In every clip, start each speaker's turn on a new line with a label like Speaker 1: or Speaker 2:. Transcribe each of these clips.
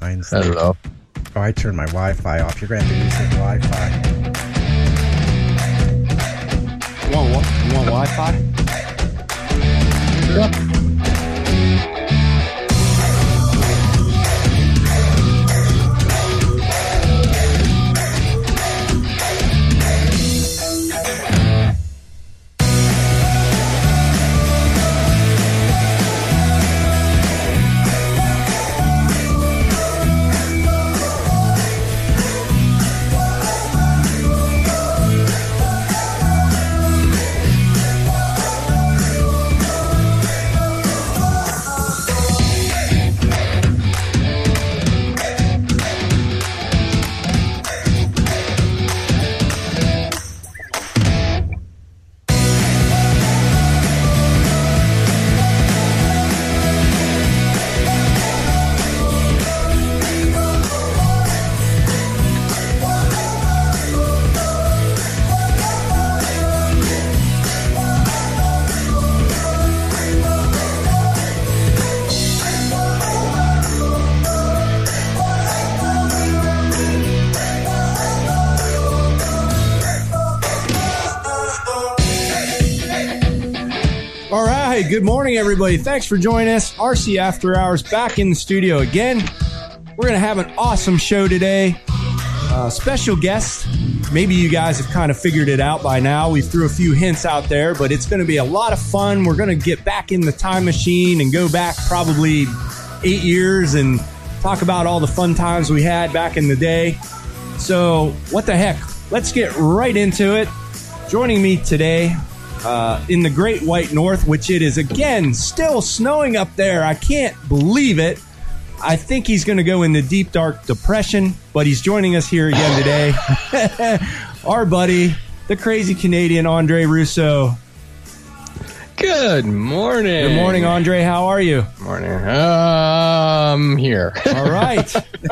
Speaker 1: Mine's
Speaker 2: Hello.
Speaker 1: Oh, I turned my Wi-Fi off. You're gonna have to use the Wi-Fi.
Speaker 3: You want, wa- you want Wi-Fi? All right. Good morning, everybody. Thanks for joining us. RC After Hours back in the studio again. We're going to have an awesome show today. Uh, special guest. Maybe you guys have kind of figured it out by now. We threw a few hints out there, but it's going to be a lot of fun. We're going to get back in the time machine and go back probably eight years and talk about all the fun times we had back in the day. So, what the heck? Let's get right into it. Joining me today uh, in the Great White North, which it is again still snowing up there. I can't believe it. I think he's going to go in the deep dark depression, but he's joining us here again today. Our buddy, the crazy Canadian Andre Russo.
Speaker 2: Good morning.
Speaker 3: Good morning, Andre. How are you?
Speaker 2: Morning. Um, here.
Speaker 3: All right.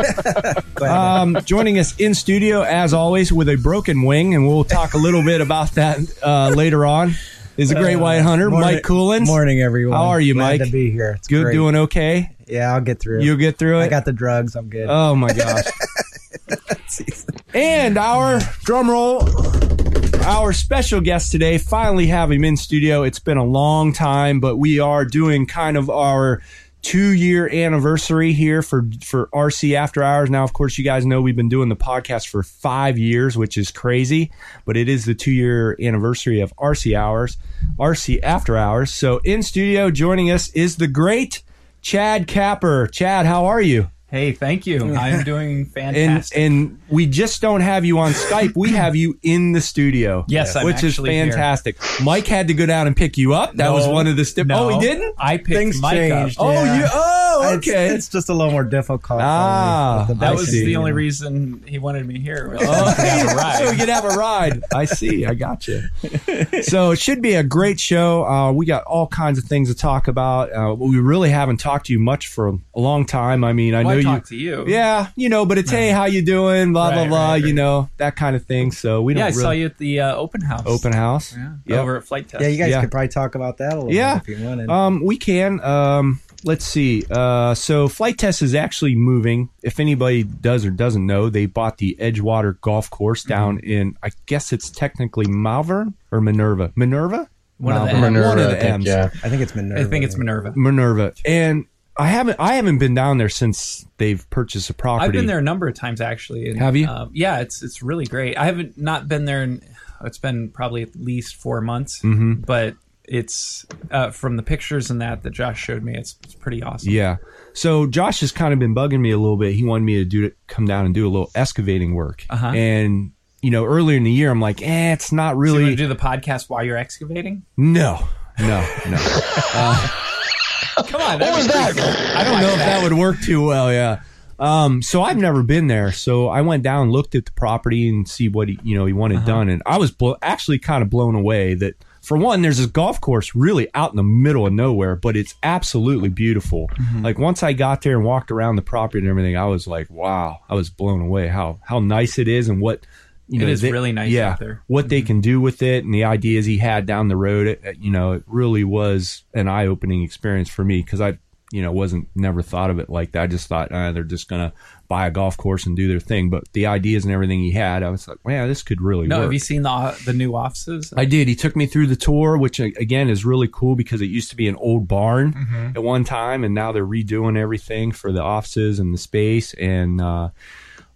Speaker 3: um, joining us in studio, as always, with a broken wing, and we'll talk a little bit about that uh, later on. Is a great white hunter,
Speaker 1: Uh, Morning-
Speaker 3: Mike Coolins.
Speaker 1: Morning, everyone.
Speaker 3: How are you,
Speaker 1: Glad
Speaker 3: Mike?
Speaker 1: To be here. It's
Speaker 3: Good,
Speaker 1: great.
Speaker 3: doing okay.
Speaker 1: Yeah, I'll get through.
Speaker 3: You'll get through it.
Speaker 1: I got the drugs. I'm good.
Speaker 3: Oh my gosh. and our drum roll, our special guest today, finally have him in studio. It's been a long time, but we are doing kind of our two year anniversary here for for RC After Hours. Now, of course, you guys know we've been doing the podcast for five years, which is crazy, but it is the two year anniversary of RC Hours, RC After Hours. So in studio joining us is the great Chad Capper. Chad, how are you?
Speaker 4: Hey, thank you. I'm doing
Speaker 3: and
Speaker 4: fantastic.
Speaker 3: and we just don't have you on Skype. We have you in the studio.
Speaker 4: Yes, I'm
Speaker 3: which is
Speaker 4: actually here.
Speaker 3: fantastic. Mike had to go down and pick you up. That was
Speaker 4: No,
Speaker 3: one of the stip.
Speaker 4: no,
Speaker 3: Oh, he didn't.
Speaker 4: I picked
Speaker 1: Things
Speaker 4: Mike
Speaker 1: changed.
Speaker 4: up.
Speaker 3: Oh,
Speaker 1: Yeah.
Speaker 3: you. Oh,
Speaker 1: It's-
Speaker 3: okay.
Speaker 1: It's, just a little more difficult. for me
Speaker 3: Ah,
Speaker 1: with the
Speaker 4: That
Speaker 3: I
Speaker 4: was
Speaker 3: see.
Speaker 4: the only reason he wanted me here. was
Speaker 3: Oh,
Speaker 4: to have a ride.
Speaker 3: so we can have a ride. I see. I got you. so it should be a great show. Uh, we got all kinds of things to talk about. Uh, we really haven't talked to you much for a long time. I mean, I
Speaker 4: Well,
Speaker 3: know
Speaker 4: I
Speaker 3: you.
Speaker 4: talked to you.
Speaker 3: Yeah, you know, but it's hey, how you doing? Blah blah
Speaker 4: Right,
Speaker 3: blah.
Speaker 4: right,
Speaker 3: You
Speaker 4: right.
Speaker 3: know that kind of thing. So we don't.
Speaker 4: Yeah, I
Speaker 3: really,
Speaker 4: saw you at the uh, open house.
Speaker 3: open house.
Speaker 4: Yeah.
Speaker 3: Yep.
Speaker 4: Over at flight test.
Speaker 1: Yeah, you guys
Speaker 3: Yeah.
Speaker 1: could probably talk about that a little
Speaker 3: Yeah.
Speaker 1: bit if you wanted.
Speaker 3: Um, we can. Um, let's see. Uh, so flight test is actually moving. If anybody does or doesn't know, they bought the Edgewater Golf
Speaker 4: Mm-hmm.
Speaker 3: Course down in. I guess it's technically Malvern or Minerva. Minerva.
Speaker 4: One of the
Speaker 3: Malvern.
Speaker 4: M's.
Speaker 3: One of
Speaker 2: Minerva,
Speaker 3: the
Speaker 2: I think,
Speaker 3: M's.
Speaker 2: yeah.
Speaker 1: I think it's Minerva.
Speaker 4: I think it's Minerva.
Speaker 3: Minerva. And I haven't. I haven't been down there since they've purchased the property.
Speaker 4: I've been there a number of times actually. and,
Speaker 3: Have you?
Speaker 4: Um, yeah, it's it's really great. I haven't not been there in it's been probably at least four months,
Speaker 3: Mm-hmm.
Speaker 4: but it's uh, from the pictures and that that Josh showed me. It's, it's pretty awesome.
Speaker 3: Yeah. So Josh has kind of been bugging me a little bit. He wanted me to do come down and do a little excavating work.
Speaker 4: Uh-huh.
Speaker 3: And you know, earlier in the year, I'm like, eh, it's not
Speaker 4: So you
Speaker 3: really.
Speaker 4: want to do the podcast while you're excavating?
Speaker 3: no, no, no.
Speaker 4: Come on, that was that? I
Speaker 3: I don't know if that would work too well. Yeah. Um, so I've never been there. So I went down, looked at the property, and see what he, you know he
Speaker 4: Uh-huh.
Speaker 3: wanted done. And I was blo- actually kind of blown away that for one, there's this golf course really out in the middle of nowhere, but it's absolutely beautiful.
Speaker 4: Mm-hmm.
Speaker 3: Like once I got there and walked around the property and everything, I was like, wow, I was blown away how how nice it is and what. You
Speaker 4: It
Speaker 3: know,
Speaker 4: is
Speaker 3: they-
Speaker 4: really nice
Speaker 3: yeah,
Speaker 4: out there.
Speaker 3: What they can do with it and the uh, ideas he had down the road, it, it, you know, it really was an eye-opening experience for me because I you know wasn't never thought of it like that. I just thought uh, they're just gonna buy a golf course and do their thing. But the ideas and everything he had, I was like, man, this could really
Speaker 4: No,
Speaker 3: work.
Speaker 4: have you seen the uh, the new offices?
Speaker 3: I did. He took me through the tour, which a- again is really cool because it used to be an old barn at one time, and now they're redoing everything for the offices and the space. And uh,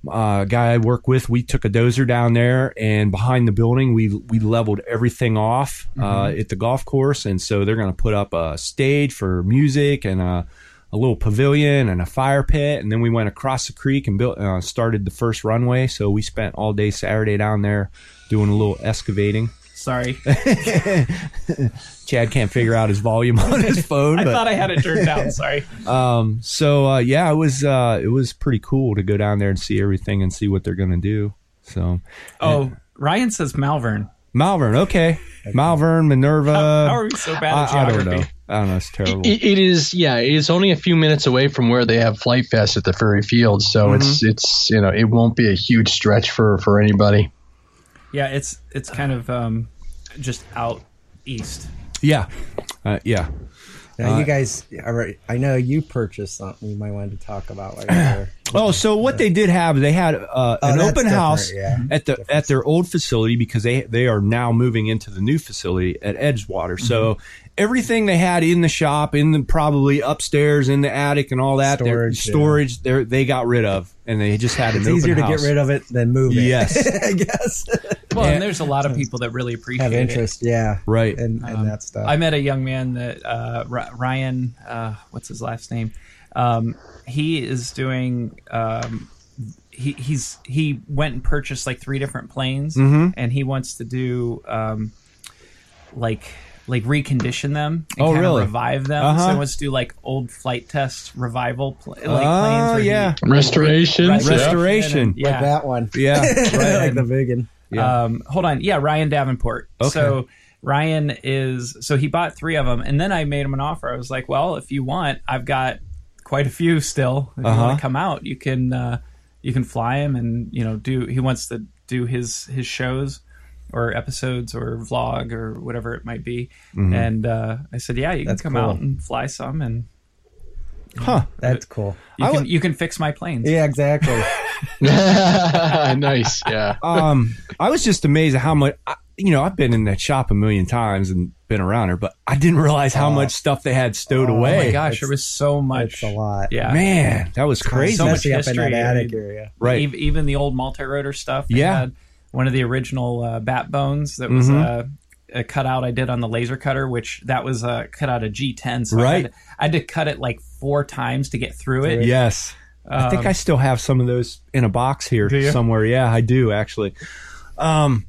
Speaker 3: uh, guy I work with, we took a dozer down there, and behind the building, we we leveled everything off uh, at the golf course, and so they're going to put up a stage for music and a. A little pavilion and a fire pit, and then we went across the creek and built, uh, started the first runway. So we spent all day Saturday down there doing a little excavating.
Speaker 4: Sorry,
Speaker 3: Chad can't figure out his volume on his phone.
Speaker 4: I
Speaker 3: but,
Speaker 4: thought I had it turned down. Sorry.
Speaker 3: um, so uh, yeah, it was uh, it was pretty cool to go down there and see everything and see what they're gonna do. So
Speaker 4: Oh, Ryan says Malvern.
Speaker 3: Malvern, okay, Malvern, Minerva.
Speaker 4: How are we so bad at
Speaker 3: Uh, I, I don't
Speaker 4: geography?
Speaker 3: know. I don't know. It's terrible.
Speaker 2: It, it is, yeah. It is only a few minutes away from where they have Flight Fest at the Furry Field, so
Speaker 3: Mm-hmm.
Speaker 2: it's it's you know it won't be a huge stretch for for anybody.
Speaker 4: Yeah, it's it's kind of um, just out east.
Speaker 3: yeah, uh, yeah.
Speaker 1: Now you guys, all right, I know you purchased something you might want to talk about later.
Speaker 3: Oh, so what they did have, they had uh, an
Speaker 1: Oh, that's
Speaker 3: open
Speaker 1: different,
Speaker 3: house
Speaker 1: yeah.
Speaker 3: at the at their old facility because they they are now moving into the new facility at Edgewater.
Speaker 1: Mm-hmm.
Speaker 3: So everything they had in the shop, in the probably upstairs, in the attic, and all that their
Speaker 1: Storage, yeah.
Speaker 3: storage, they they got rid of, and they just had an
Speaker 1: it's
Speaker 3: open
Speaker 1: easier to
Speaker 3: house.
Speaker 1: get rid of it than move it.
Speaker 3: Yes.
Speaker 1: I guess.
Speaker 4: Well, and there's a lot of people that really appreciate
Speaker 1: Have
Speaker 4: it.
Speaker 1: interest, yeah.
Speaker 3: Right. Um,
Speaker 1: And, and that stuff.
Speaker 4: I met a young man that uh, R- Ryan, uh, what's his last name? Um, he is doing. Um, he he's he went and purchased like three different planes,
Speaker 3: Mm-hmm.
Speaker 4: and he wants to do um, like like recondition them. And
Speaker 3: Oh,
Speaker 4: kinda
Speaker 3: really?
Speaker 4: Revive them. So he
Speaker 3: Uh-huh.
Speaker 4: wants to do like old flight test revival pl- like planes.
Speaker 3: Oh
Speaker 4: where he-
Speaker 3: yeah,
Speaker 2: Restoration.
Speaker 4: Right.
Speaker 2: yeah.
Speaker 3: restoration.
Speaker 4: Yeah.
Speaker 1: Like that one.
Speaker 3: Yeah, right.
Speaker 1: like the vegan.
Speaker 4: Um, hold on. Yeah, Ryan Davenport. So Ryan is so he bought three of them, and then I made him an offer. I was like, "Well, if you want, I've got quite a few still. If you
Speaker 1: Uh-huh.
Speaker 4: want to come out, you can uh, you can fly him, and you know do he wants to do his his shows." Or episodes, or vlog, or whatever it might be, and uh, I said, "Yeah, you can
Speaker 1: Mm-hmm. That's
Speaker 4: come
Speaker 1: cool.
Speaker 4: out and fly some, and
Speaker 3: Huh.
Speaker 1: That's cool.
Speaker 4: you
Speaker 3: I
Speaker 4: can
Speaker 3: would-
Speaker 4: you can fix my planes."
Speaker 1: Yeah, exactly.
Speaker 2: nice. Yeah.
Speaker 3: um, I was just amazed at how much. I, you know, I've been in that shop a million times and been around her, but I didn't realize how
Speaker 1: Oh.
Speaker 3: much stuff they had stowed away.
Speaker 4: Oh my gosh, there was so much.
Speaker 1: It's a lot.
Speaker 4: Yeah,
Speaker 3: Man, that was crazy.
Speaker 4: So much
Speaker 1: Especially up in that
Speaker 4: history,
Speaker 1: attic
Speaker 4: dude.
Speaker 1: area.
Speaker 3: right.
Speaker 4: Ev- even the old multi-rotor stuff. They
Speaker 3: Yeah. Mm-hmm.
Speaker 4: had one of the original uh, bat bones that was uh, a cutout I did on the laser cutter, which that was a cutout of G10. So I
Speaker 3: Right.
Speaker 4: had, I had to cut it like four times to get through it. Um,
Speaker 3: yes. I think I still have some of those in a box here
Speaker 4: you?
Speaker 3: somewhere. Yeah, I do actually. Um,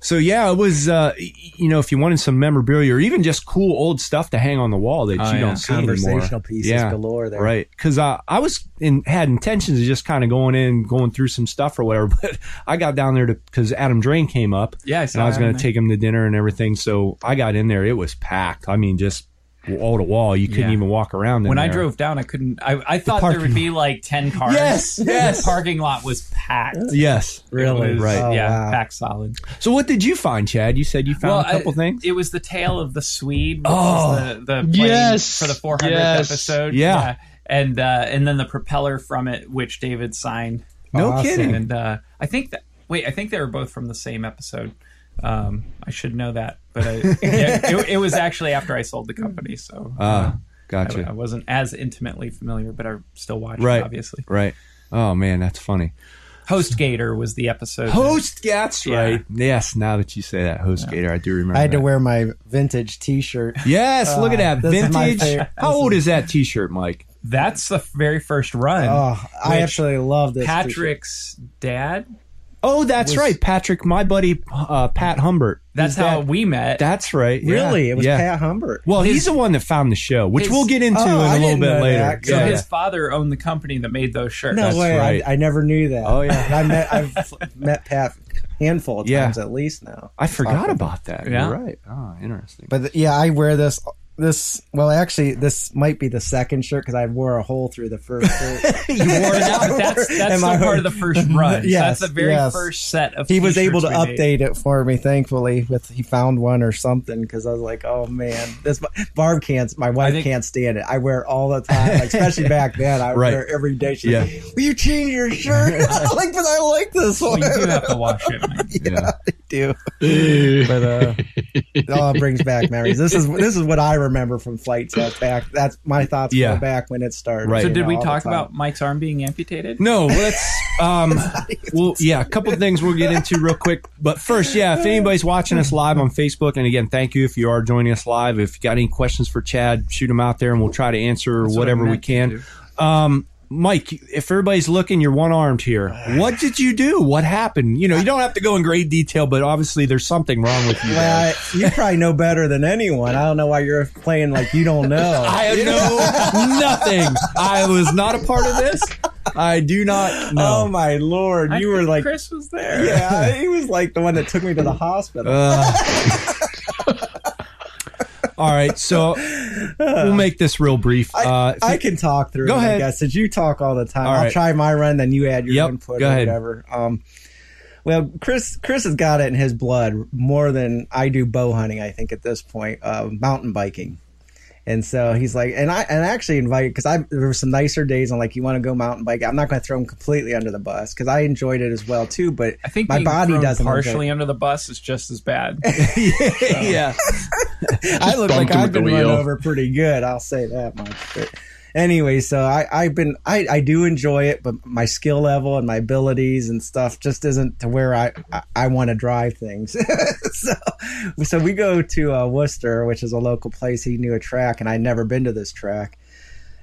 Speaker 3: so yeah, it was uh, y- you know if you wanted some memorabilia or even just cool old stuff to hang on the wall that you
Speaker 4: Oh, yeah.
Speaker 3: don't see anymore.
Speaker 1: Conversational pieces
Speaker 3: Yeah.
Speaker 1: galore there.
Speaker 3: Right, because uh, I was in, had intentions of just kind of going in, going through some stuff or whatever. But I got down there to because Adam Drain came up,
Speaker 4: Yeah, I
Speaker 3: and
Speaker 4: saw
Speaker 3: I was
Speaker 4: that
Speaker 3: going
Speaker 4: on
Speaker 3: to take him to dinner and everything. So I got in there; it was packed. I mean, just wall to wall. You couldn't
Speaker 4: Yeah.
Speaker 3: even walk around. In
Speaker 4: When I
Speaker 3: there.
Speaker 4: drove down, I couldn't. I, I thought there would
Speaker 3: parking
Speaker 4: be like ten cars.
Speaker 3: Yes, yes.
Speaker 4: The parking lot was packed.
Speaker 3: yes,
Speaker 1: Really?
Speaker 4: It was-
Speaker 3: Right.
Speaker 1: Oh,
Speaker 4: yeah,
Speaker 1: wow.
Speaker 4: packed solid.
Speaker 3: So what did you find, Chad? You said you found a
Speaker 4: I-
Speaker 3: couple things.
Speaker 4: It was the tale of the Swede. which
Speaker 3: Oh.
Speaker 4: was the, the plane
Speaker 2: Yes.
Speaker 4: for the 400th
Speaker 2: Yes.
Speaker 4: episode.
Speaker 3: Yeah.
Speaker 4: and uh, and then the propeller from it, which David signed.
Speaker 3: no
Speaker 1: Awesome.
Speaker 3: kidding.
Speaker 4: And uh, I think that wait, I think they were both from the same episode. Um, I should know that, but I, yeah, it, it was actually after I sold the company, so uh,
Speaker 3: Ah,
Speaker 4: I, I
Speaker 3: gotcha.
Speaker 4: wasned as intimately familiar, but I still watched.
Speaker 3: Right.
Speaker 4: obviously.
Speaker 3: Right. Oh man, that's funny.
Speaker 4: Hostgator was the episode.
Speaker 3: Host Gats,
Speaker 4: Yeah.
Speaker 3: right? Yes. Now that you say that, Host Gator, I do remember.
Speaker 1: I had to
Speaker 3: that.
Speaker 1: wear my vintage t shirt.
Speaker 3: Yes, look at that
Speaker 1: this is my
Speaker 3: vintage.
Speaker 1: favorite-
Speaker 3: How old is that T-shirt, Mike?
Speaker 4: That's the very first run.
Speaker 3: Ah,
Speaker 1: Oh, I
Speaker 4: Which
Speaker 1: absolutely love this. t-shirt.
Speaker 4: Patrick's dad.
Speaker 3: Oh, that's right, Patrick, my buddy uh, Pat Humbert.
Speaker 4: That's
Speaker 3: He's
Speaker 4: how
Speaker 3: that-
Speaker 4: we met.
Speaker 3: That's right. yeah,
Speaker 1: Really? It was
Speaker 3: yeah.
Speaker 1: Pat Humbert.
Speaker 3: Well, he's the one that found the show, which
Speaker 4: his-
Speaker 3: we'll get into
Speaker 1: Oh,
Speaker 3: in
Speaker 1: I
Speaker 3: a little
Speaker 1: didn't
Speaker 3: bit
Speaker 1: know
Speaker 3: later.
Speaker 1: that.
Speaker 4: So
Speaker 3: Yeah.
Speaker 4: his father owned the company that made those shirts.
Speaker 1: No way.
Speaker 3: right.
Speaker 1: I, I never knew that.
Speaker 3: Oh, yeah.
Speaker 1: And I met, I've met Pat a handful of
Speaker 3: Yeah.
Speaker 1: times at least now.
Speaker 3: I forgot about that.
Speaker 4: Yeah.
Speaker 3: You're right. Oh, interesting.
Speaker 1: But th- yeah, I wear this this. Well, actually, this might be the second shirt because I wore a hole through the first shirt.
Speaker 4: But now that's that's
Speaker 1: Am
Speaker 4: still
Speaker 1: I
Speaker 4: part
Speaker 1: hurt?
Speaker 4: of the first run. So
Speaker 1: Yes,
Speaker 4: that's the very
Speaker 1: yes.
Speaker 4: first set of.
Speaker 1: he was
Speaker 4: t-shirts
Speaker 1: able to
Speaker 4: we made.
Speaker 1: update it for me thankfully with he found one or something because i was like oh man this barb can't my wife
Speaker 4: think-
Speaker 1: can't stand it i wear it all the time like, especially back then i
Speaker 3: Right.
Speaker 1: wear it every day she's
Speaker 3: Yeah.
Speaker 1: like will you change your shirt I'm like but i like this
Speaker 4: Well,
Speaker 1: one
Speaker 4: you do have to wash it. Mike.
Speaker 3: Yeah.
Speaker 1: do but uh it all brings back memories this is this is what i remember from flight test back that's my thoughts
Speaker 3: Yeah.
Speaker 1: go back when it started
Speaker 3: Right.
Speaker 4: So
Speaker 1: you
Speaker 4: did
Speaker 1: know,
Speaker 4: we
Speaker 1: all the
Speaker 4: talk
Speaker 1: time.
Speaker 4: about Mike's arm being amputated?
Speaker 3: No, let's um well yeah, a couple things we'll get into real quick. But first, yeah, if anybody's watching us live on Facebook, and again, thank you if you are joining us live. If you got any questions for Chad, shoot them out there and we'll try to answer
Speaker 4: what I
Speaker 3: whatever we
Speaker 4: meant to
Speaker 3: can. Um Mike, if everybody's looking, you're one armed here. What did you do? What happened? You know, you don't have to go in great detail, but obviously there's something wrong with you. there.
Speaker 1: well, I- you probably know better than anyone. I don't know why you're playing like you don't know.
Speaker 3: I know nothing. I was not a part of this. I do not
Speaker 1: Oh
Speaker 3: know.
Speaker 1: my lord!
Speaker 4: I
Speaker 1: you were
Speaker 4: think
Speaker 1: like,
Speaker 4: Chris was there.
Speaker 1: yeah, he was like the one that took me to the hospital.
Speaker 3: Uh, All right, so we'll make this real brief.
Speaker 1: I,
Speaker 3: uh,
Speaker 1: I can talk through.
Speaker 3: Go
Speaker 1: it,
Speaker 3: ahead.
Speaker 1: I guess since you talk all the time,
Speaker 3: All
Speaker 1: I'll
Speaker 3: right.
Speaker 1: try my run. Then you add your
Speaker 3: Yep,
Speaker 1: input
Speaker 3: go
Speaker 1: or
Speaker 3: ahead.
Speaker 1: whatever. Um, well, Chris, Chris has got it in his blood more than I do bow hunting. I think at this point, uh, mountain biking. And so he's like, and I and I actually invited because I there were some nicer days. I'm like, you want to go mountain bike? I'm not going to throw him completely under the bus because I enjoyed it as well too. But
Speaker 4: I think
Speaker 1: my
Speaker 4: being
Speaker 1: body
Speaker 4: thrown
Speaker 1: doesn't enjoy it.
Speaker 4: partially under the bus is just as bad.
Speaker 3: yeah.
Speaker 1: I look like
Speaker 2: bumped him
Speaker 1: I've
Speaker 2: with the
Speaker 1: been run
Speaker 2: wheel.
Speaker 1: over pretty good. I'll say that much. But anyway, so I, I've been I, I do enjoy it, but my skill level and my abilities and stuff just isn't to where I I, I want to drive things. so so we go to uh, Worcester, which is a local place. He knew a track, and I'd never been to this track.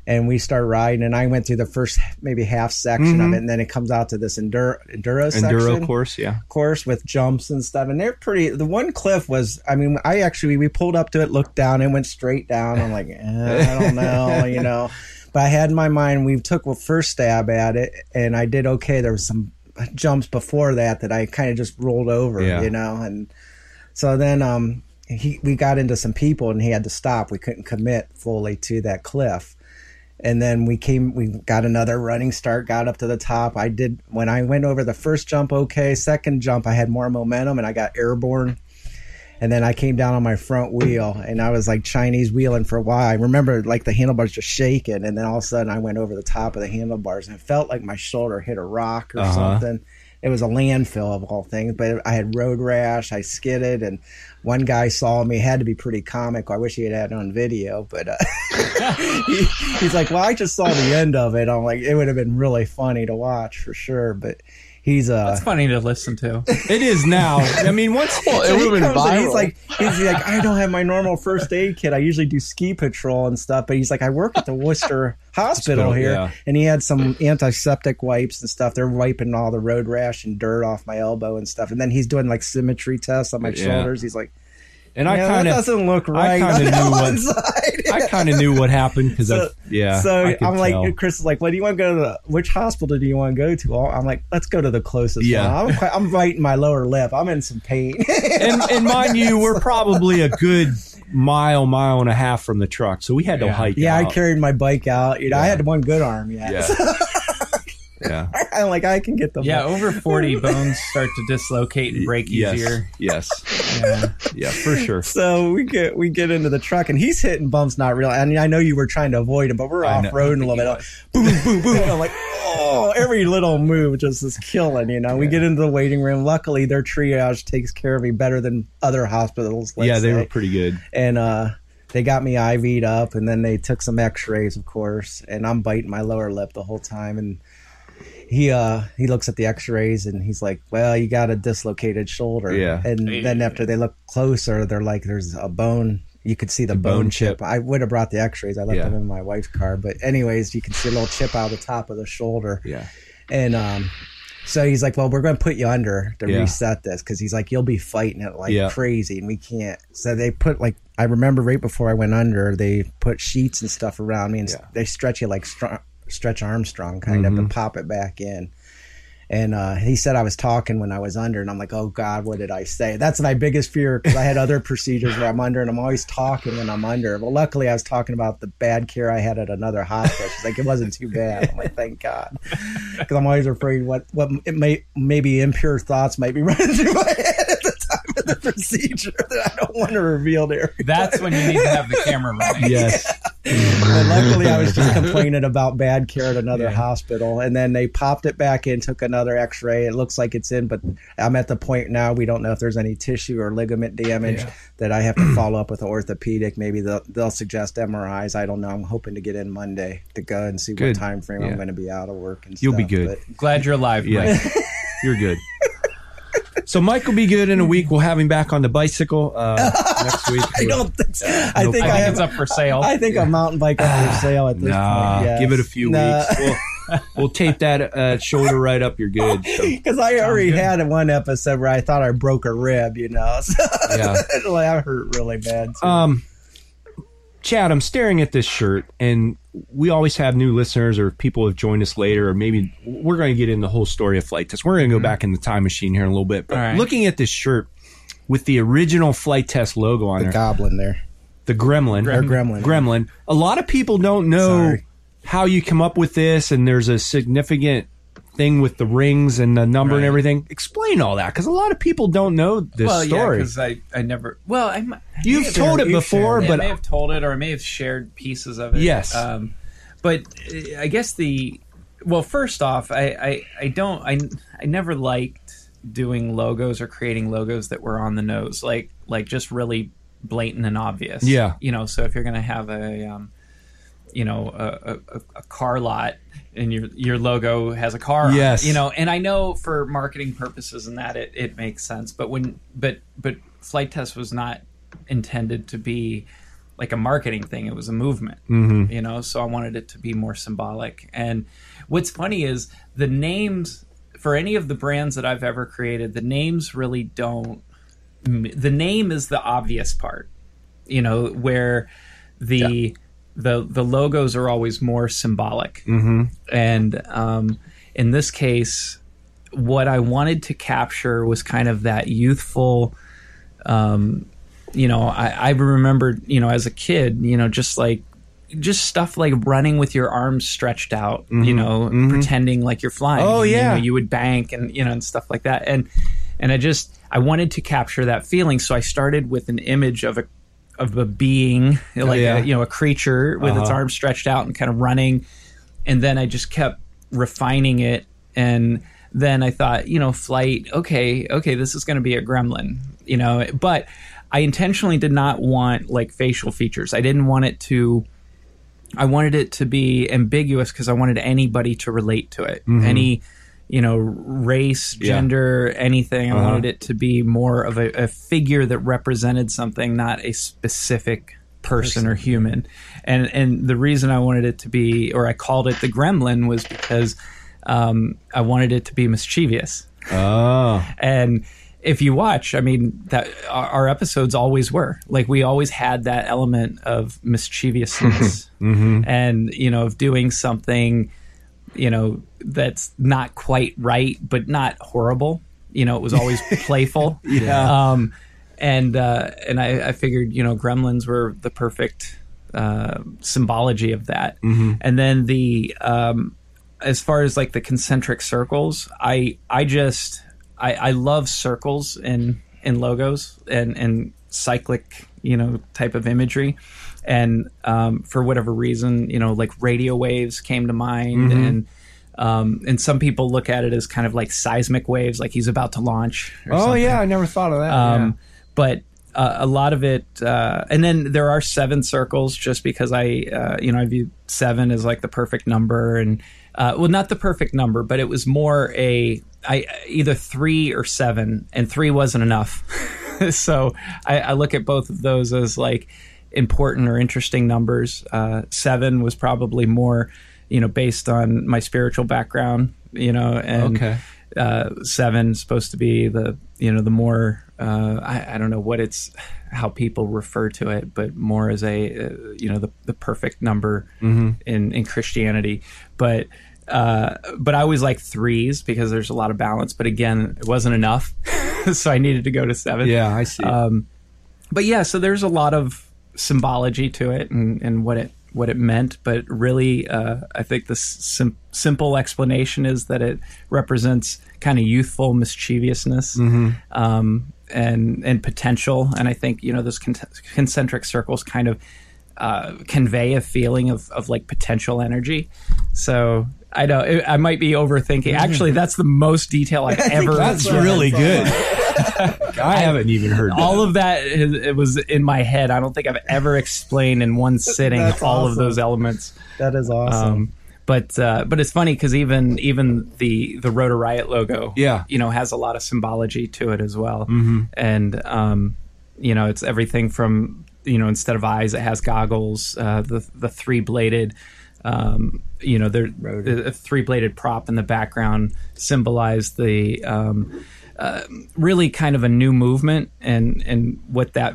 Speaker 1: And we start riding, and I went through the first maybe half section
Speaker 2: Mm-hmm.
Speaker 1: of it, and then it comes out to this enduro enduro
Speaker 3: Enduro
Speaker 1: section
Speaker 3: course, yeah.
Speaker 1: course with jumps and stuff and they're pretty the one cliff was i mean i actually we pulled up to it looked down and went straight down i'm like eh, i don't know you know but i had in my mind we took a first stab at it and i did okay there was some jumps before that that i kind of just rolled over
Speaker 3: Yeah.
Speaker 1: you know and so then um he we got into some people and he had to stop we couldn't commit fully to that cliff and then we came we got another running start got up to the top i did when i went over the first jump okay second jump i had more momentum and i got airborne and then i came down on my front wheel and i was like chinese wheeling for a while i remember like the handlebars just shaking and then all of a sudden i went over the top of the handlebars and it felt like my shoulder hit a rock or
Speaker 3: Uh-huh.
Speaker 1: something it was a landfill of all things but i had road rash i skidded and one guy saw me had to be pretty comic i wish he had had it on video but uh, he, he's like, "Well, I just saw the end of it." I'm like, "It would have been really funny to watch for sure." But he's uh,
Speaker 4: It's funny to listen to.
Speaker 3: It is now. I mean, once
Speaker 2: Well, it
Speaker 1: he
Speaker 2: would have been
Speaker 1: comes and
Speaker 2: viral.
Speaker 1: he's like, he's like, "I don't have my normal first aid kit. I usually do ski patrol and stuff." But he's like, "I work at the Worcester Hospital
Speaker 3: Hospital,
Speaker 1: here,"
Speaker 3: yeah.
Speaker 1: and he had some antiseptic wipes and stuff. They're wiping all the road rash and dirt off my elbow and stuff. And then he's doing like symmetry tests on my
Speaker 3: Yeah.
Speaker 1: shoulders. He's like,
Speaker 3: and I
Speaker 1: "Yeah,
Speaker 3: kind
Speaker 1: that
Speaker 3: of
Speaker 1: doesn't look right."
Speaker 3: I kinda
Speaker 1: on the
Speaker 3: knew what-
Speaker 1: one side."
Speaker 3: I kind of knew what happened because
Speaker 1: So-
Speaker 3: I yeah.
Speaker 1: So
Speaker 3: I
Speaker 1: I'm
Speaker 3: could tell.
Speaker 1: like, Chris is like, "What do you want to go to? The, which hospital do you want to go to?" Well, I'm like, "Let's go to the closest."
Speaker 3: Yeah.
Speaker 1: one. I'm, quite, I'm biting my lower lip. I'm in some pain.
Speaker 3: and, and mind you, we're probably a good mile, mile and a half from the truck, so we had to
Speaker 4: Yeah.
Speaker 3: hike.
Speaker 1: yeah, I
Speaker 3: out.
Speaker 1: carried my bike out. You know, I had one good arm. Yeah,
Speaker 3: Yeah. yeah.
Speaker 1: I'm like, I can get the
Speaker 4: Yeah, over forty bones start to dislocate and break easier.
Speaker 3: Yes. yes. Yeah. for sure.
Speaker 1: So we get we get into the truck and he's hitting bumps, not real. I mean, I know you were trying to avoid him, but we're
Speaker 3: I
Speaker 1: off
Speaker 3: know.
Speaker 1: roading a little bit. Boom, boom, boom. And I'm like, oh, every little move just is killing. You know, we get into the waiting room. Luckily, their triage takes care of me better than other hospitals. let's
Speaker 3: yeah, they
Speaker 1: say.
Speaker 3: were pretty good.
Speaker 1: and uh they got me IV'd up and then they took some x-rays of course and I'm biting my lower lip the whole time and he uh he looks at the x-rays and he's like well you got a dislocated shoulder
Speaker 3: Yeah.
Speaker 1: and then after they look closer they're like there's a bone you could see the,
Speaker 3: bone
Speaker 1: bone, chip.
Speaker 3: chip.
Speaker 1: I would have brought the x-rays I left
Speaker 3: Yeah.
Speaker 1: them in my wife's car but anyways you can see a little chip out of the top of the shoulder
Speaker 3: Yeah.
Speaker 1: and um, so he's like, "Well, we're going to put you under to
Speaker 3: Yeah.
Speaker 1: reset this," because he's like, "You'll be fighting it like
Speaker 3: Yeah.
Speaker 1: crazy, and we can't." So they put like I remember right before I went under, they put sheets and stuff around me, and s-
Speaker 3: Yeah.
Speaker 1: they stretch you like str- stretch Armstrong kind of, and pop it back in. And uh, he said I was talking when I was under, and I'm like, oh God, what did I say? That's my biggest fear because I had other procedures where I'm under, and I'm always talking when I'm under. Well, luckily, I was talking about the bad care I had at another hospital. She's like, it wasn't too bad. I'm like, thank God, because I'm always afraid what what it may maybe impure thoughts might be running through my head at the time of the procedure that I don't want to reveal there.
Speaker 4: That's when you need to have the camera running.
Speaker 3: Yes.
Speaker 1: But luckily, I was just complaining about bad care at another hospital, and then they popped it back in, took another X-ray. It looks like it's in, but I'm at the point now we don't know if there's any tissue or ligament damage that I have to follow up with an orthopedic. Maybe they'll, they'll suggest MRIs. I don't know. I'm hoping to get in Monday to go and see
Speaker 3: Good.
Speaker 1: what time frame
Speaker 3: Yeah.
Speaker 1: I'm going to be out of work. And
Speaker 3: You'll be
Speaker 1: stuff,
Speaker 3: good.
Speaker 1: but-
Speaker 4: Glad you're alive, Mike.
Speaker 3: Yeah. You're good. So Mike will be good in a week. We'll have him back on the bicycle uh, next week.
Speaker 1: I don't think. So. I
Speaker 3: Nope.
Speaker 1: think
Speaker 4: I
Speaker 1: I,
Speaker 4: think
Speaker 1: have.
Speaker 4: it's up for sale.
Speaker 1: I think a mountain bike is for sale at this
Speaker 3: Nah,
Speaker 1: point. yes.
Speaker 3: give it a few
Speaker 1: Nah.
Speaker 3: weeks. We'll, we'll tape that uh, shoulder right up. You're good. So,
Speaker 1: Because I already had one episode where I thought I broke a rib, you know. So
Speaker 3: yeah.
Speaker 1: like, I hurt really bad. too.
Speaker 3: Um, Chad, I'm staring at this shirt, and we always have new listeners or people who have joined us later, or maybe we're going to get in the whole story of flight test. We're going
Speaker 1: Mm-hmm.
Speaker 3: to go back in the time machine here in a little bit. But
Speaker 4: All right.
Speaker 3: looking at this shirt with the original flight test logo on
Speaker 1: the
Speaker 3: there,
Speaker 1: goblin there.
Speaker 3: the gremlin,
Speaker 1: Or gremlin.
Speaker 3: gremlin. A lot of people don't know
Speaker 1: Sorry.
Speaker 3: how you come up with this, and there's a significant thing with the rings and the number and
Speaker 4: Right.
Speaker 3: everything. Explain all that because a lot of people don't know this
Speaker 4: well, yeah,
Speaker 3: story.
Speaker 4: because I, I never. Well, I, mi- I
Speaker 3: You've
Speaker 4: may have-
Speaker 3: told it
Speaker 1: you've
Speaker 3: before,
Speaker 4: I
Speaker 3: but
Speaker 4: may have told it, or I may have shared pieces of it.
Speaker 3: Yes.
Speaker 4: Um, but uh, I guess the well, first off, I, I, I don't I I never liked doing logos or creating logos that were on the nose, like like just really blatant and obvious.
Speaker 3: Yeah.
Speaker 4: You know, so if you're gonna have a um, you know a, a- a, a car lot and your your logo has a car on it,
Speaker 3: Yes.
Speaker 4: you know and i know for marketing purposes and that it, it makes sense but when but but flight test was not intended to be like a marketing thing it was a movement
Speaker 3: Mm-hmm,
Speaker 4: you know so i wanted it to be more symbolic and what's funny is the names for any of the brands that i've ever created the names really don't the name is the obvious part you know where the the the logos are always more symbolic
Speaker 3: mm-hmm.
Speaker 4: and um, in this case what i wanted to capture was kind of that youthful um, you know, I, I remembered, you know, as a kid, you know, just like just stuff like running with your arms stretched out, you know, pretending like you're flying.
Speaker 3: Mm-hmm. Oh,
Speaker 4: And, you know,
Speaker 3: yeah.
Speaker 4: you would bank and you know and stuff like that. And and I just I wanted to capture that feeling, so I started with an image of a of a being, like
Speaker 3: yeah.
Speaker 4: a, you know, a creature with its arms stretched out and kind of running and then I just kept refining it. And then I thought, you know, flight, okay, okay, this is going to be a gremlin, you know, but I intentionally did not want like facial features. I didn't want it to, I wanted it to be ambiguous because I wanted anybody to relate to it. Any, you know, race, gender, anything. I wanted it to be more of a, a figure that represented something, not a specific person or human. And and the reason I wanted it to be, or I called it the Gremlin, was because um, I wanted it to be mischievous.
Speaker 3: oh,
Speaker 4: And if you watch, I mean, that our, our episodes always were like we always had that element of mischievousness, and you know, of doing something, you know, that's not quite right, but not horrible. You know, it was always playful.
Speaker 3: Yeah.
Speaker 4: Um, and uh, and I, I figured, you know, Gremlins were the perfect uh, symbology of that.
Speaker 3: Mm-hmm.
Speaker 4: And then the um, as far as like the concentric circles, I I just I, I love circles and and logos and and cyclic you know type of imagery. And um, for whatever reason, you know, like radio waves came to mind,
Speaker 3: Mm-hmm.
Speaker 4: and um, and some people look at it as kind of like seismic waves, like he's about to launch. Or
Speaker 3: oh
Speaker 4: something.
Speaker 3: yeah, I never thought of that. yeah.
Speaker 4: Um, But uh, a lot of it, uh, and then there are seven circles just because I, uh, you know, I view seven as like the perfect number, and uh, well, not the perfect number, but it was more a I either three or seven, and three wasn't enough. so I, I look at both of those as like important or interesting numbers. Uh, seven was probably more, you know, based on my spiritual background, you know, and
Speaker 3: Okay.
Speaker 4: uh, seven is supposed to be the you know the more uh, I, I don't know what it's how people refer to it, but more as a uh, you know the the perfect number in in Christianity, but. Uh, but I always like threes because there's a lot of balance. But again, it wasn't enough, so I needed to go to seven.
Speaker 3: Yeah, I see.
Speaker 4: Um, but yeah, so there's a lot of symbology to it and, and what it what it meant. But really, uh, I think the sim- simple explanation is that it represents kind of youthful mischievousness um, and and potential. And I think you know those con- concentric circles kind of uh, convey a feeling of, of like potential energy. So. I know it- I might be overthinking. Actually, that's the most detail I've ever.
Speaker 3: That's really good. I haven't even heard that.
Speaker 4: all of that is, it was in my head. I don't think I've ever explained in one sitting
Speaker 1: That's
Speaker 4: all of
Speaker 1: awesome.
Speaker 4: those elements.
Speaker 1: That is awesome.
Speaker 4: Um, but uh, but it's funny because even even the the Rotor Riot logo,
Speaker 3: Yeah.
Speaker 4: you know, has a lot of symbology to it as well.
Speaker 1: Mm-hmm.
Speaker 4: And um, you know, it's everything from you know instead of eyes, it has goggles. Uh, the the three bladed. Um, you know, there a three-bladed prop in the background symbolized the um, uh, really kind of a new movement, and and what that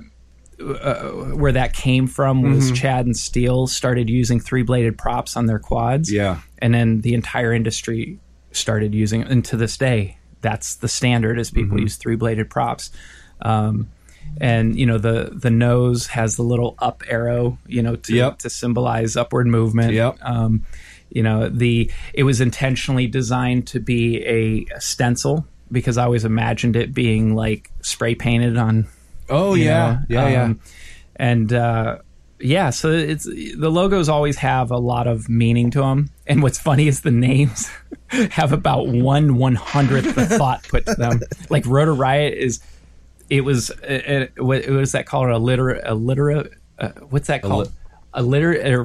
Speaker 4: uh, where that came from
Speaker 3: Mm-hmm.
Speaker 4: was Chad and Steele started using three bladed props on their quads.
Speaker 3: Yeah.
Speaker 4: And then the entire industry started using it. And to this day, that's the standard is people
Speaker 3: Mm-hmm.
Speaker 4: use three bladed props. Um, and you know the the nose has the little up arrow, you know, to,
Speaker 3: Yep.
Speaker 4: to symbolize upward movement.
Speaker 3: Yep.
Speaker 4: Um, you know the it was intentionally designed to be a, a stencil because I always imagined it being like spray painted on
Speaker 3: Oh
Speaker 4: you
Speaker 3: yeah,
Speaker 4: know?
Speaker 3: yeah,
Speaker 4: Um, And uh, yeah, so it's the logos always have a lot of meaning to them. And what's funny is the names have about one one hundredth the thought put to them. Like Rotor Riot is, it was it, it, what what is that called? Alliter alliter uh, what's that called? Alliter. er,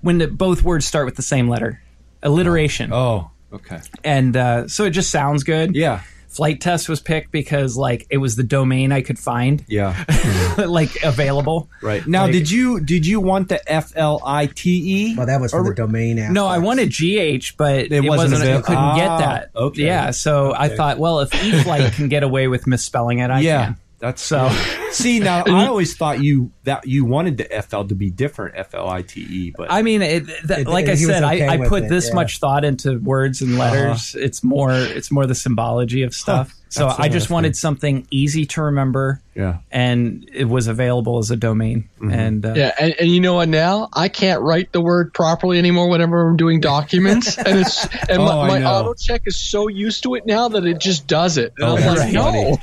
Speaker 4: when the, both words start with the same letter, alliteration,
Speaker 3: yeah. Oh, okay.
Speaker 4: and uh, so it just sounds good.
Speaker 3: Yeah,
Speaker 4: Flight test was picked because like it was the domain I could find.
Speaker 3: yeah.
Speaker 4: like available.
Speaker 3: Right now, did you did you want the F L I T E?
Speaker 1: well, that was for the domain.
Speaker 4: No, I
Speaker 1: aspect.
Speaker 4: wanted GH, but it,
Speaker 3: wasn't
Speaker 4: wasn't.
Speaker 3: avail-
Speaker 4: I couldn't
Speaker 3: Ah,
Speaker 4: get that.
Speaker 3: okay.
Speaker 4: Yeah, so I thought, well, if eFlight can get away with misspelling it, I
Speaker 3: Yeah,
Speaker 4: can.
Speaker 3: that's
Speaker 4: So
Speaker 3: See now, I always thought you that you wanted the FL to be different, F L I T E, but
Speaker 4: I mean, it, that,
Speaker 1: It-
Speaker 4: like
Speaker 1: it-
Speaker 4: I
Speaker 1: he was
Speaker 4: said,
Speaker 1: okay
Speaker 4: I, I
Speaker 1: with
Speaker 4: put
Speaker 1: it,
Speaker 4: this
Speaker 1: yeah.
Speaker 4: much thought into words and letters. It's more, it's more the symbology of stuff. so I just wanted something easy to remember.
Speaker 3: Yeah.
Speaker 4: and it was available as a domain. And uh,
Speaker 2: Yeah, and, and you know what? Now I can't write the word properly anymore whenever I'm doing documents, and it's and
Speaker 3: Oh, I
Speaker 2: my, my
Speaker 3: know.
Speaker 2: auto check is so used to it now that it just does it. And I'm
Speaker 3: Oh, that's
Speaker 2: like,
Speaker 3: funny.
Speaker 2: no,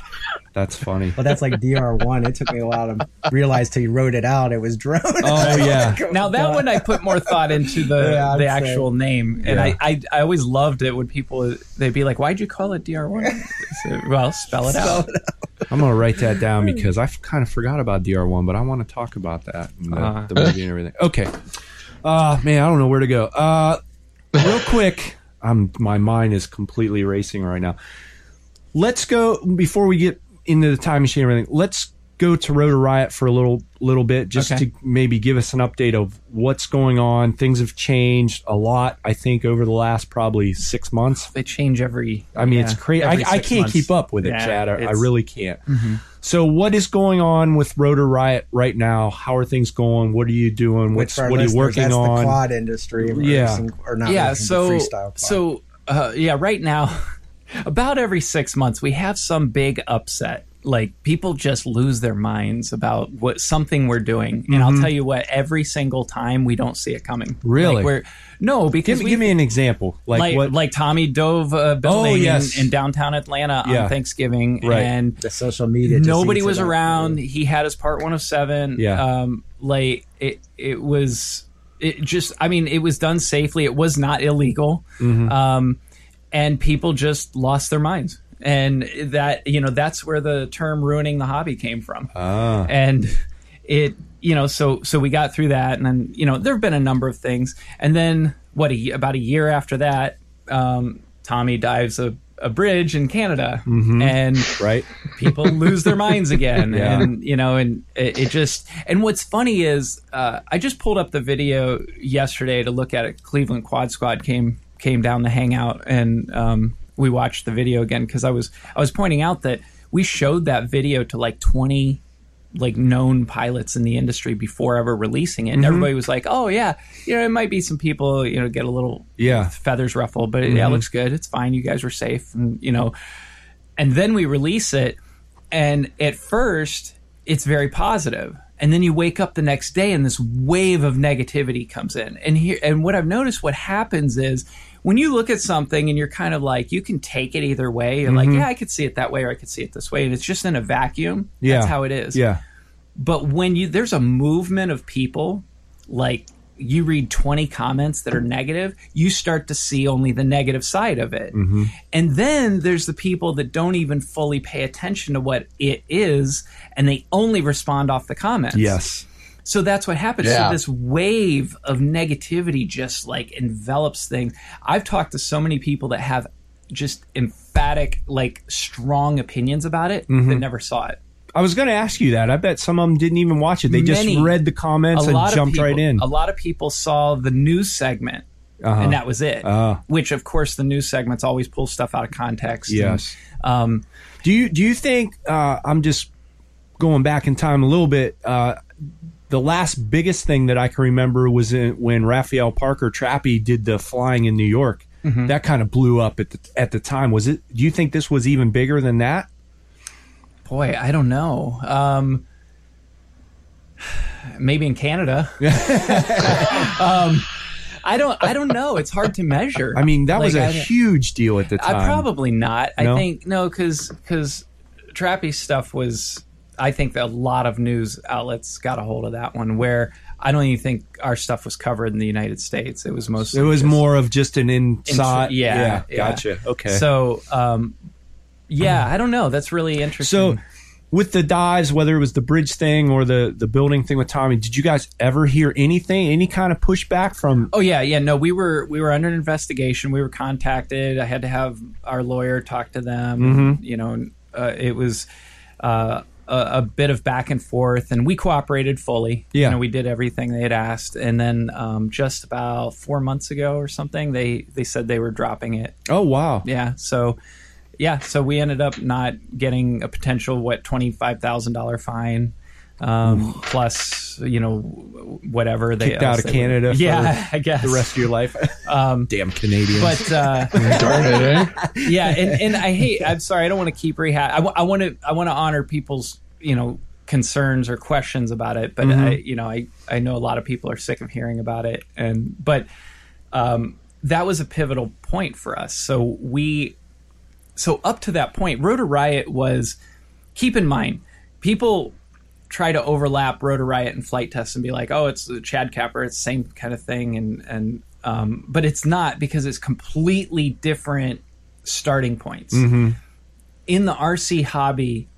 Speaker 3: that's funny.
Speaker 1: But that's like DR1. It took me a while to realize till you wrote it out it was drone.
Speaker 3: Oh yeah,
Speaker 4: now that one I put more thought into the
Speaker 1: Yeah, I'd
Speaker 4: the
Speaker 1: say.
Speaker 4: actual name, and
Speaker 3: Yeah.
Speaker 4: I, I I always loved it when people they'd be like, "Why'd you call it DR one?" well, spell it out.
Speaker 3: I'm gonna write that down because I kind of forgot about DR one, but I want to talk about that and the,
Speaker 4: Uh.
Speaker 3: the movie and everything. Okay, uh, man, I don't know where to go. Uh, real quick, I'm my mind is completely racing right now. Let's go before we get into the time machine and everything. Let's go to Rotor Riot for a little little bit, just
Speaker 4: Okay.
Speaker 3: to maybe give us an update of what's going on. Things have changed a lot, I think, over the last probably six months.
Speaker 4: They change every.
Speaker 3: I mean, it's
Speaker 4: yeah,
Speaker 3: crazy. I,
Speaker 4: every
Speaker 3: I
Speaker 4: six
Speaker 3: can't
Speaker 4: months.
Speaker 3: keep up with it,
Speaker 4: Yeah,
Speaker 3: Chad. I, I
Speaker 4: it's- Mm-hmm.
Speaker 3: really can't. So, what is going on with Rotor Riot right now? How are things going? What are you doing?
Speaker 1: Which
Speaker 3: What's
Speaker 1: for our
Speaker 3: what are you
Speaker 1: listeners,
Speaker 3: working
Speaker 1: that's
Speaker 3: on?
Speaker 1: The quad industry. Or
Speaker 3: Yeah.
Speaker 1: some- Or not.
Speaker 4: yeah.
Speaker 1: racing, the
Speaker 4: So
Speaker 1: freestyle quad.
Speaker 4: so uh, yeah. Right now, about every six months, we have some big upset. Like people just lose their minds about what something we're doing, and
Speaker 3: Mm-hmm.
Speaker 4: I'll tell you what. Every single time, we don't see it coming.
Speaker 3: Really?
Speaker 4: Like we're no because
Speaker 3: Give,
Speaker 4: we
Speaker 3: give me an example. Like,
Speaker 4: like
Speaker 3: what? Oh,
Speaker 4: like Tommy dove a building
Speaker 3: yes.
Speaker 4: in, in downtown Atlanta
Speaker 3: Yeah.
Speaker 4: on Thanksgiving,
Speaker 3: Right.
Speaker 4: and
Speaker 1: the social media. just
Speaker 4: nobody
Speaker 1: eats it
Speaker 4: was
Speaker 1: up.
Speaker 4: around. He had his part 107.
Speaker 3: Yeah.
Speaker 4: um, like it it was it just I mean it was done safely. It was not illegal,
Speaker 3: Mm-hmm.
Speaker 4: um, and people just lost their minds. And that you know that's where the term ruining the hobby came from
Speaker 3: ah,
Speaker 4: and it you know so so we got through that and then you know there have been a number of things and then what a, ye- about a year after that um, tommy dives a, a bridge in canada and
Speaker 3: right.
Speaker 4: people lose their minds again
Speaker 3: Yeah.
Speaker 4: and you know and it, it just and what's funny is uh, i just pulled up the video yesterday to look at it cleveland quad squad came came down to hang out and um, we watched the video again because i was i was pointing out that we showed that video to like 20 like known pilots in the industry before ever releasing it.
Speaker 3: Mm-hmm.
Speaker 4: And everybody was like, "Oh yeah, you know, it might be some people, you know, get a little
Speaker 3: Yeah. Mm-hmm.
Speaker 4: feathers ruffled, but yeah, it looks good. It's fine. You guys were safe, and you know." And then we release it, and at first it's very positive, and then you wake up the next day and this wave of negativity comes in. And here, and what I've noticed, what happens is when you look at something and you're kind of like, you can take it either way. You're
Speaker 3: Mm-hmm.
Speaker 4: like, yeah, I could see it that way, or I could see it this way, and it's just in a vacuum.
Speaker 3: Yeah.
Speaker 4: That's how it is
Speaker 3: Yeah.
Speaker 4: but when you there's a movement of people like you read 20 comments that are negative you start to see only the negative side of it and then there's the people that don't even fully pay attention to what it is and they only respond off the comments
Speaker 3: Yes.
Speaker 4: so that's what happens.
Speaker 2: Yeah.
Speaker 4: So this wave of negativity just like envelops things. I've talked to so many people that have just emphatic, like strong opinions about it that never saw it.
Speaker 3: I was going to ask you that. I bet some of them didn't even watch it. They
Speaker 4: Many.
Speaker 3: just read the comments and
Speaker 4: of
Speaker 3: jumped
Speaker 4: people,
Speaker 3: right in.
Speaker 4: A lot of people saw the news segment, and that was it.
Speaker 3: Uh-huh.
Speaker 4: Which, of course, the news segments always pull stuff out of context. and,
Speaker 3: Yes.
Speaker 4: um,
Speaker 3: Do you do you think uh, I'm just going back in time a little bit? Uh, the last biggest thing that I can remember was in, when Raphael Parker Trappy did the flying in New York.
Speaker 4: Mm-hmm.
Speaker 3: That kind of blew up at the at the time. Was it? Do you think this was even bigger than that?
Speaker 4: boy, I don't know. Um, maybe in Canada. um, I don't. I don't know. It's hard to measure.
Speaker 3: I mean, that was a
Speaker 4: Like, I-
Speaker 3: huge deal at the time.
Speaker 4: I probably not.
Speaker 3: No?
Speaker 4: I think no, because because Trappy stuff was. I think that a lot of news outlets got a hold of that one. Where I don't even think our stuff was covered in the United States. It was mostly
Speaker 3: It was
Speaker 4: just-
Speaker 3: more of just an inside.
Speaker 4: yeah, yeah.
Speaker 3: gotcha. Okay.
Speaker 4: So, um, yeah, I don't know. That's really
Speaker 3: So,
Speaker 4: interesting.
Speaker 3: with the dives, whether it was the bridge thing or the the building thing with Tommy, did you guys ever hear anything, any kind of pushback from?
Speaker 4: oh yeah, yeah. No, we were we were under investigation. We were contacted. I had to have our lawyer talk to them.
Speaker 3: Mm-hmm.
Speaker 4: You know, and, uh, it was uh, a, a bit of back and forth, and we cooperated fully.
Speaker 3: Yeah.
Speaker 4: you know, we did everything they had asked, and then um, just about four months ago or something, they they said they were dropping it.
Speaker 3: Oh wow.
Speaker 4: Yeah, so. Yeah, so we ended up not getting a potential what twenty five thousand dollar fine, um, plus you know w- whatever they
Speaker 3: Kicked out
Speaker 4: else
Speaker 3: of
Speaker 4: they-
Speaker 3: Canada for
Speaker 4: yeah, I guess
Speaker 3: the rest of your life. Um, Damn Canadians.
Speaker 4: but uh,
Speaker 2: Darn it, eh?
Speaker 4: yeah, and, and I hate. I'm sorry. I don't want to keep rehash. I want to. I want to honor people's you know concerns or questions about it. But I, you know, I I know a lot of people are sick of hearing about it. And but um, that was a pivotal point for us. So we so up to that point, Rotor Riot was. Keep in mind, people try to overlap Rotor Riot and Flight Test and be like, oh, it's the Chad Capper, it's the same kind of thing, and and um, but it's not because it's completely different starting points
Speaker 3: Mm-hmm.
Speaker 4: in the RC hobby.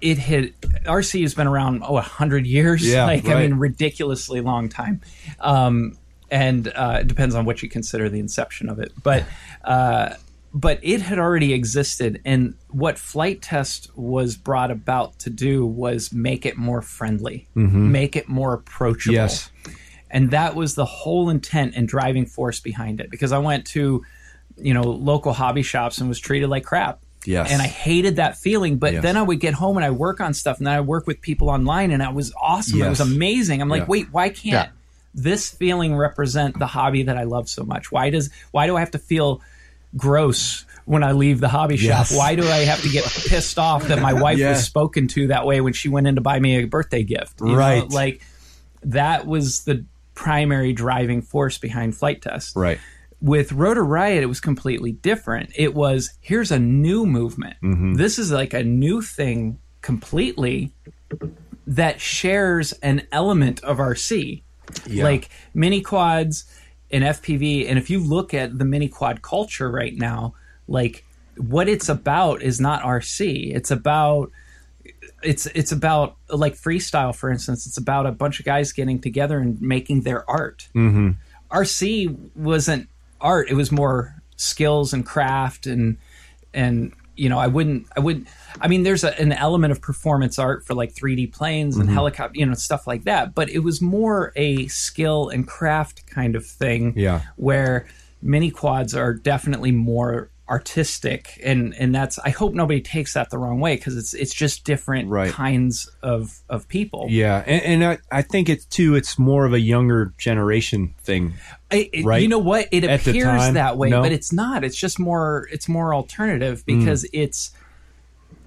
Speaker 4: It had RC has been around oh a hundred years,
Speaker 3: Yeah,
Speaker 4: like I
Speaker 3: right.
Speaker 4: mean, ridiculously long time. Um, and uh, it depends on what you consider the inception of it, but uh, but it had already existed. And what flight test was brought about to do was make it more friendly, make it more approachable.
Speaker 3: Yes.
Speaker 4: And that was the whole intent and driving force behind it. Because I went to, you know, local hobby shops and was treated like crap.
Speaker 3: Yes.
Speaker 4: And I hated that feeling. But
Speaker 3: Yes.
Speaker 4: then I would get home and I work on stuff and then I work with people online and I was awesome. It was
Speaker 3: Yes.
Speaker 4: amazing. I'm like,
Speaker 3: Yeah.
Speaker 4: wait, why
Speaker 2: Yeah.
Speaker 4: can't this feeling represent the hobby that I love so much? Why does why do I have to feel gross when I leave the hobby
Speaker 3: Yes.
Speaker 4: shop? Why do I have to get pissed off that my wife
Speaker 3: Yeah.
Speaker 4: was spoken to that way when she went in to buy me a birthday gift? You know,
Speaker 3: Right.
Speaker 4: Like that was the primary driving force behind flight test.
Speaker 3: right.
Speaker 4: With Rotor Riot, it was completely different. It was here's a new movement. This is like a new thing completely that shares an element of RC. Like mini quads and FPV. And if you look at the mini quad culture right now, like what it's about is not RC. It's about it's it's about like freestyle for instance it's about a bunch of guys getting together and making their art rc wasn't art it was more skills and craft and and you know i wouldn't i wouldn't i mean there's a, an element of performance art for like 3d planes and helicopter you know stuff like that but it was more a skill and craft kind of thing
Speaker 3: Yeah.
Speaker 4: where mini quads are definitely more artistic and and that's I hope nobody takes that the wrong way because it's it's just different
Speaker 3: Right.
Speaker 4: kinds of of people.
Speaker 3: Yeah, and, and I, I think it's too. It's more of a younger generation thing.
Speaker 4: I- it-
Speaker 3: Right.
Speaker 4: You know what? It
Speaker 3: At the
Speaker 4: appears
Speaker 3: time,
Speaker 4: that way,
Speaker 3: no. Hmm.
Speaker 4: but it's not. It's just more. It's more alternative because it's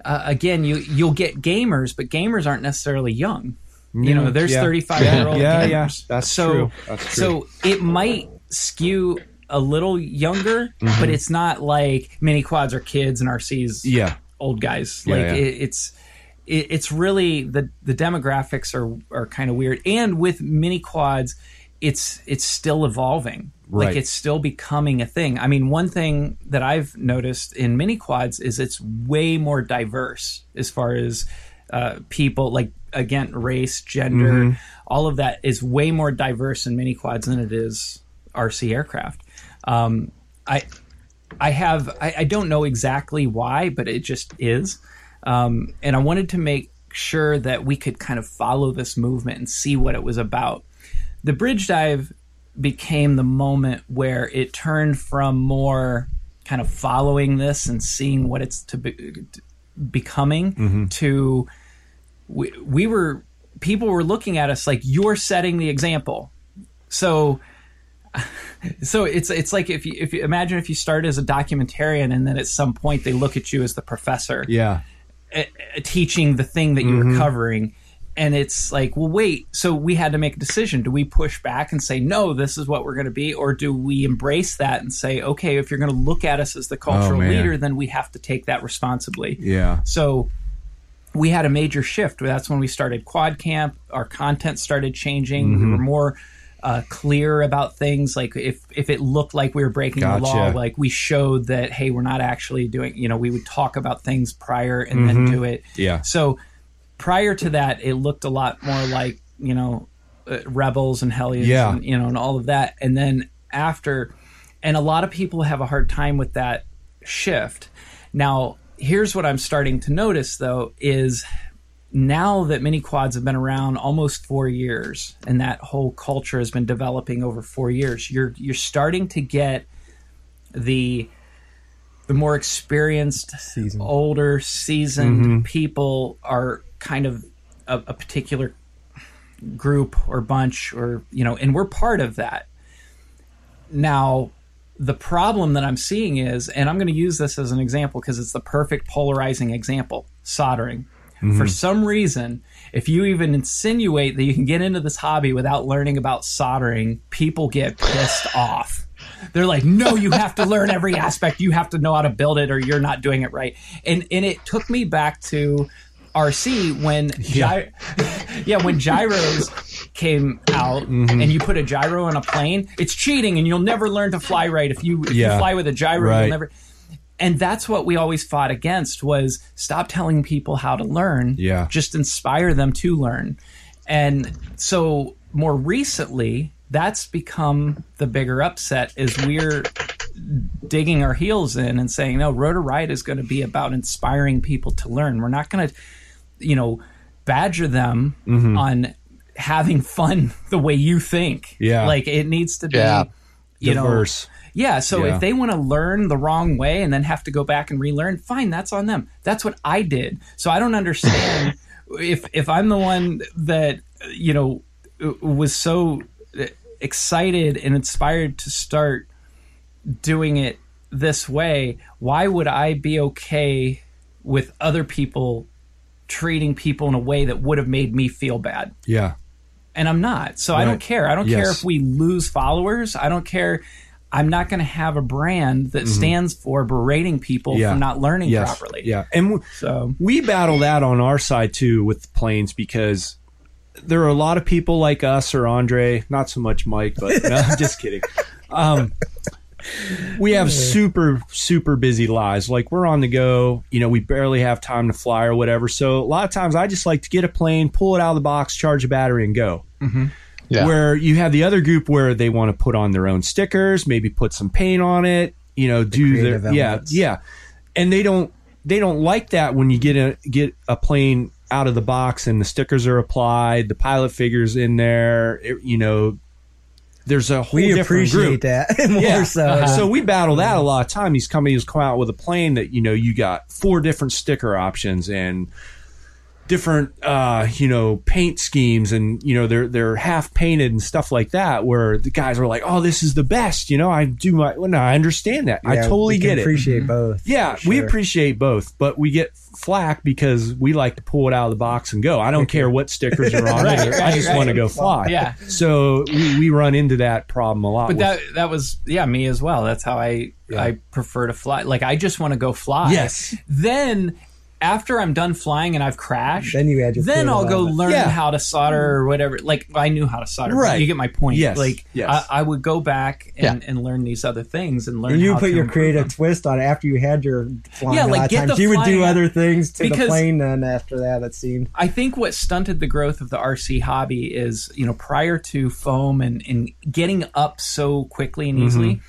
Speaker 4: uh, again you you'll get gamers, but gamers aren't necessarily young. You know, there's
Speaker 3: Mm, yeah.
Speaker 4: 35 year old
Speaker 3: Yeah,
Speaker 4: gamers.
Speaker 3: yeah, that's
Speaker 4: so
Speaker 3: true. That's true.
Speaker 4: so it might skew a little younger,
Speaker 3: Mm-hmm.
Speaker 4: but it's not like mini quads are kids and RCs
Speaker 3: Yeah,
Speaker 4: old guys.
Speaker 3: Yeah,
Speaker 4: like
Speaker 3: yeah.
Speaker 4: It, it's it, it's really the the demographics are are kind of weird. And with mini quads, it's it's still evolving.
Speaker 3: Right.
Speaker 4: Like it's still becoming a thing. I mean, one thing that I've noticed in mini quads is it's way more diverse as far as uh, people like again race, gender, all of that is way more diverse in mini quads than it is RC aircraft. Um, I I have I, I don't know exactly why, but it just is. Um, and I wanted to make sure that we could kind of follow this movement and see what it was about. The bridge dive became the moment where it turned from more kind of following this and seeing what it's to be, becoming to we, we were people were looking at us like you're setting the example. So so it's it's like if you if you imagine if you start as a documentarian and then at some point they look at you as the professor
Speaker 3: yeah,
Speaker 4: uh, uh, teaching the thing that you
Speaker 3: Mm-hmm.
Speaker 4: were covering and it's like well wait so we had to make a decision do we push back and say no this is what we're going to be or do we embrace that and say okay if you're going to look at us as the cultural
Speaker 3: Oh, man.
Speaker 4: leader then we have to take that responsibly
Speaker 3: yeah,
Speaker 4: so we had a major shift. That's when we started Quad Camp. Our content started changing.
Speaker 3: Mm-hmm.
Speaker 4: We were more uh, clear about things. Like if if it looked like we were breaking the law,
Speaker 3: Gotcha.
Speaker 4: like we showed that hey, we're not actually doing. You know, we would talk about things prior and then do it.
Speaker 3: Mm-hmm. Yeah.
Speaker 4: So prior to that, it looked a lot more like you know uh, rebels and hellions,
Speaker 3: Yeah.
Speaker 4: and, you know, and all of that. And then after, and a lot of people have a hard time with that shift. Now, here's what I'm starting to notice though is now that mini quads have been around almost four years, and that whole culture has been developing over four years, you're you're starting to get the the more experienced, older, seasoned people are kind of a, a particular group or bunch or you know, and we're part of that. Now, the problem that I'm seeing is, and I'm going to use this as an example because it's the perfect polarizing example: soldering. For some reason, if you even insinuate that you can get into this hobby without learning about soldering, people get pissed off. They're like, no, you have to learn every aspect. You have to know how to build it, or you're not doing it right. And and it took me back to RC when yeah, yeah when gyros came out,
Speaker 3: Mm-hmm.
Speaker 4: and you put a gyro in a plane. It's cheating, and you'll never learn to fly right if you if
Speaker 3: Yeah.
Speaker 4: you fly with a gyro.
Speaker 3: Right.
Speaker 4: You'll never. And that's what we always fought against was stop telling people how to learn.
Speaker 3: Yeah.
Speaker 4: Just inspire them to learn. And so more recently, that's become the bigger upset is we're digging our heels in and saying, no, Rotor Riot is going to be about inspiring people to learn. We're not going to, you know, badger them
Speaker 3: Mm-hmm.
Speaker 4: on having fun the way you think.
Speaker 3: Yeah.
Speaker 4: Like it needs to be,
Speaker 2: Yeah.
Speaker 4: you
Speaker 3: diverse.
Speaker 4: know. Yeah. So
Speaker 3: Yeah.
Speaker 4: if they want to learn the wrong way and then have to go back and relearn, fine, that's on them. That's what I did. So I don't understand if if I'm the one that you know was so uh, excited and inspired to start doing it this way, why would I be okay with other people treating people in a way that would have made me feel bad?
Speaker 3: yeah,
Speaker 4: and I'm not. So I
Speaker 3: Right.
Speaker 4: don't care. I don't care
Speaker 3: Yes.
Speaker 4: if we lose followers. I don't care. I'm not going to have a brand that stands for berating people
Speaker 3: Mm-hmm. Yeah.
Speaker 4: for not learning
Speaker 3: yes,
Speaker 4: properly.
Speaker 3: yeah, and. w-
Speaker 4: So
Speaker 3: we battle that on our side too with the planes because there are a lot of people like us or Andre, not so much Mike, but no, I'm just kidding. Um, we have super, super busy lives. Like we're on the go, you know, we barely have time to fly or whatever. So a lot of times I just like to get a plane, pull it out of the box, charge a battery, and go.
Speaker 1: Mm-hmm.
Speaker 2: Yeah.
Speaker 3: Where you have the other group where they want to put on their own stickers, maybe put some paint on it, you know, do their
Speaker 1: creative
Speaker 3: yeah,
Speaker 1: elements.
Speaker 3: yeah, and they don't they don't like that when you get a get a plane out of the box and the stickers are applied, the pilot figures in there, it- you know, there's a whole
Speaker 1: we
Speaker 3: different
Speaker 1: appreciate
Speaker 3: group.
Speaker 1: that more so.
Speaker 3: So we battle that a lot of time. These companies come out with a plane that you know you got four different sticker options and different uh, you know paint schemes and you know they're they're half painted and stuff like that. Where the guys are like, "Oh, this is the best." You know, I do my. Well, no, I understand that. I
Speaker 1: Yeah,
Speaker 3: totally
Speaker 1: we can
Speaker 3: get it.
Speaker 1: Appreciate both.
Speaker 3: Yeah,
Speaker 1: for
Speaker 3: we
Speaker 1: sure.
Speaker 3: appreciate both, but we get flack because we like to pull it out of the box and go. I don't care what stickers are on
Speaker 4: Right,
Speaker 3: there. I
Speaker 4: right,
Speaker 3: just
Speaker 4: right.
Speaker 3: want to go fly.
Speaker 4: Yeah.
Speaker 3: So we, we run into that problem a lot.
Speaker 4: But
Speaker 3: with-
Speaker 4: that that was yeah me as well. That's how I I prefer to fly. Like I just want to go fly.
Speaker 3: Yes.
Speaker 4: Then after I'm done flying and I've crashed,
Speaker 1: Then you add your
Speaker 4: then
Speaker 1: foot
Speaker 4: I'll go
Speaker 1: on it.
Speaker 4: learn
Speaker 3: Yeah.
Speaker 4: how to solder or whatever. Like I knew how to solder. but
Speaker 3: Right.
Speaker 4: You get my point.
Speaker 3: Yes,
Speaker 4: Like
Speaker 3: yes.
Speaker 4: I, I would go back and, and learn these other things and learn.
Speaker 1: And you
Speaker 4: how
Speaker 1: put
Speaker 4: to
Speaker 1: your
Speaker 4: improve
Speaker 1: creative
Speaker 4: them.
Speaker 1: twist on it after you had your flying
Speaker 4: Yeah,
Speaker 1: a
Speaker 4: like,
Speaker 1: lot of
Speaker 4: get
Speaker 1: times.
Speaker 4: the
Speaker 1: You would do
Speaker 4: flying-
Speaker 1: other things to the
Speaker 4: because-
Speaker 1: plane then after that, it seemed.
Speaker 4: I think what stunted the growth of the RC hobby is, you know, prior to foam and, and getting up so quickly and easily,
Speaker 3: Mm-hmm.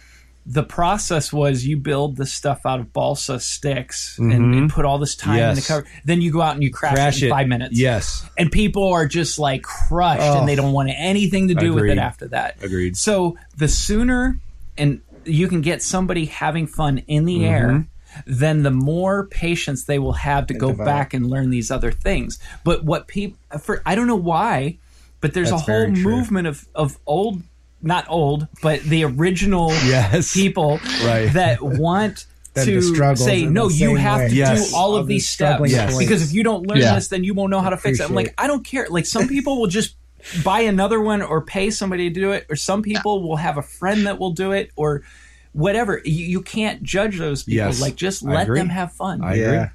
Speaker 4: the process was you build this stuff out of balsa sticks and, and put all this time in the
Speaker 3: Mm-hmm. Yes.
Speaker 4: cover. Then you go out and you crash,
Speaker 3: Crash
Speaker 4: it in
Speaker 3: it.
Speaker 4: five minutes.
Speaker 3: Yes.
Speaker 4: And people are just like crushed and they don't want anything to do with
Speaker 3: Agreed.
Speaker 4: it after that.
Speaker 3: Agreed.
Speaker 4: So the sooner and you can get somebody having fun in the air, then the more patience they will have to go
Speaker 1: develop.
Speaker 4: back and learn these other things. But what people for I don't know why, but there's
Speaker 3: That's
Speaker 4: a whole
Speaker 3: very true.
Speaker 4: movement of of old not old, but the original
Speaker 3: Yes.
Speaker 4: people
Speaker 3: Right.
Speaker 4: that want
Speaker 1: That
Speaker 4: to
Speaker 1: the struggles
Speaker 4: say
Speaker 1: in the
Speaker 4: no. You
Speaker 1: same
Speaker 4: have
Speaker 1: way.
Speaker 4: to
Speaker 3: Yes.
Speaker 4: do all of
Speaker 1: Of
Speaker 4: these
Speaker 1: the
Speaker 4: steps
Speaker 1: struggling
Speaker 3: Yes. points.
Speaker 4: because if you don't learn
Speaker 2: Yeah.
Speaker 4: this, then you won't know how to fix it. I'm like,
Speaker 1: Appreciate
Speaker 4: I don't care. Like some people will just buy another one or pay somebody to do it, or some people will have a friend that will do it, or whatever. You, you can't judge those people.
Speaker 3: Yes.
Speaker 4: Like just
Speaker 3: I
Speaker 4: let
Speaker 3: agree.
Speaker 4: them have fun.
Speaker 3: I
Speaker 1: Yeah.
Speaker 3: agree.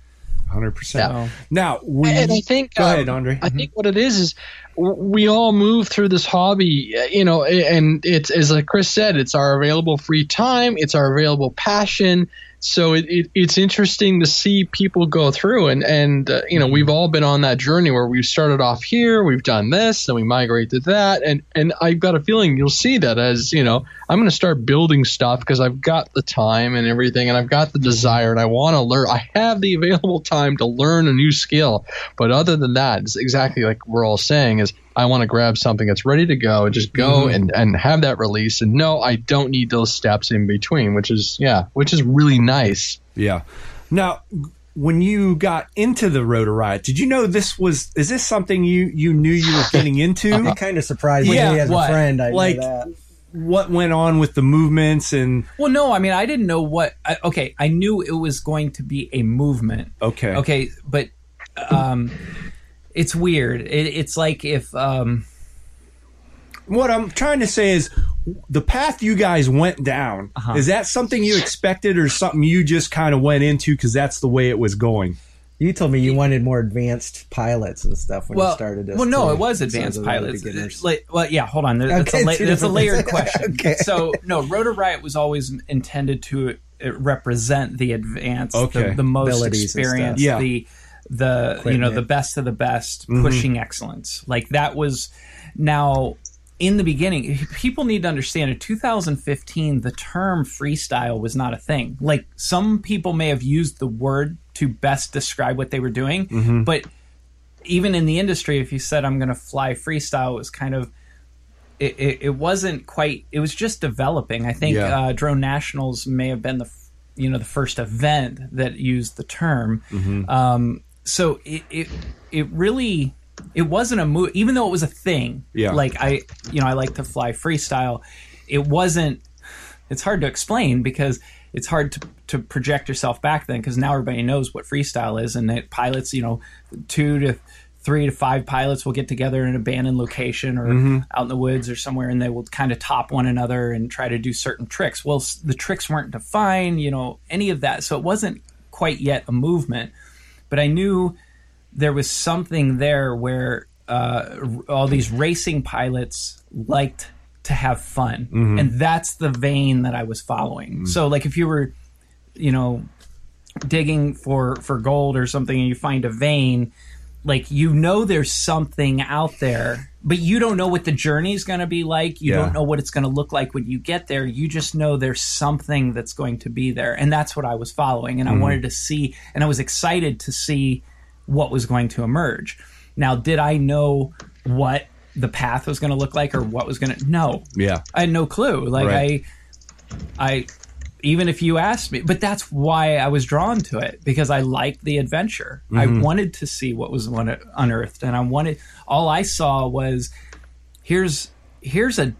Speaker 3: 100%.
Speaker 4: Yeah.
Speaker 3: Now, we,
Speaker 2: and I think
Speaker 3: Go ahead,
Speaker 2: um,
Speaker 3: Andre.
Speaker 2: I think what it is is w- we all move through this hobby, uh, you know, a- and it's as like Chris said, it's our available free time, it's our available passion. So it, it, it's interesting to see people go through, and and uh, you know we've all been on that journey where we've started off here, we've done this, and we migrate to that, and and I've got a feeling you'll see that as you know I'm going to start building stuff because I've got the time and everything, and I've got the desire, and I want to learn. I have the available time to learn a new skill, but other than that, it's exactly like we're all saying is I want to grab something that's ready to go and just
Speaker 1: Mm-hmm.
Speaker 2: go and, and have that release. And no, I don't need those steps in between, which is yeah, which is really nice.
Speaker 3: yeah. Now, when you got into the Rotor Riot, did you know this was, is this something you, you knew you were getting into?
Speaker 4: Uh, Uh-huh.
Speaker 1: It kind of surprised
Speaker 3: Yeah,
Speaker 1: me as
Speaker 4: what?
Speaker 1: a friend. I know
Speaker 3: Like-
Speaker 1: that.
Speaker 3: What went on with the movements and,
Speaker 4: Well, no, I mean, I didn't know what. I, okay, I knew it was going to be a movement.
Speaker 3: okay.
Speaker 4: Okay, but um, it's weird. It, it's like if um,
Speaker 3: What I'm trying to say is the path you guys went down,
Speaker 4: Uh-huh.
Speaker 3: is that something you expected or something you just kind of went into because that's the way it was going?
Speaker 1: You told me you wanted more advanced pilots and stuff when
Speaker 4: well,
Speaker 1: you started this.
Speaker 4: well, no,
Speaker 1: too,
Speaker 4: it was
Speaker 1: instead of
Speaker 4: advanced
Speaker 1: the
Speaker 4: pilots.
Speaker 1: beginners.
Speaker 4: Like, well, yeah, hold on. There, that's, a
Speaker 1: Okay,
Speaker 4: la-
Speaker 1: two
Speaker 4: that's a
Speaker 1: different
Speaker 4: layered
Speaker 1: things.
Speaker 4: question.
Speaker 1: Okay.
Speaker 4: So, no, Rotor Riot was always intended to uh, represent the advanced,
Speaker 3: Okay.
Speaker 4: the, the most
Speaker 1: Abilities and stuff.
Speaker 4: experienced,
Speaker 3: Yeah.
Speaker 4: the the you know
Speaker 1: Equipment.
Speaker 4: the best of the best, pushing excellence. Like that was now. In the beginning, people need to understand in 2015, the term freestyle was not a thing. Like, some people may have used the word to best describe what they were doing, but even in the industry, if you said I'm going to fly freestyle, it was kind of it, it, it wasn't quite. It was just developing. I think
Speaker 3: Yeah.
Speaker 4: uh, Drone Nationals may have been the f- you know the first event that used the term.
Speaker 3: Mm-hmm.
Speaker 4: Um, so it, it it really it wasn't a move, even though it was a thing.
Speaker 3: Yeah.
Speaker 4: Like I you know I like to fly freestyle. It wasn't. It's hard to explain because it's hard to, to project yourself back then because now everybody knows what freestyle is and that pilots you know two to three to five pilots will get together in an abandoned location or out in the woods or somewhere and they will kind of top one another and try to do certain tricks well s- the tricks weren't defined you know any of that so it wasn't quite yet a movement but i knew there was something there where uh, r- all these racing pilots liked to have fun and that's the vein that i was following so like if you were you know digging for for gold or something and you find a vein like you know there's something out there but you don't know what the journey's going to be like you
Speaker 3: Yeah.
Speaker 4: don't know what it's going to look like when you get there you just know there's something that's going to be there and that's what i was following and i wanted to see and i was excited to see what was going to emerge now did i know what the path was going to look like or what was going to. No,
Speaker 3: Yeah.
Speaker 4: I had no clue. Like
Speaker 3: Right.
Speaker 4: I, I, even if you asked me, but that's why I was drawn to it because I liked the adventure.
Speaker 3: Mm-hmm.
Speaker 4: I wanted to see what was un- unearthed, and I wanted. All I saw was here's here's a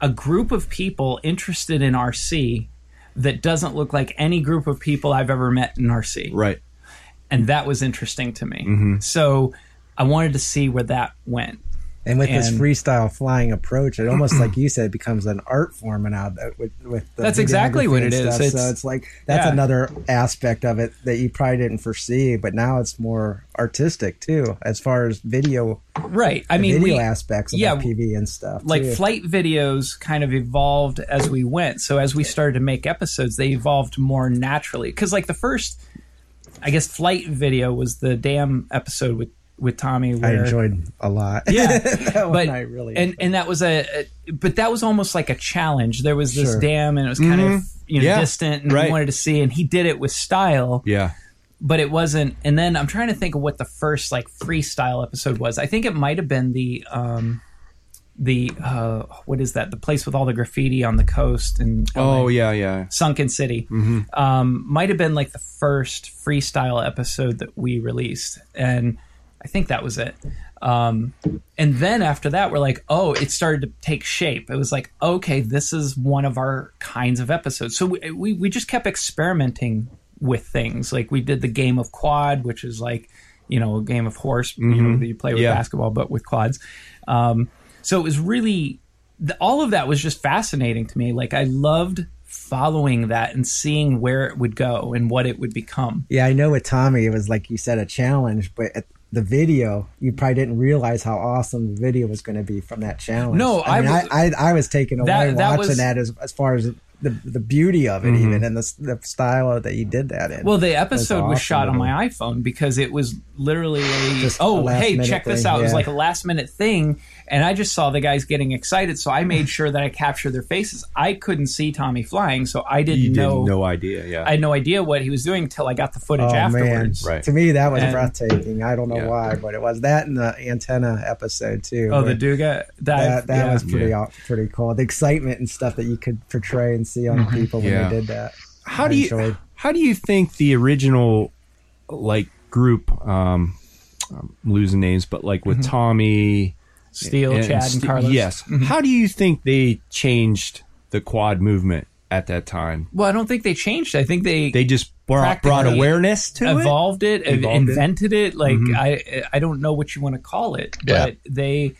Speaker 4: a group of people interested in RC that doesn't look like any group of people I've ever met in RC
Speaker 3: Right. Mm-hmm.
Speaker 4: and that was interesting to me. So I wanted to see where that went.
Speaker 1: And with this
Speaker 4: And-
Speaker 1: freestyle flying approach, it almost like you said becomes an art form and out that- with with the
Speaker 4: That's
Speaker 1: videography
Speaker 4: exactly what
Speaker 1: and
Speaker 4: it is.
Speaker 1: stuff. so
Speaker 4: It's-
Speaker 1: it's like that's
Speaker 4: yeah.
Speaker 1: another aspect of it that you probably didn't foresee, but now it's more artistic too, as far as video
Speaker 4: Right. I mean,
Speaker 1: video
Speaker 4: we,
Speaker 1: aspects of
Speaker 4: yeah,
Speaker 1: PV and stuff.
Speaker 4: like
Speaker 1: too.
Speaker 4: flight videos kind of evolved as we went. So as we started to make episodes, they evolved more naturally. Because like the first, I guess, flight video was the damn episode with with Tommy.
Speaker 1: I
Speaker 4: Where,
Speaker 1: enjoyed a lot.
Speaker 4: Yeah.
Speaker 1: that one
Speaker 4: but
Speaker 1: I really
Speaker 4: and and that was a, a- but that was almost like a challenge. There was this
Speaker 1: Sure. Mm-hmm.
Speaker 4: dam, and it was kind of you know
Speaker 3: Yeah.
Speaker 4: distant, and we
Speaker 3: Right.
Speaker 4: wanted to see, and he did it with style.
Speaker 3: Yeah.
Speaker 4: but it wasn't and then i'm trying to think of what the first like freestyle episode was i think it might have been the um the uh what is that the place with all the graffiti on the coast and
Speaker 3: Oh yeah, yeah.
Speaker 4: sunken city um might have been like the first freestyle episode that we released and i think that was it um and then after that we're like oh it started to take shape it was like okay this is one of our kinds of episodes so we we, we just kept experimenting with things like we did the game of quad which is like you know a game of horse you know that you play with
Speaker 3: Yeah.
Speaker 4: basketball but with quads um so it was really the, all of that was just fascinating to me like i loved following that and seeing where it would go and what it would become
Speaker 1: Yeah, I know with Tommy, it was like you said, a challenge, but at the video, you probably didn't realize how awesome the video was going to be from that challenge.
Speaker 4: No,
Speaker 1: I, mean,
Speaker 4: I
Speaker 1: I,
Speaker 4: was-
Speaker 1: I, I was taken away
Speaker 4: That- that
Speaker 1: watching
Speaker 4: was-
Speaker 1: that as, as far as the, the beauty of it,
Speaker 3: Mm-hmm.
Speaker 1: even and the, s- the style that you did that in.
Speaker 4: well the episode was
Speaker 1: awesome,
Speaker 4: shot on
Speaker 1: man.
Speaker 4: my iphone because it was literally a
Speaker 1: Just a
Speaker 4: oh
Speaker 1: last
Speaker 4: hey
Speaker 1: minute
Speaker 4: check this
Speaker 1: thing,
Speaker 4: out it was
Speaker 1: yeah.
Speaker 4: like a last minute thing and i just saw the guys getting excited so i made sure that i captured their faces i couldn't see tommy flying so i didn't,
Speaker 3: You did
Speaker 4: know
Speaker 3: no, idea. Yeah.
Speaker 4: i had no idea what he was doing until i got the footage
Speaker 1: Oh, man.
Speaker 4: afterwards
Speaker 3: Right.
Speaker 1: To me, that was
Speaker 4: And-
Speaker 1: breathtaking. I don't know
Speaker 3: Yeah.
Speaker 1: why, but it was that and the antenna episode too.
Speaker 4: oh the
Speaker 1: where
Speaker 4: duga
Speaker 1: that
Speaker 4: dive
Speaker 1: that
Speaker 4: yeah.
Speaker 1: was pretty
Speaker 3: Yeah.
Speaker 1: aw- pretty cool. The excitement and stuff that you could portray and see on
Speaker 4: Mm-hmm.
Speaker 1: people when
Speaker 3: Yeah.
Speaker 1: they did that.
Speaker 3: how
Speaker 1: I
Speaker 3: do you
Speaker 1: enjoyed.
Speaker 3: how do you think the original like group um I'm losing names but like with Tommy
Speaker 4: steel Mm-hmm. chad and
Speaker 3: Ste-
Speaker 4: carlos Mm-hmm.
Speaker 3: yes how do you think they changed the quad movement at that time
Speaker 4: well i don't think they changed i think they
Speaker 3: they just brought, brought
Speaker 4: Practically
Speaker 3: awareness to it
Speaker 4: evolved it, ev-
Speaker 3: Evolved it.
Speaker 4: invented it. Like I, I don't know what you want to call it,
Speaker 2: Yeah.
Speaker 4: but they,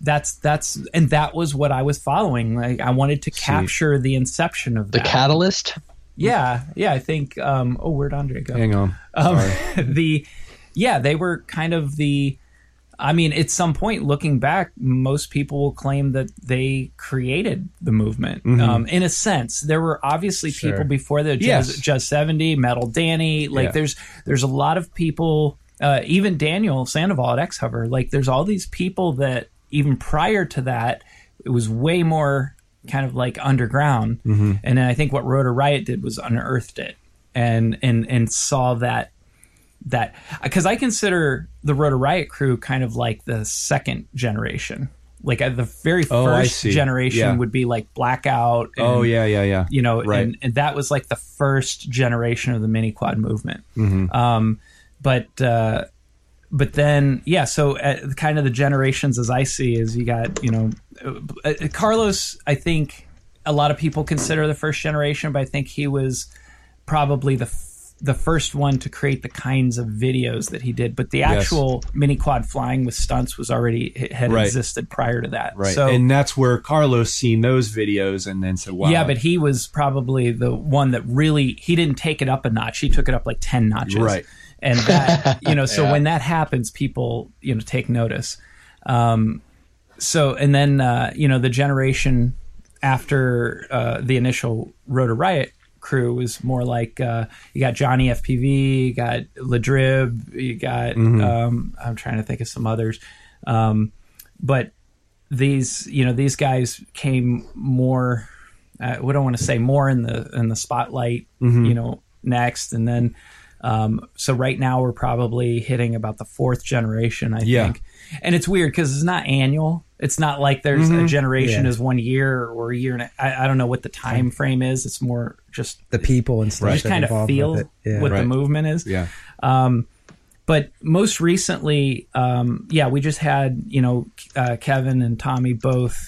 Speaker 4: that's that's and that was what I was following. Like I wanted to capture the inception of
Speaker 2: The
Speaker 4: that.
Speaker 2: catalyst.
Speaker 4: yeah, yeah. I think. Um, oh, where'd Andre go?
Speaker 3: hang on
Speaker 4: Um, the yeah, they were kind of the. I mean, at some point, looking back, most people will claim that they created the movement.
Speaker 3: Mm-hmm.
Speaker 4: Um, in a sense, there were obviously people before the
Speaker 3: Yes.
Speaker 4: Just, Just Seventy, Metal Danny. Like,
Speaker 3: Yeah.
Speaker 4: there's there's a lot of people. Uh, even Daniel Sandoval at X Hover. Like, there's all these people that even prior to that, it was way more kind of like underground.
Speaker 3: Mm-hmm.
Speaker 4: And then I think what Rotor Riot did was unearthed it and and and saw that that because I consider the Rotor Riot crew kind of like the second generation. Like uh, the very first
Speaker 3: Oh, I see.
Speaker 4: generation
Speaker 3: Yeah.
Speaker 4: would be like Blackout. And,
Speaker 3: oh yeah yeah yeah
Speaker 4: you know,
Speaker 3: Right.
Speaker 4: and, and that was like the first generation of the mini quad movement.
Speaker 3: Mm-hmm.
Speaker 4: Um, but uh, but then yeah, so uh, kind of the generations as I see is you got you know uh, uh, Carlos. I think a lot of people consider the first generation, but I think he was probably the f- the first one to create the kinds of videos that he did. But the actual mini quad flying with stunts was already it had
Speaker 3: Right.
Speaker 4: existed prior to that.
Speaker 3: right
Speaker 4: So
Speaker 3: and that's where Carlos seen those videos and then said wow
Speaker 4: yeah, but he was probably the one that really he didn't take it up a notch. He took it up like ten notches.
Speaker 3: Right.
Speaker 4: And that you know, so when that happens, people, you know, take notice. Um so and then uh, you know, the generation after uh the initial Rotor Riot crew was more like uh you got Johnny FPV, you got Ladrib, you got um I'm trying to think of some others. Um but these you know these guys came more
Speaker 1: Mm-hmm.
Speaker 4: uh, we don't want to say more in the in the spotlight you know next and then Um, so right now we're probably hitting about the fourth generation, I
Speaker 3: Yeah.
Speaker 4: think. And it's weird because it's not annual. It's not like there's a
Speaker 1: Mm-hmm.
Speaker 4: generation
Speaker 1: Yeah.
Speaker 4: is one year or a year and a, I, I don't know what the time frame is. It's more just
Speaker 1: the people and
Speaker 4: you
Speaker 1: stuff
Speaker 4: just
Speaker 1: that
Speaker 4: kind of
Speaker 1: involved
Speaker 4: feel
Speaker 1: with it. Yeah.
Speaker 4: what the
Speaker 3: Right.
Speaker 4: movement is.
Speaker 3: Yeah.
Speaker 4: But most recently, um, yeah, we just had you know uh, Kevin and Tommy both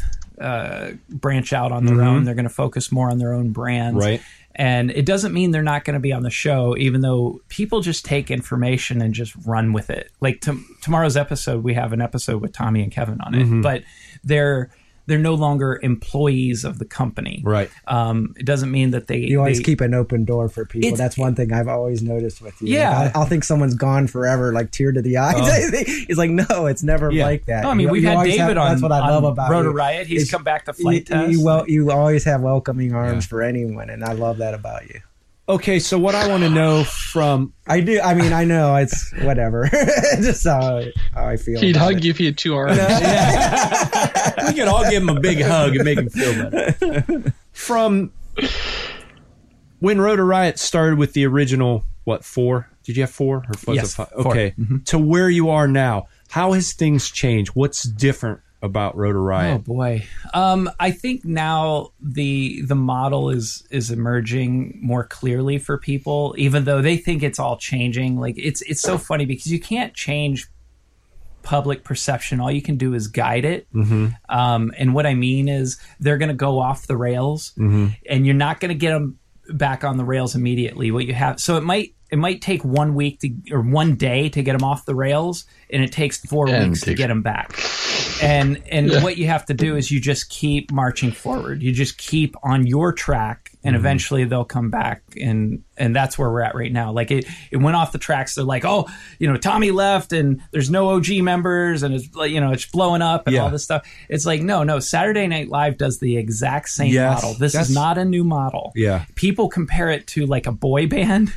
Speaker 4: uh, branch out on their own. They're going to focus more on their own brands,
Speaker 3: Mm-hmm. Right.
Speaker 4: And it doesn't mean they're not going to be on the show, even though people just take information and just run with it. Like to tomorrow's episode, we have an episode with Tommy and Kevin on it,
Speaker 3: Mm-hmm.
Speaker 4: but they're they're no longer employees of the company,
Speaker 3: Right.
Speaker 4: Um, it doesn't mean that they
Speaker 1: you always
Speaker 4: they-
Speaker 1: keep an open door for people.
Speaker 4: It's-
Speaker 1: That's one thing I've always noticed with you. Like,
Speaker 4: Yeah. Oh.
Speaker 1: I'll, I'll think someone's gone forever, like tear to the eye. He's like, no, it's never
Speaker 3: Yeah.
Speaker 1: like that.
Speaker 4: No, I mean,
Speaker 1: You-
Speaker 4: we've
Speaker 1: you
Speaker 4: had
Speaker 1: always
Speaker 4: David on-
Speaker 1: That's what I
Speaker 4: on
Speaker 1: love about
Speaker 4: Rotor
Speaker 1: you.
Speaker 4: Riot. He's
Speaker 1: It's-
Speaker 4: come back to flight
Speaker 1: you,
Speaker 4: test.
Speaker 1: You, well, you always have welcoming arms for anyone, and I love that about you.
Speaker 3: Okay. So what I want to know from
Speaker 1: I do. I mean, I know it's whatever. Just how, how I feel.
Speaker 2: He'd
Speaker 1: about
Speaker 2: hug
Speaker 1: it.
Speaker 2: you if he had two arms.
Speaker 3: we could all give him a big hug and make him feel better. From when Rotor Riot started with the original, what four? Did you have four or was
Speaker 4: Yes,
Speaker 3: it five?
Speaker 4: four. Mm-hmm.
Speaker 3: Okay, to where you are now, how has things changed? What's different about Rotor
Speaker 4: Oh
Speaker 3: Riot?
Speaker 4: boy. Um, I think now the the model is is emerging more clearly for people, even though they think it's all changing. Like it's it's so funny because you can't change public perception. All you can do is guide it.
Speaker 2: Mm-hmm.
Speaker 4: Um, and what I mean is they're going to go off the rails,
Speaker 2: Mm-hmm.
Speaker 4: and you're not going to get them back on the rails immediately. What you have, so it might it might take one week to or one day to get them off the rails, and it takes four
Speaker 2: And it
Speaker 4: weeks to
Speaker 2: takes-
Speaker 4: get them back. And and what you have to do is you just keep marching forward. You just keep on your track, and
Speaker 3: Mm-hmm.
Speaker 4: eventually they'll come back. and And that's where we're at right now. Like it, it went off the tracks. They're like, oh, you know, Tommy left, and there's no OG members, and it's like, you know, it's blowing up and
Speaker 3: Yeah.
Speaker 4: all this stuff. It's like, no, no. Saturday Night Live does the exact same
Speaker 3: Yes.
Speaker 4: model. This
Speaker 3: That's-
Speaker 4: is not a new model.
Speaker 3: Yeah.
Speaker 4: People compare it to like a boy band,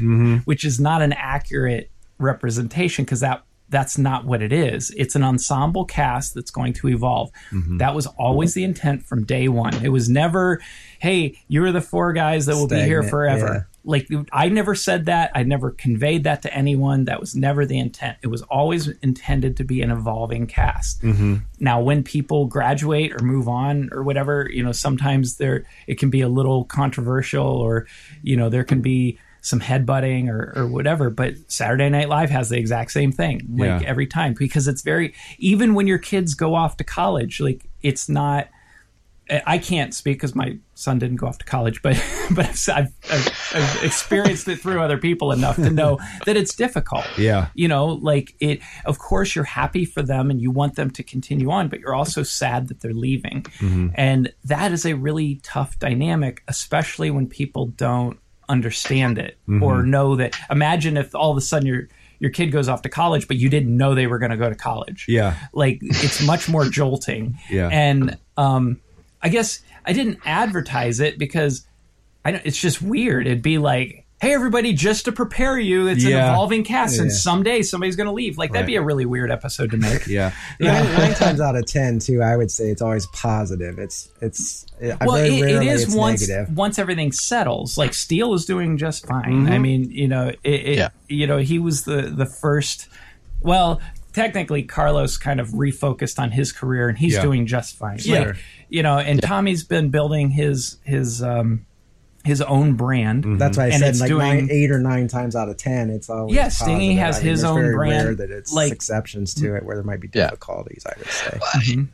Speaker 4: which is not an accurate representation because that that's not what it is. It's an ensemble cast that's going to evolve. That was always the intent from day one. It was never, hey, you're the four guys that will be here
Speaker 1: Stagnant,
Speaker 4: forever. Like I never said that. I never conveyed that to anyone. That was never the intent. It was always intended to be an evolving cast. Now, when people graduate or move on or whatever, you know, sometimes there it can be a little controversial, or you know, there can be some headbutting or, or whatever. But Saturday Night Live has the exact same thing,
Speaker 3: Yeah.
Speaker 4: like every time, because it's very even when your kids go off to college, like it's not. I- I can't speak because my son didn't go off to college, but but I've, I've, I've, I've experienced it through other people enough to know that it's difficult.
Speaker 3: Yeah.
Speaker 4: you know, like it. Of course, you're happy for them and you want them to continue on, but you're also sad that they're leaving,
Speaker 3: Mm-hmm.
Speaker 4: and that is a really tough dynamic, especially when people don't understand it
Speaker 3: Mm-hmm.
Speaker 4: or know that. Imagine if all of a sudden your your kid goes off to college, but you didn't know they were going to go to college
Speaker 3: Yeah,
Speaker 4: like it's much more jolting
Speaker 3: Yeah.
Speaker 4: and um i guess i didn't advertise it because i don't it's just weird it'd be like hey everybody just to prepare you it's an
Speaker 3: Yeah.
Speaker 4: evolving cast and someday somebody's gonna leave like that'd be a really weird episode to make
Speaker 3: yeah.
Speaker 1: Nine, nine times out of ten, too, I would say it's always positive. It's it's. I
Speaker 4: well,
Speaker 1: very
Speaker 4: it, it
Speaker 1: rarely
Speaker 4: is
Speaker 1: it's
Speaker 4: once
Speaker 1: negative.
Speaker 4: once everything settles. Like Steele is doing just fine.
Speaker 1: Mm-hmm.
Speaker 4: I mean, you know, it, it,
Speaker 2: Yeah.
Speaker 4: you know, he was the the first. Well, technically, Carlos kind of refocused on his career, and he's
Speaker 3: Yeah.
Speaker 4: doing just fine. Like, you know, and Tommy's been building his his um his own brand.
Speaker 1: That's why I
Speaker 4: and
Speaker 1: said
Speaker 4: it's
Speaker 1: like nine,
Speaker 4: doing-
Speaker 1: eight or nine times out of ten, it's always.
Speaker 4: Yeah, Stingy
Speaker 1: positive.
Speaker 4: has
Speaker 1: I mean,
Speaker 4: his
Speaker 1: it's
Speaker 4: own
Speaker 1: very
Speaker 4: brand,
Speaker 1: Rare that it's
Speaker 4: like-
Speaker 1: exceptions to it where there might be
Speaker 2: Yeah.
Speaker 1: difficulties. I would say.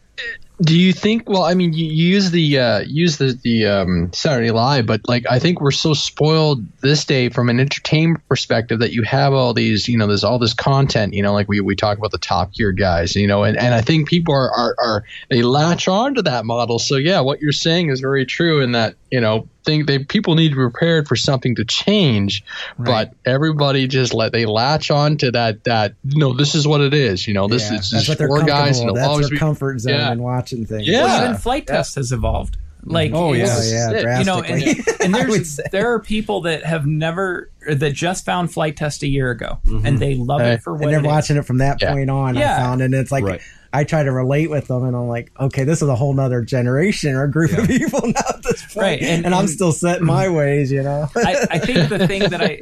Speaker 2: Do you think? Well, I mean, you you use the uh, use the the um, Saturday Live, but like I think we're so spoiled this day from an entertainment perspective that you have all these, you know, there's all this content, you know, like we, we talk about the Top Gear guys, you know, and, and I think people are, are are they latch on to that model. So yeah, what you're saying is very true in that you know think they people need to be prepared for something to change, but everybody just let they latch on to that that no, this is what it is, you know, this
Speaker 1: Yeah, that's
Speaker 2: is just
Speaker 1: what they're
Speaker 2: four guys
Speaker 1: comfortable.
Speaker 2: and it'll
Speaker 1: That's
Speaker 2: always
Speaker 1: their
Speaker 2: be.
Speaker 1: comfort zone
Speaker 2: Yeah.
Speaker 1: and watching things.
Speaker 2: Yeah.
Speaker 4: Well, even flight test has evolved. Like,
Speaker 3: Oh,
Speaker 4: it's-
Speaker 3: yeah.
Speaker 1: Oh, yeah,
Speaker 4: you know,
Speaker 1: drastically.
Speaker 4: and, and
Speaker 1: I would
Speaker 4: there's
Speaker 1: say.
Speaker 4: there are people that have never or that just found
Speaker 1: Mm-hmm.
Speaker 4: flight test a year ago, and they love
Speaker 2: Hey.
Speaker 4: it for what
Speaker 1: and they're
Speaker 4: it is.
Speaker 1: watching it from that
Speaker 2: Yeah.
Speaker 1: point on.
Speaker 4: Yeah.
Speaker 1: I found, and it's like
Speaker 3: Right.
Speaker 1: I try to relate with them, and I'm like, okay, this is a whole nother generation or group of people now at this point,
Speaker 4: Right,
Speaker 1: and,
Speaker 4: and-
Speaker 1: I'm
Speaker 4: and-
Speaker 1: still set in my ways, you know.
Speaker 4: I, I think the thing that I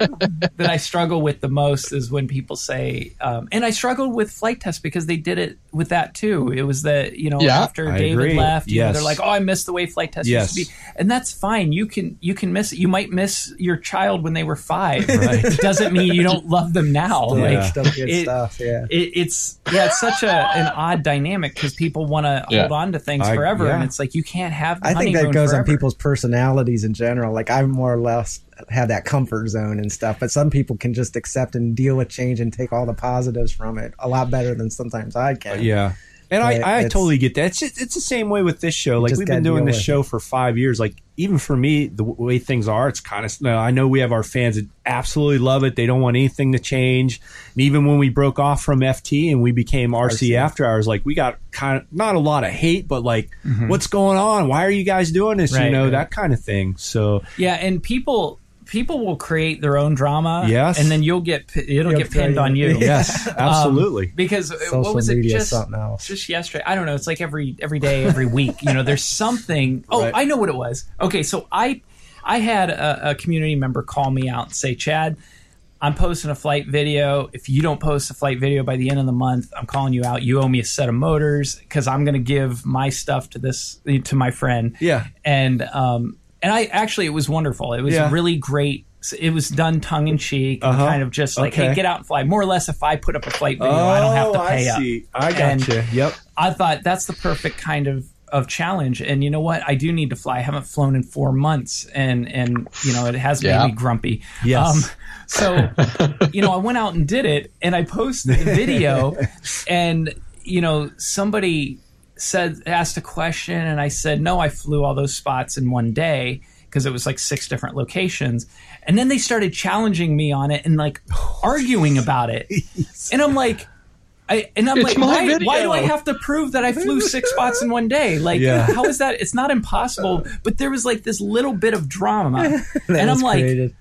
Speaker 4: that I struggle with the most is when people say, um, and I struggled with flight test because they did it with that too. It was that you know
Speaker 2: Yeah.
Speaker 4: after
Speaker 3: I
Speaker 4: David
Speaker 3: agree.
Speaker 4: left, you know,
Speaker 3: Yes.
Speaker 4: they're like, oh, I missed the way flight test
Speaker 3: Yes.
Speaker 4: used to be, and that's fine. You can you can miss it. You might miss your child when they were five. It doesn't mean you don't love them now.
Speaker 1: Like,
Speaker 4: Like,
Speaker 3: Yeah.
Speaker 1: still good
Speaker 4: it-
Speaker 1: stuff, yeah.
Speaker 4: it, it's yeah, it's such a an odd dynamic because people want to
Speaker 2: Yeah.
Speaker 4: hold on to things
Speaker 3: I-
Speaker 4: forever,
Speaker 3: yeah.
Speaker 4: and it's like you can't have. The
Speaker 1: I think that
Speaker 4: honeymoon
Speaker 1: goes on
Speaker 4: forever.
Speaker 1: people's personalities in general. Like I more or less have that comfort zone and stuff, but some people can just accept and deal with change and take all the positives from it a lot better than sometimes I can.
Speaker 3: Yeah. And
Speaker 1: But
Speaker 3: I, I
Speaker 1: it's-
Speaker 3: totally get that. It's, just- it's the same way with this show. Like
Speaker 1: just
Speaker 3: we've
Speaker 1: gotta
Speaker 3: been doing
Speaker 1: deal
Speaker 3: this
Speaker 1: with
Speaker 3: show for five years. Like even for me, the w- way things are, it's kind of. No, I know we have our fans that absolutely love it. They don't want anything to change. And even when we broke off from FT and we became RC, After Hours, like we got kind of not a lot of hate, but like, what's going on? Why are you guys doing this? you
Speaker 4: Mm-hmm. Right,
Speaker 3: know
Speaker 4: right.
Speaker 3: that kind of thing. So
Speaker 4: Yeah, and people people will create their own drama.
Speaker 3: Yes.
Speaker 4: and then you'll get pi- it'll
Speaker 1: You'll
Speaker 4: get pinned
Speaker 1: tell
Speaker 4: on
Speaker 1: you.
Speaker 4: you. Um,
Speaker 3: yes, absolutely.
Speaker 4: Because uh,
Speaker 1: Social
Speaker 4: what was it
Speaker 1: media is
Speaker 4: just
Speaker 1: something else.
Speaker 4: just yesterday? I don't know. It's like every every day, every week. You know, there's something. Oh,
Speaker 3: Right.
Speaker 4: I know what it was. Okay, so I I had a, a community member call me out and say, Chad. I'm posting a flight video. If you don't post a flight video by the end of the month, I'm calling you out. You owe me a set of motors because I'm going to give my stuff to this to my friend
Speaker 3: Yeah.
Speaker 4: and um and I actually it was wonderful. It was
Speaker 3: Yeah.
Speaker 4: really great. It was done tongue in cheek, and
Speaker 3: Uh-huh.
Speaker 4: kind of just like,
Speaker 3: Okay.
Speaker 4: hey, get out and fly. More or less, if I put up a flight video, I don't have to pay
Speaker 3: Oh, I
Speaker 4: up.
Speaker 3: see. I got
Speaker 4: And-
Speaker 3: gotcha. you. Yep.
Speaker 4: I thought that's the perfect kind of of challenge. And you know what? I do need to fly. I haven't flown in four months, and and you know it has
Speaker 2: Yeah.
Speaker 4: made me grumpy. Um,
Speaker 3: Yes.
Speaker 4: so you know I went out and did it, and I posted the video, and you know somebody said asked a question, and I said no, I flew all those spots in one day. Because it was like six different locations, and then they started challenging me on it and like arguing about it, and I'm like, I and I'm
Speaker 2: It's
Speaker 4: like,
Speaker 2: my
Speaker 4: why, why do
Speaker 2: video."
Speaker 4: I have to prove that I flew six spots in one day? Like,
Speaker 3: Yeah.
Speaker 4: how is that? It's not impossible. But there was like this little bit of drama,
Speaker 1: That
Speaker 4: and I'm
Speaker 1: was
Speaker 4: like,
Speaker 1: created.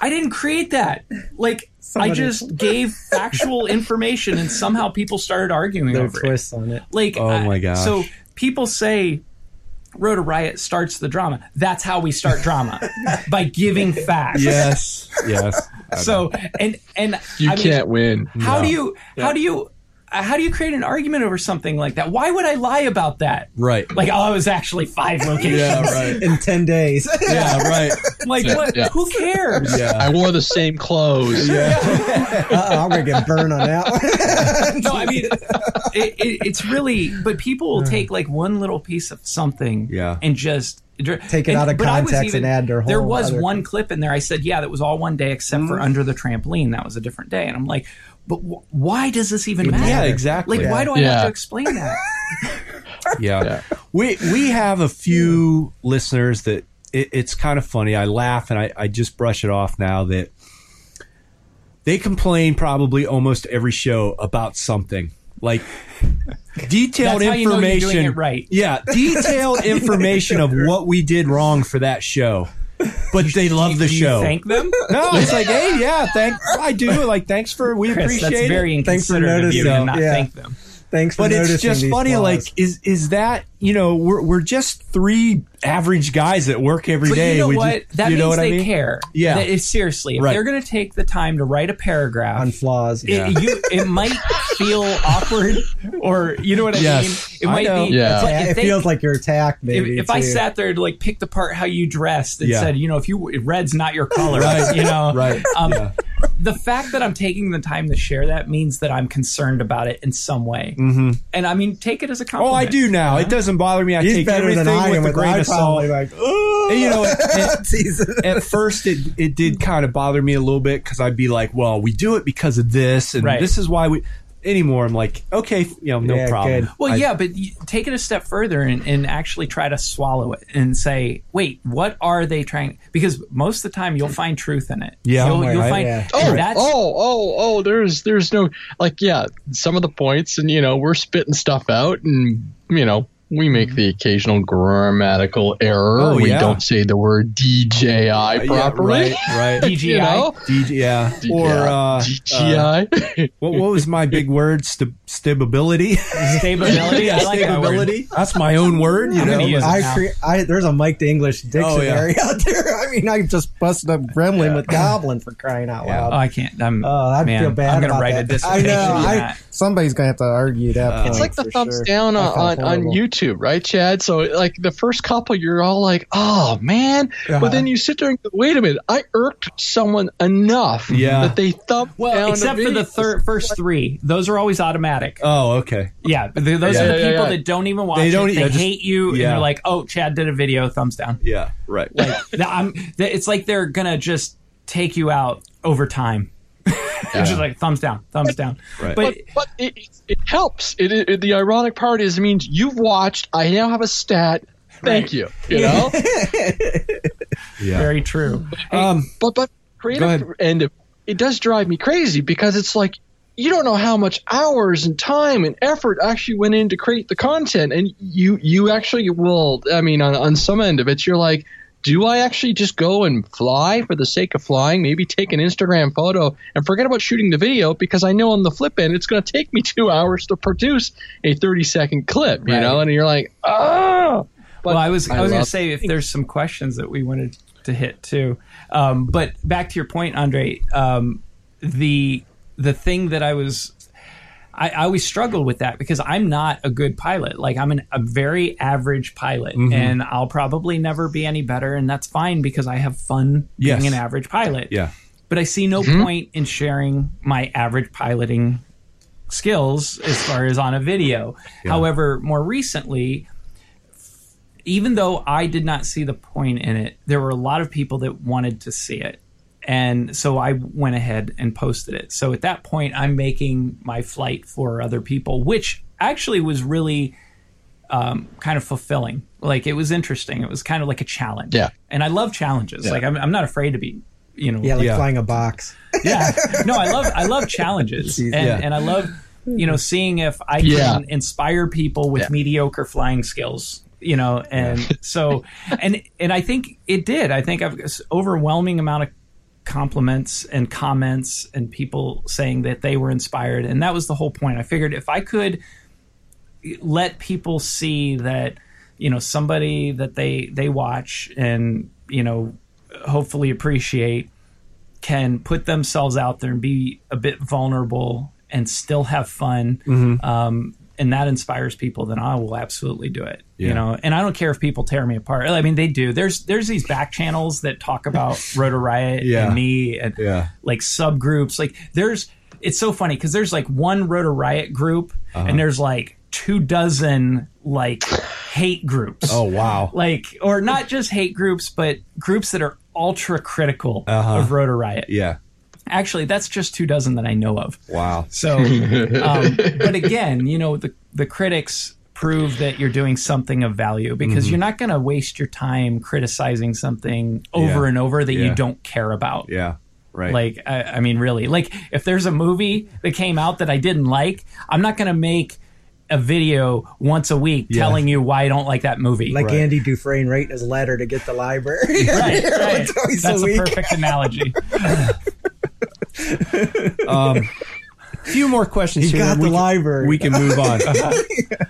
Speaker 4: I didn't create that. Like, I
Speaker 1: Somebody-
Speaker 4: just gave factual information, and somehow people started arguing
Speaker 1: there are
Speaker 4: over it.
Speaker 1: twists on it.
Speaker 4: Like,
Speaker 3: Oh
Speaker 4: I-
Speaker 3: my gosh.
Speaker 4: So people say. Rhoda Riot starts the drama. That's how we start drama by giving facts.
Speaker 3: Yes. yes.
Speaker 4: So and and
Speaker 2: You
Speaker 4: I mean,
Speaker 2: can't win.
Speaker 4: how do you how do you uh, how do you create an argument over something like that? Why would I lie about that?
Speaker 3: Right.
Speaker 4: Like, oh, it was actually five locations.
Speaker 3: yeah. Right.
Speaker 1: In ten days,
Speaker 3: Yeah. Right.
Speaker 4: Like, what?
Speaker 2: yeah.
Speaker 4: Who cares?
Speaker 3: Yeah.
Speaker 2: I wore the same clothes.
Speaker 1: Uh-oh, I'm gonna get burned on that one.
Speaker 4: No, I mean, it, it, it's really. But people will take like one little piece of something,
Speaker 3: Yeah.
Speaker 4: and just take
Speaker 1: it out of context and add their
Speaker 4: There
Speaker 1: whole
Speaker 4: was
Speaker 1: other- Mm-hmm.
Speaker 4: one clip in there. I said, yeah, that was all one day, except for under the trampoline. That was a different day, and I'm like. But wh- why does this even matter?
Speaker 3: exactly.
Speaker 4: Like, why do I
Speaker 2: Yeah.
Speaker 4: have to explain that?
Speaker 3: yeah. We we have a few listeners that it, it's kind of funny. I laugh and I, I just brush it off now that they complain probably almost every show about something. Like detailed
Speaker 4: That's how you know you're doing
Speaker 3: information.
Speaker 4: it right.
Speaker 3: Yeah, detailed information of what we did wrong for that show. But they love the
Speaker 4: Do you
Speaker 3: show.
Speaker 4: thank them?
Speaker 3: no, it's like, hey, yeah, thank I do. Like, thanks for we
Speaker 4: Chris,
Speaker 3: appreciate
Speaker 4: that's
Speaker 3: it.
Speaker 4: very
Speaker 1: Thanks for
Speaker 4: inconsiderate of you to
Speaker 1: noticing.
Speaker 4: not
Speaker 1: Yeah.
Speaker 4: thank them.
Speaker 1: Thanks for
Speaker 3: but
Speaker 1: noticing.
Speaker 3: it's just
Speaker 1: these
Speaker 3: funny
Speaker 1: flaws.
Speaker 3: like is is that you know we're, we're just three average guys that work every day.
Speaker 4: But you know
Speaker 3: We
Speaker 4: what?
Speaker 3: just-
Speaker 4: that
Speaker 3: you
Speaker 4: means
Speaker 3: know what
Speaker 4: they
Speaker 3: I mean?
Speaker 4: care.
Speaker 3: Yeah.
Speaker 4: That is- seriously, if
Speaker 3: Right.
Speaker 4: they're going to take the time to write a paragraph,
Speaker 1: on flaws.
Speaker 4: it, you, it might feel awkward, or you know what I
Speaker 3: Yes.
Speaker 4: mean.
Speaker 3: I
Speaker 4: It might
Speaker 3: know.
Speaker 4: be.
Speaker 2: Yeah.
Speaker 4: it's like
Speaker 1: Yeah,
Speaker 4: if
Speaker 1: it
Speaker 4: they-
Speaker 1: feels like you're attacked,
Speaker 4: If,
Speaker 1: maybe.
Speaker 4: if I
Speaker 1: too.
Speaker 4: sat there to like pick the part how you dressed and
Speaker 3: Yeah.
Speaker 4: said, you know, if you if red's not your color, you know,
Speaker 3: Right.
Speaker 4: Um,
Speaker 3: Yeah.
Speaker 4: The fact that I'm taking the time to share that means that I'm concerned about it in some way, mm-hmm. and I mean, take it as a
Speaker 3: Oh,
Speaker 4: compliment.
Speaker 3: I do now. It doesn't bother me. I
Speaker 1: he's
Speaker 3: take
Speaker 1: better
Speaker 3: everything
Speaker 1: than I am.
Speaker 3: with a
Speaker 1: With
Speaker 3: grain
Speaker 1: I
Speaker 3: of salt.
Speaker 1: probably like, oh,
Speaker 3: And, you know, it- it-
Speaker 1: Jesus.
Speaker 3: at first it it did kind of bother me a little bit because I'd be like, well, we do it because of this, and
Speaker 4: Right.
Speaker 3: this is why we. Anymore, I'm like, okay, f- you know, no
Speaker 1: Yeah,
Speaker 3: problem.
Speaker 1: good.
Speaker 4: Well,
Speaker 3: I-
Speaker 4: yeah, but you take it a step further and, and actually try to swallow it and say, wait, what are they trying? Because most of the time you'll find truth in it.
Speaker 3: Yeah,
Speaker 4: you'll,
Speaker 3: right,
Speaker 4: you'll
Speaker 3: right,
Speaker 4: find.
Speaker 1: yeah.
Speaker 2: Oh,
Speaker 4: and that's,
Speaker 2: oh, oh, oh! There's, there's no like, yeah. Some of the points, and you know, we're spitting stuff out, and you know, We make the occasional grammatical error.
Speaker 3: Mm-hmm. Oh,
Speaker 2: we
Speaker 3: yeah. Uh,
Speaker 2: don't say the word DJI properly.
Speaker 3: right, right.
Speaker 4: DJI.
Speaker 2: You know?
Speaker 3: DJ, yeah.
Speaker 2: DJI.
Speaker 3: Or uh, uh,
Speaker 2: DJI.
Speaker 3: what, what was my big word? St- stability.
Speaker 4: Stability. I like that word.
Speaker 3: That's my own word. You
Speaker 4: I'm gonna
Speaker 3: know.
Speaker 4: use-
Speaker 1: I,
Speaker 4: now. Oh,
Speaker 1: cre- I there's a Mike the English dictionary out there. I mean, I just busted up Gremlin with Goblin for crying out
Speaker 4: Oh,
Speaker 1: loud.
Speaker 4: I can't. I'm,
Speaker 1: Oh, I
Speaker 4: man,
Speaker 1: feel bad.
Speaker 4: I'm gonna
Speaker 1: about
Speaker 4: write
Speaker 1: that.
Speaker 4: a dissertation.
Speaker 1: I know.
Speaker 4: on
Speaker 1: I,
Speaker 4: that. Uh,
Speaker 1: somebody's gonna have to argue that. point
Speaker 2: it's like the
Speaker 1: for
Speaker 2: thumbs
Speaker 1: sure.
Speaker 2: down
Speaker 1: I felt
Speaker 2: on, on, on
Speaker 1: horrible.
Speaker 2: YouTube, right, Chad? So like the first couple, you're all like, "Oh man," but then you sit there and go, "Wait a minute, I irked someone enough
Speaker 3: Yeah.
Speaker 2: that they thumped down."
Speaker 4: Well,
Speaker 2: a
Speaker 4: except for
Speaker 2: video."
Speaker 4: the thir- first three, those are always automatic.
Speaker 3: Oh, okay.
Speaker 4: Yeah, but th- those
Speaker 2: Yeah,
Speaker 4: are the
Speaker 2: yeah,
Speaker 4: people
Speaker 2: yeah.
Speaker 4: that don't even watch
Speaker 3: They
Speaker 4: they
Speaker 3: don't-
Speaker 4: it. They
Speaker 3: yeah, just-
Speaker 4: hate you,
Speaker 3: yeah.
Speaker 4: and they're like, "Oh, Chad did a video, thumbs down."
Speaker 3: Yeah. Right.
Speaker 4: Th- I'm, th- it's like they're gonna just take you out over time. It's just like thumbs down, thumbs down.
Speaker 3: Right.
Speaker 4: But
Speaker 2: but it, it, it helps. It, it, the ironic part is, it means you've watched. I now have a stat. Thank
Speaker 4: Right.
Speaker 2: you. You know,
Speaker 3: Yeah.
Speaker 4: very true.
Speaker 3: Um.
Speaker 2: but but
Speaker 3: ahead.
Speaker 2: creative end, of- it does drive me crazy because it's like you don't know how much hours and time and effort actually went in to create the content, and you you actually will. I mean, on on some end of it, you're like. Do I actually just go and fly for the sake of flying? Maybe take an Instagram photo and forget about shooting the video because I know on the flip end it's going to take me two hours to produce a 30 second clip, you
Speaker 4: Right.
Speaker 2: know? And you're like, oh. But
Speaker 4: well, I was I, was gonna
Speaker 2: love-
Speaker 4: say if there's some questions that we wanted to hit too, um, but back to your point, Andre. Um, the the thing that I was I, I always struggled with that because I'm not a good pilot. Like I'm an, a very average pilot,
Speaker 3: Mm-hmm.
Speaker 4: and I'll probably never be any better, and that's fine because I have fun
Speaker 3: Yes.
Speaker 4: being an average pilot.
Speaker 3: Yeah.
Speaker 4: But I see no point in sharing my average piloting skills as far as on a video. However, more recently, even though I did not see the point in it, there were a lot of people that wanted to see it. And so I went ahead and posted it. So at that point, I'm making my flight for other people, which actually was really um, kind of fulfilling. Like it was interesting. It was kind of like a challenge.
Speaker 2: Yeah.
Speaker 4: And I love challenges. Like I'm, I'm not afraid to be, you know,
Speaker 1: Yeah, like
Speaker 3: Yeah.
Speaker 1: flying a box.
Speaker 4: yeah. No, I love I love challenges, and,
Speaker 3: yeah.
Speaker 4: and I love you know seeing if I can
Speaker 2: Yeah.
Speaker 4: inspire people with
Speaker 2: Yeah.
Speaker 4: mediocre flying skills. You know, and so and and I think it did. I think I've this overwhelming amount of compliments and comments and people saying that they were inspired, and that was the whole point. I figured if I could let people see that you know somebody that they they watch and you know hopefully appreciate can put themselves out there and be a bit vulnerable and still have fun
Speaker 3: Mm-hmm.
Speaker 4: um, and that inspires people then i will absolutely do it
Speaker 3: Yeah.
Speaker 4: you know and i don't care if people tear me apart i mean they do there's there's these back channels that talk about rotor riot
Speaker 3: Yeah.
Speaker 4: and me and
Speaker 3: Yeah.
Speaker 4: like subgroups. Like there's it's so funny because there's like one Rotor Riot group
Speaker 3: Uh-huh.
Speaker 4: and there's like two dozen like hate groups.
Speaker 3: Oh wow.
Speaker 4: Like or not just hate groups, but groups that are ultra critical
Speaker 3: Uh-huh.
Speaker 4: of Rotor Riot.
Speaker 3: Yeah.
Speaker 4: Actually, that's just two dozen that I know of.
Speaker 3: Wow.
Speaker 4: So, um, but again, you know, the the critics prove that you're doing something of value because
Speaker 3: Mm-hmm.
Speaker 4: you're not going to waste your time criticizing something over
Speaker 3: Yeah.
Speaker 4: and over that
Speaker 3: Yeah.
Speaker 4: you don't care about.
Speaker 3: Yeah. Right.
Speaker 4: Like, I, I mean, really, like if there's a movie that came out that I didn't like, I'm not going to make a video once a week telling you why I don't like that movie.
Speaker 1: Like
Speaker 3: Right.
Speaker 1: Andy Dufresne writing his letter to get the library.
Speaker 4: right, right.
Speaker 1: Twice
Speaker 4: That's
Speaker 1: a
Speaker 4: a
Speaker 1: week.
Speaker 4: perfect analogy.
Speaker 3: few more questions
Speaker 1: You
Speaker 3: here.
Speaker 1: got the
Speaker 3: then we can-
Speaker 1: library.
Speaker 3: We can move on.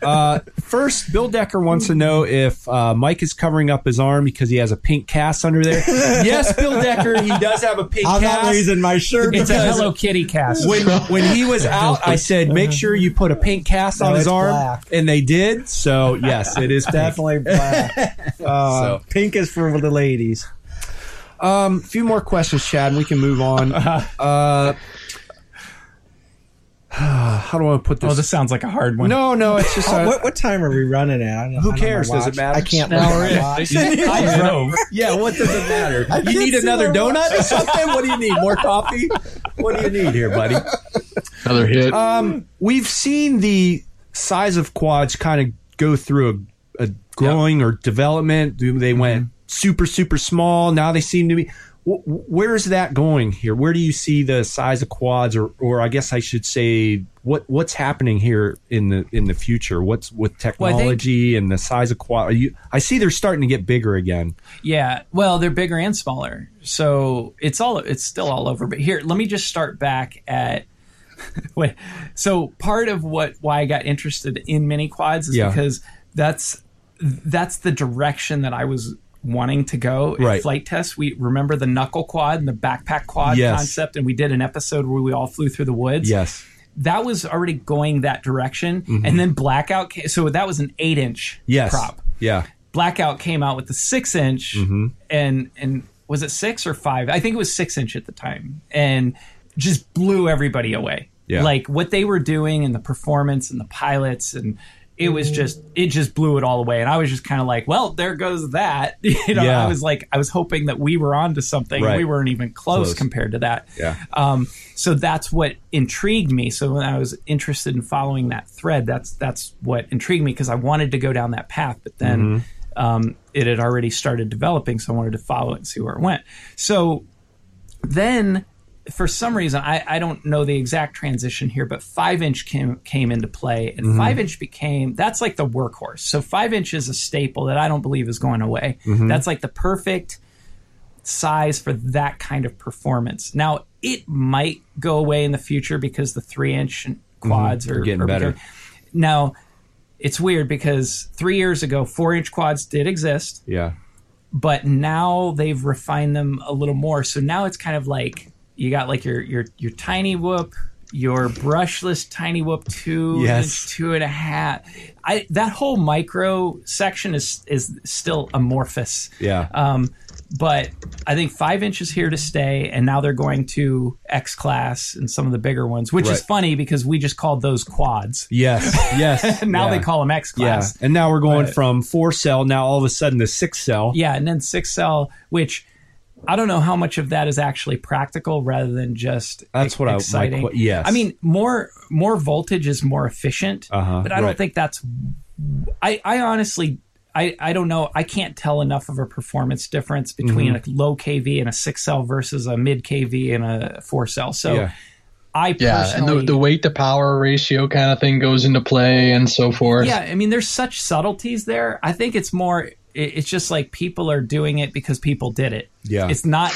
Speaker 3: uh, first, Bill Decker wants to know if uh, Mike is covering up his arm because he has a pink cast under there. yes, Bill Decker, he does have a pink
Speaker 1: I'm
Speaker 3: cast.
Speaker 1: not raising my shirt.
Speaker 4: It's a
Speaker 1: because-
Speaker 4: Hello Kitty cast.
Speaker 3: when when he was out, I said, make sure you put a pink cast on
Speaker 1: No,
Speaker 3: his
Speaker 1: it's
Speaker 3: arm,
Speaker 1: black.
Speaker 3: and they did. So yes, it is pink.
Speaker 1: definitely black. Uh,
Speaker 3: So.
Speaker 1: Pink is for the ladies.
Speaker 3: Um, a few more questions, Chad, and we can move on. Uh, how do I put this?
Speaker 4: oh, this sounds like a hard one.
Speaker 3: no, no, it's just. uh,
Speaker 1: Oh,
Speaker 4: Uh,
Speaker 3: a-
Speaker 1: what, what time are we running at? I don't,
Speaker 3: Who
Speaker 1: I don't
Speaker 3: cares?
Speaker 1: know my
Speaker 3: Does it
Speaker 1: watch.
Speaker 3: matter?
Speaker 1: I can't
Speaker 2: Now
Speaker 1: remember
Speaker 2: we're in.
Speaker 1: my watch.
Speaker 4: I drove.
Speaker 3: Yeah, what does it matter? you
Speaker 1: can't
Speaker 3: need
Speaker 1: see
Speaker 3: another
Speaker 1: my
Speaker 3: donut or something? What do you need? More coffee? What do you need here, buddy?
Speaker 2: another hit.
Speaker 4: Uh,
Speaker 3: Um, we've seen the size of quads kind of go through
Speaker 4: Mm-hmm.
Speaker 3: a, a growing or development. They went super, super small. Now they seem to be. wh- where's that going here? Where do you see the size of quads, or, or I guess I should say, what what's happening here in the in the future? What's with
Speaker 4: I think-
Speaker 3: technology and the size of quad? Are you, I see they're starting to get bigger again.
Speaker 4: Yeah. Well, they're bigger and smaller. So it's all it's still all over. But here, let me just start back at wait. So part of what why I got interested in mini quads is
Speaker 3: Yeah.
Speaker 4: because that's that's the direction that I was wanting to go in
Speaker 3: Right.
Speaker 4: flight tests. We remember the knuckle quad and the backpack quad
Speaker 3: Yes.
Speaker 4: concept and we did an episode where we all flew through the woods
Speaker 3: Yes. Mm-hmm.
Speaker 4: that was already going that direction. And then Blackout, came, so that was an eight inch
Speaker 3: Yes.
Speaker 4: prop.
Speaker 3: Yeah.
Speaker 4: Blackout came out with the six inch,
Speaker 3: Mm-hmm.
Speaker 4: and and was it six or five? I think it was six inch at the time, and just blew everybody away.
Speaker 3: Yeah.
Speaker 4: Like what they were doing and the performance and the pilots and. It was just, it just blew it all away. And I was just kind of like, well, there goes that. You know,
Speaker 3: Yeah.
Speaker 4: I was like, I was hoping that we were onto something.
Speaker 3: Right.
Speaker 4: We weren't even close,
Speaker 3: Close.
Speaker 4: compared to that.
Speaker 3: Yeah.
Speaker 4: Um, so that's what intrigued me. So when I was interested in following that thread, that's that's what intrigued me because I wanted to go down that path, but then
Speaker 3: Mm-hmm.
Speaker 4: um, it had already started developing, so I wanted to follow it and see where it went. So then, for some reason, I, I don't know the exact transition here, but five inch came came into play, and
Speaker 3: Mm-hmm.
Speaker 4: five inch became that's like the workhorse. So five inch is a staple that I don't believe is going away.
Speaker 3: Mm-hmm.
Speaker 4: That's like the perfect size for that kind of performance. Now, it might go away in the future because the three inch quads are
Speaker 3: Mm-hmm. getting
Speaker 4: are
Speaker 3: better.
Speaker 4: becoming- Now, it's weird because three years ago, four inch quads did exist,
Speaker 3: Yeah.
Speaker 4: but now they've refined them a little more. So now it's kind of like you got like your your your tiny whoop, your brushless tiny whoop two,
Speaker 3: Yes.
Speaker 4: inch, two and a half. I that whole micro section is is still amorphous.
Speaker 3: Yeah.
Speaker 4: Um, but I think five inch is here to stay, and now they're going to X class and some of the bigger ones, which is
Speaker 3: Right.
Speaker 4: funny because we just called those quads.
Speaker 3: yes. Yes.
Speaker 4: And now
Speaker 3: Yeah.
Speaker 4: they call them X
Speaker 3: Yeah.
Speaker 4: class.
Speaker 3: And now we're going from four cell now all of a sudden to six cell.
Speaker 4: Yeah, and then six cell, which I don't know how much of that is actually practical rather than just
Speaker 3: That's
Speaker 4: ex-
Speaker 3: what I- my
Speaker 4: exciting.
Speaker 3: que- yes.
Speaker 4: I mean more more voltage is more efficient,
Speaker 3: Uh-huh,
Speaker 4: but I don't
Speaker 3: right.
Speaker 4: think that's. I I honestly. I, I don't know. I can't tell enough of a performance difference between
Speaker 3: Mm-hmm.
Speaker 4: a low kV and a six cell versus a mid kV and a four cell. So
Speaker 3: Yeah.
Speaker 2: Yeah,
Speaker 4: I
Speaker 2: and
Speaker 4: personally,
Speaker 2: the, the weight to power ratio kind of thing goes into play and so forth.
Speaker 4: Yeah, I mean, there's such subtleties there. I think it's more. it- It's just like people are doing it because people did it.
Speaker 3: Yeah.
Speaker 4: it's not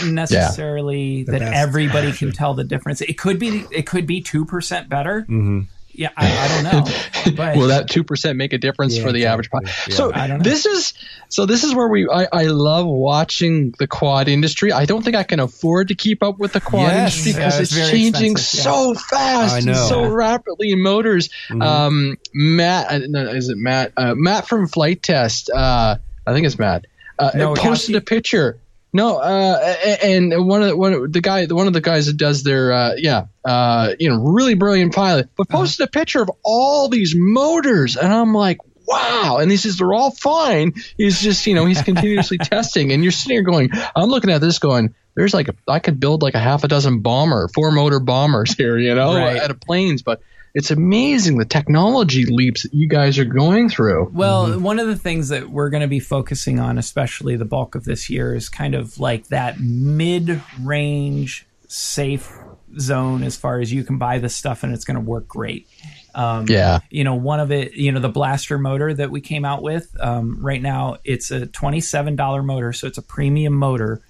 Speaker 4: necessarily that
Speaker 1: best
Speaker 4: everybody can tell the difference. It could be. It could be two percent better.
Speaker 3: Mm-hmm.
Speaker 4: Yeah, I, I don't know. But
Speaker 2: Will that two percent make a difference for the average? Pod? So
Speaker 4: I don't know.
Speaker 2: this is so this is where we. I, I love watching the quad industry. I don't think I can afford to keep up with the quad
Speaker 3: Yes.
Speaker 2: industry
Speaker 4: Yeah,
Speaker 2: because
Speaker 4: it's
Speaker 2: it's,
Speaker 4: very
Speaker 2: changing
Speaker 4: expensive, yeah.
Speaker 2: so
Speaker 4: Mm-hmm.
Speaker 2: fast,
Speaker 3: I
Speaker 2: and
Speaker 3: know.
Speaker 2: so
Speaker 3: Yeah.
Speaker 2: rapidly in motors. Um, Matt, uh, no, is it Matt? Uh, Matt from Flight Test. Uh, I think it's Matt. Uh,
Speaker 4: No,
Speaker 2: posted
Speaker 4: Kowski?
Speaker 2: a picture. No, uh, a- and one of the, one of the guy, one of the guys that does their, uh, yeah, uh, you know, really brilliant pilot, but
Speaker 4: Uh-huh.
Speaker 2: posted a picture of all these motors, and I'm like, wow. And he says they're all fine. He's just, you know, he's continuously testing, and you're sitting here going, I'm looking at this going, there's like, a, I could build like a half a dozen bomber, four motor bombers here, you know,
Speaker 4: Right.
Speaker 2: out of planes, but it's amazing the technology leaps that you guys are going through.
Speaker 4: Well, one of the things that we're going to be focusing on, especially the bulk of this year, is kind of like that mid range safe zone as far as you can buy this stuff and it's going to work great. Um,
Speaker 2: Yeah.
Speaker 4: You know, one of it, you know, the blaster motor that we came out with um, right now, it's a $27 motor. So it's a premium motor,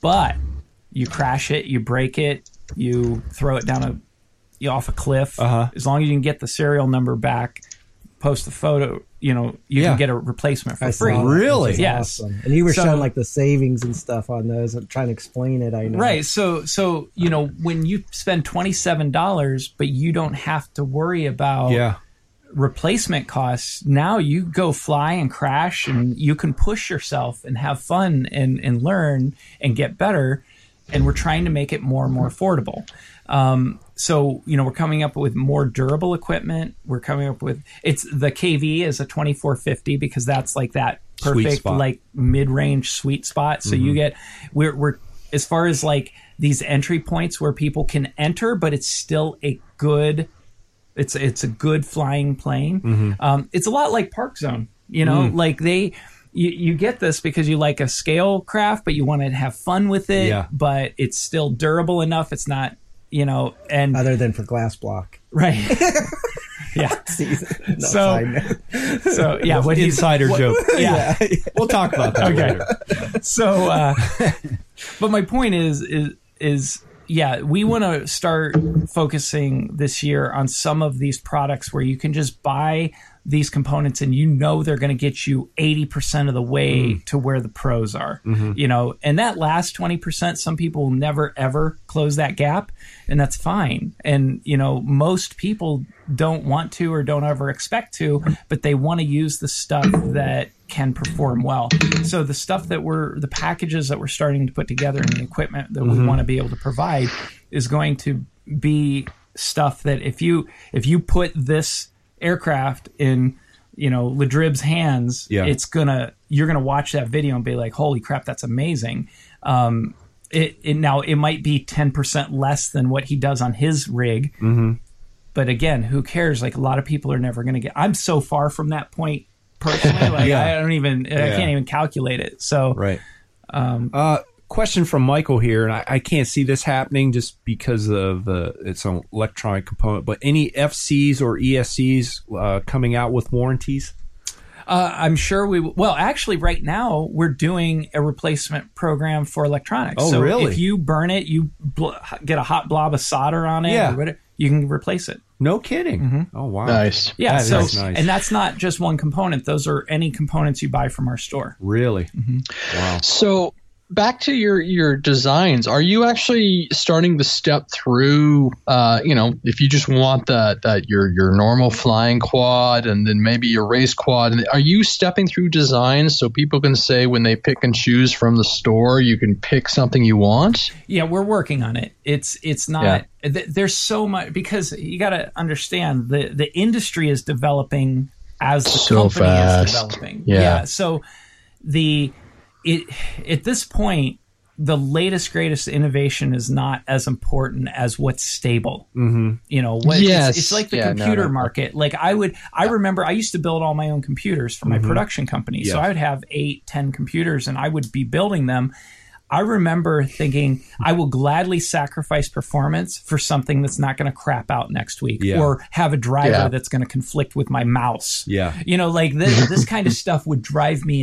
Speaker 4: but you crash it, you break it, you throw it down a you off a cliff.
Speaker 3: Uh-huh.
Speaker 4: As long as you can get the serial number back, post the photo, you know, you
Speaker 3: Yeah.
Speaker 4: can get a replacement for
Speaker 1: I saw
Speaker 4: free.
Speaker 1: that, which
Speaker 3: Really?
Speaker 1: is
Speaker 4: Yes.
Speaker 1: awesome. And you were
Speaker 4: So-
Speaker 1: showing like the savings and stuff on those. I'm trying to explain it. I know.
Speaker 4: Right. So so you know when you spend twenty seven dollars, but you don't have to worry about
Speaker 3: Yeah.
Speaker 4: replacement costs. Now you go fly and crash, and you can push yourself and have fun and and learn and get better. And we're trying to make it more and more affordable. Um, so you know we're coming up with more durable equipment. We're coming up with it's the KV is a twenty four fifty because that's like that
Speaker 3: Sweet
Speaker 4: perfect
Speaker 3: spot. Mm-hmm.
Speaker 4: like mid range sweet spot. So you get we're we're as far as like these entry points where people can enter, but it's still a good it's it's a good flying plane. Um, it's a lot like Park Zone, you know, like they. you, you get this because you like a scale craft, but you want to have fun with it.
Speaker 3: Yeah.
Speaker 4: But it's still durable enough. It's not, you know, and
Speaker 1: other than for glass block.
Speaker 4: right. yeah.
Speaker 1: No,
Speaker 4: So-
Speaker 1: side note.
Speaker 4: So yeah, what he's
Speaker 3: Insider joke.
Speaker 4: yeah.
Speaker 3: We'll talk about that
Speaker 4: Okay.
Speaker 3: later.
Speaker 4: so uh, but my point is is is yeah we want to start focusing this year on some of these products where you can just buy these components and you know they're going to get you 80% of the way to where the pros are you know and that last 20% some people will never ever close that gap and that's fine and you know most people don't want to or don't ever expect to but they want to use the stuff that can perform well. So the stuff that we're the packages that we're starting to put together and the equipment that we want to be able to provide is going to be stuff that if you if you put this aircraft in you know Ladrib's hands,
Speaker 3: Yeah.
Speaker 4: it's gonna you're gonna watch that video and be like, holy crap, that's amazing. Um, it, it now it might be ten percent less than what he does on his rig,
Speaker 3: Mm-hmm.
Speaker 4: but again, who cares? Like a lot of people are never going to get. I'm so far from that point personally. Like
Speaker 3: Yeah.
Speaker 4: I don't even. I
Speaker 3: Yeah.
Speaker 4: can't even calculate it. So
Speaker 3: Right. uh, question from Michael here, and I, I can't see this happening just because of uh, its an electronic component. But any FCs or ESCs uh, coming out with warranties?
Speaker 4: uh, I'm sure we. Well, actually, right now we're doing a replacement program for electronics.
Speaker 3: Oh,
Speaker 4: so
Speaker 3: really?
Speaker 4: If you burn it, you bl- get a hot blob of solder on it.
Speaker 3: Yeah.
Speaker 4: Or whatever, you can replace it.
Speaker 3: No kidding.
Speaker 4: Mm-hmm.
Speaker 3: Oh wow.
Speaker 4: uh,
Speaker 2: Nice.
Speaker 4: Yeah.
Speaker 3: That
Speaker 4: so
Speaker 3: is nice.
Speaker 4: and that's not just one component. Those are any components you buy from our store.
Speaker 3: Really.
Speaker 2: So back to your your designs. Are you actually starting to step through? Uh, you know, if you just want that that your your normal flying quad and then maybe your race quad, and are you stepping through designs so people can say when they pick and choose from the store, you can pick something you want?
Speaker 4: yeah we're working on it it's it's not th- there's so much because you got to understand the the industry is developing as the
Speaker 2: So
Speaker 4: company
Speaker 2: fast.
Speaker 4: is developing
Speaker 2: Yeah.
Speaker 4: so the it at this point the latest greatest innovation is not as important as what's stable mm-hmm. you know what,
Speaker 2: Yes.
Speaker 4: it's, it's like the
Speaker 2: Yeah, no,
Speaker 4: computer
Speaker 2: no.
Speaker 4: market like i would i remember i used to build all my own computers for
Speaker 2: Mm-hmm.
Speaker 4: my production company so
Speaker 3: Yes.
Speaker 4: i would have eight ten computers and i would be building them I remember thinking I will gladly sacrifice performance for something that's not going to crap out next week
Speaker 3: Yeah.
Speaker 4: or have a driver
Speaker 2: Yeah.
Speaker 4: that's going to conflict with my mouse.
Speaker 3: Yeah.
Speaker 4: You know, like this, this kind of stuff would drive me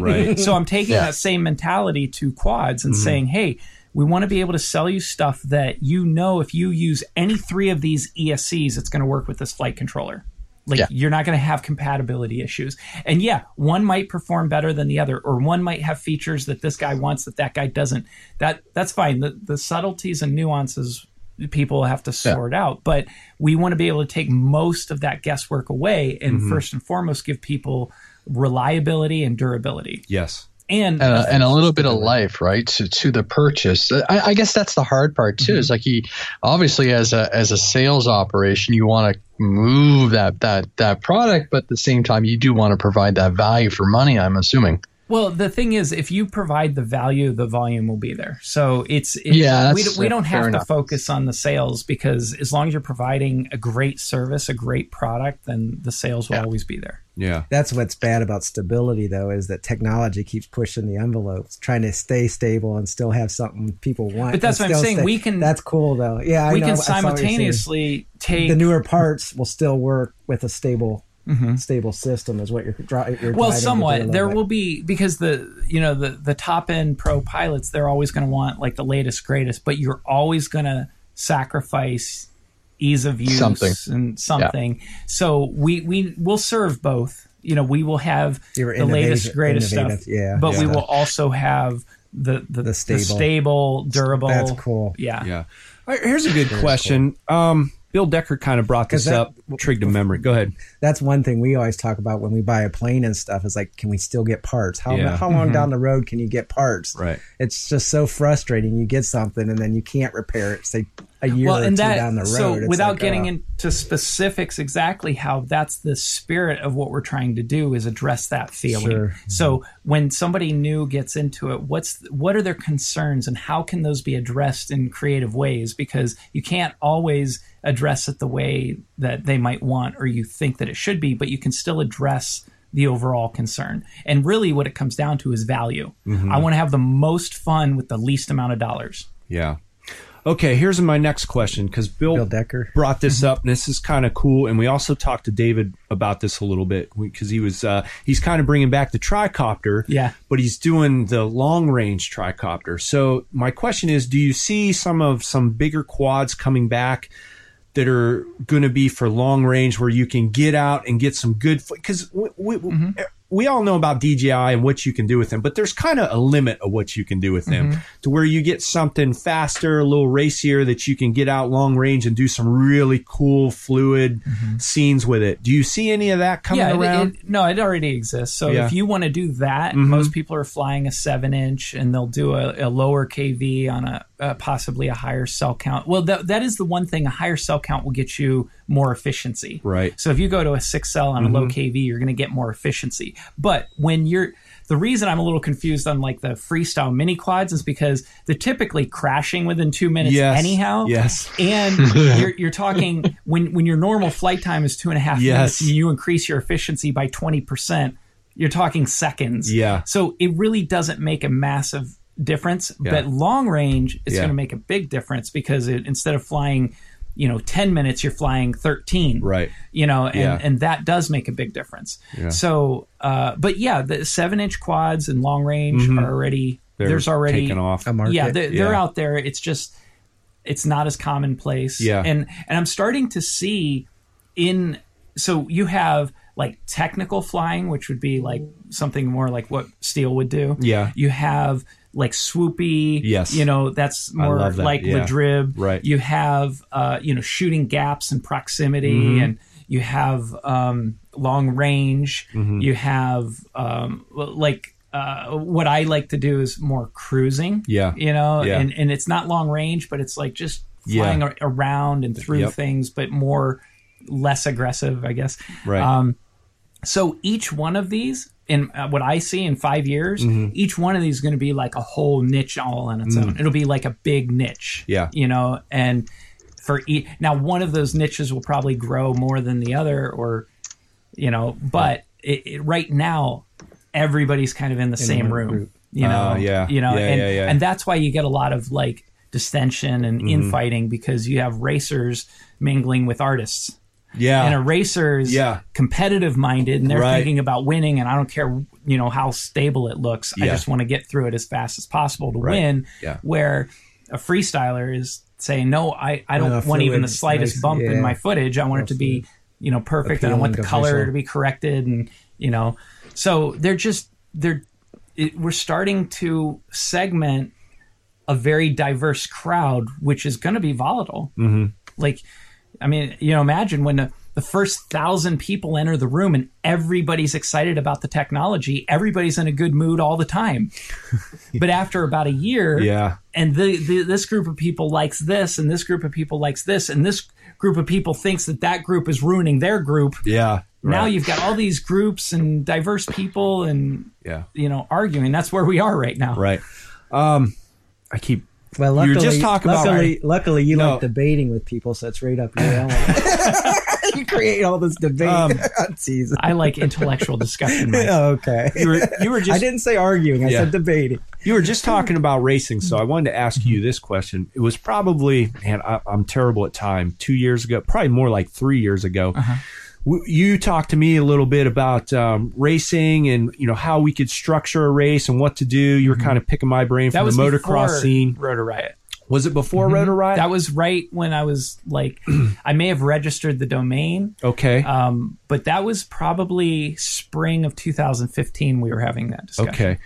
Speaker 3: Right. Mm-hmm.
Speaker 4: So I'm taking
Speaker 2: Yeah.
Speaker 4: that same mentality to quads and saying, hey, we want to be able to sell you stuff that you know if you use any three of these ESCs, it's going to work with this flight controller. Like
Speaker 2: Yeah.
Speaker 4: you're not going to have compatibility issues. And yeah, one might perform better than the other, or one might have features that this guy wants that that guy doesn't. That that's fine. The the subtleties and nuances people have to sort out, but we want to be able to take most of that guesswork away and
Speaker 2: Mm-hmm.
Speaker 4: first and foremost give people reliability and durability.
Speaker 3: Yes.
Speaker 4: And
Speaker 2: and a, and a little bit of life, right, to, to the purchase. Uh, I, I guess that's the hard part too. Is like he obviously as a as a sales operation, you want to move that that that product, but at the same time, you do want to provide that value for money. I'm assuming.
Speaker 4: Well, the thing is, if you provide the value, the volume will be there. So it's, it's
Speaker 2: Yeah,
Speaker 4: we,
Speaker 2: that's-
Speaker 4: we don't
Speaker 2: fair
Speaker 4: have to
Speaker 2: enough.
Speaker 4: focus on the sales because as long as you're providing a great service, a great product, then the sales will always be there.
Speaker 3: Yeah.
Speaker 1: That's what's bad about stability, though, is that technology keeps pushing the envelope, It's trying to stay stable and still have something people want.
Speaker 4: But that's
Speaker 1: and
Speaker 4: what I'm
Speaker 1: still
Speaker 4: saying. We can-
Speaker 1: That's cool, though. Yeah, I
Speaker 4: we
Speaker 1: know.
Speaker 4: can
Speaker 1: I saw what you're saying.
Speaker 4: simultaneously take
Speaker 1: the newer parts will still work with a stable, stable system, is what you're, dri- you're driving to
Speaker 4: Mm-hmm. well
Speaker 1: do a
Speaker 4: somewhat
Speaker 1: little
Speaker 4: there
Speaker 1: bit.
Speaker 4: will be because the you know the the top end pro pilots they're always going to want like the latest greatest but you're always going to sacrifice ease of use
Speaker 2: Something.
Speaker 4: and something so we we will serve both you know we will have
Speaker 1: Your
Speaker 4: the latest
Speaker 1: innovative-
Speaker 4: greatest stuff
Speaker 1: innovative, yeah,
Speaker 4: but we
Speaker 1: stuff.
Speaker 4: will also have the the, the stable.
Speaker 1: stable.
Speaker 4: durable
Speaker 1: That's cool.
Speaker 4: yeah
Speaker 3: Yeah. All right, here's a good question. Um, Bill Decker kind of brought this
Speaker 1: that-
Speaker 3: up. Trigged a memory. Go ahead.
Speaker 1: that's one thing we always talk about when we buy a plane and stuff is like can we still get parts how,
Speaker 3: Yeah.
Speaker 1: how
Speaker 4: Mm-hmm.
Speaker 1: long down the road can you get parts
Speaker 3: Right.
Speaker 1: it's just so frustrating you get something and then you can't repair it say a year
Speaker 4: well,
Speaker 1: or
Speaker 4: and
Speaker 1: two
Speaker 4: that,
Speaker 1: down the road
Speaker 4: So
Speaker 1: It's
Speaker 4: without
Speaker 1: like,
Speaker 4: getting
Speaker 1: oh.
Speaker 4: into specifics exactly how that's the spirit of what we're trying to do is address that feeling.
Speaker 1: Sure.
Speaker 4: So when somebody new gets into it, what's what are their concerns and how can those be addressed in creative ways? Because you can't always address it the way that they might want or you think that it should be, but you can still address the overall concern. And really, what it comes down to is value.
Speaker 1: Mm-hmm.
Speaker 4: I want to have the most fun with the least amount of dollars.
Speaker 3: Yeah. Okay, here's my next question because Bill,
Speaker 1: Bill Decker.
Speaker 3: brought this up, and this is kind of cool. And we also talked to David about this a little bit because he was uh, he's kind of bringing back the tricopter,
Speaker 4: Yeah.
Speaker 3: but he's doing the long range tricopter. So my question is, do you see some of some bigger quads coming back? That are going to be for long range, where you can get out and get some good. Because we, we,
Speaker 4: Mm-hmm.
Speaker 3: we all know about DJI and what you can do with them, but there's kind of a limit of what you can do with
Speaker 4: Mm-hmm.
Speaker 3: them to where you get something faster, a little racier that you can get out long range and do some really cool fluid scenes with it. Do you see any of that coming
Speaker 4: Mm-hmm. yeah, it-
Speaker 3: around?
Speaker 4: it- no, it already exists. So
Speaker 3: Yeah. Mm-hmm.
Speaker 4: if you want to do that, most people are flying a seven inch, and they'll do a, a lower KV on a uh, possibly a higher cell count. Well, that that is the one thing. A higher cell count will get you more efficiency.
Speaker 3: Right. Mm-hmm.
Speaker 4: So if you go to a six cell on a low KV, you're going to get more efficiency. But when you're the reason I'm a little confused on like the freestyle mini quads is because they're typically crashing within two minutes
Speaker 3: Yes.
Speaker 4: anyhow.
Speaker 3: Yes.
Speaker 4: And you're, you're talking when when your normal flight time is two and a half
Speaker 3: Yes.
Speaker 4: minutes, and you increase your efficiency by twenty percent. You're talking seconds.
Speaker 3: Yeah.
Speaker 4: So it really doesn't make a massive difference, but long range is
Speaker 3: Yeah.
Speaker 4: going to make a big difference because it, instead of flying, you know, ten minutes, you're flying thirteen.
Speaker 3: Right.
Speaker 4: You know, and,
Speaker 3: Yeah.
Speaker 4: and that does make a big difference. So, uh, but yeah, the seven inch quads and long range are already
Speaker 3: Mm-hmm. They're
Speaker 4: there's already
Speaker 3: taken off.
Speaker 1: A market.
Speaker 4: yeah, they're, they're
Speaker 3: Yeah.
Speaker 4: out there. It's just it's not as commonplace.
Speaker 3: Yeah.
Speaker 4: and and I'm starting to see in so you have like technical flying, which would be like something more like what Steele would do.
Speaker 3: Yeah.
Speaker 4: you have like swoopy.
Speaker 3: Yes.
Speaker 4: you know that's more
Speaker 3: love that,
Speaker 4: like
Speaker 3: yeah.
Speaker 4: Ladrib.
Speaker 3: Right.
Speaker 4: You have uh, you know shooting gaps and proximity,
Speaker 3: Mm-hmm.
Speaker 4: and you have um, long range.
Speaker 3: Mm-hmm.
Speaker 4: You have um, like. Uh, what I like to do is more cruising.
Speaker 3: Yeah.
Speaker 4: You know,
Speaker 3: Yeah.
Speaker 4: and, and it's not long range, but it's like just
Speaker 3: Yeah.
Speaker 4: flying a- around and through
Speaker 3: Yep.
Speaker 4: things, but more less aggressive, I guess.
Speaker 3: Right.
Speaker 4: Um, so each one of these, in uh, what I see in five years,
Speaker 3: Mm-hmm.
Speaker 4: each one of these is going to be like a whole niche all on its own. It'll be like a big
Speaker 3: Mm.
Speaker 4: niche.
Speaker 3: Yeah.
Speaker 4: You know, and for each now, one of those niches will probably grow more than the other, or you know, but it, it, right now, everybody's kind of in the same room. You know.
Speaker 3: Ah, yeah.
Speaker 4: You know,
Speaker 3: Yeah,
Speaker 4: and
Speaker 3: yeah, yeah. Mm-hmm.
Speaker 4: and that's why you get a lot of like distension and infighting because you have racers mingling with artists
Speaker 3: yeah.
Speaker 4: and a racer's
Speaker 3: Yeah.
Speaker 4: competitive minded and they're
Speaker 3: Right.
Speaker 4: thinking about winning and I don't care you know how stable it looks I
Speaker 3: Yeah.
Speaker 4: just want to get through it as fast as possible to win
Speaker 3: Yeah.
Speaker 4: where a freestyler is saying no I, I don't
Speaker 1: No,
Speaker 4: want even the
Speaker 1: fluid,
Speaker 4: slightest
Speaker 1: nice,
Speaker 4: bump
Speaker 1: yeah.
Speaker 4: in my footage I want it to be you know perfect and I want the
Speaker 1: Appealing to
Speaker 4: color
Speaker 1: visual.
Speaker 4: to be corrected and you know so they're just they're it, we're starting to segment a very diverse crowd, which is going to be volatile. Mm-hmm. Like, I mean, you know, imagine when the, the first thousand people enter the room and everybody's excited about the technology, everybody's in a good mood all the time. but after about a year,
Speaker 3: Yeah.
Speaker 4: and the, the, this group of people likes this, and this group of people likes this, and this group of people thinks that that group is ruining their group.
Speaker 3: Yeah.
Speaker 4: Now
Speaker 3: Right.
Speaker 4: you've got all these groups and diverse people, and
Speaker 3: Yeah.
Speaker 4: you know, arguing. That's where we are right now.
Speaker 3: Right. Um, I keep.
Speaker 1: Well, luckily,
Speaker 3: You were just talking about-
Speaker 1: luckily, luckily you
Speaker 3: No.
Speaker 1: like debating with people, so it's right up your alley. you create all this debate
Speaker 3: Um,
Speaker 1: on season.
Speaker 4: I like intellectual discussion. Mike.
Speaker 1: okay.
Speaker 3: You were, you were
Speaker 1: I
Speaker 3: just
Speaker 1: didn't say arguing. I
Speaker 3: Yeah.
Speaker 1: said debating.
Speaker 3: You were just talking about racing, so I wanted to
Speaker 4: Mm-hmm.
Speaker 3: ask you this question. It was probably, man, I, I'm terrible at time. Two years ago, probably more like three years ago,
Speaker 4: Uh-huh.
Speaker 3: w- you talked to me a little bit about um, racing and you know how we could structure a race and what to do. You were kind of picking my brain
Speaker 4: Mm-hmm. That
Speaker 3: from the
Speaker 4: was
Speaker 3: motocross
Speaker 4: before
Speaker 3: scene.
Speaker 4: Rotor Riot.
Speaker 3: Was it before Rotor Riot?
Speaker 4: That was right when I was like, I may have registered the domain,
Speaker 3: okay,
Speaker 4: um, but that was probably spring of 2015. We were having that discussion.
Speaker 3: okay.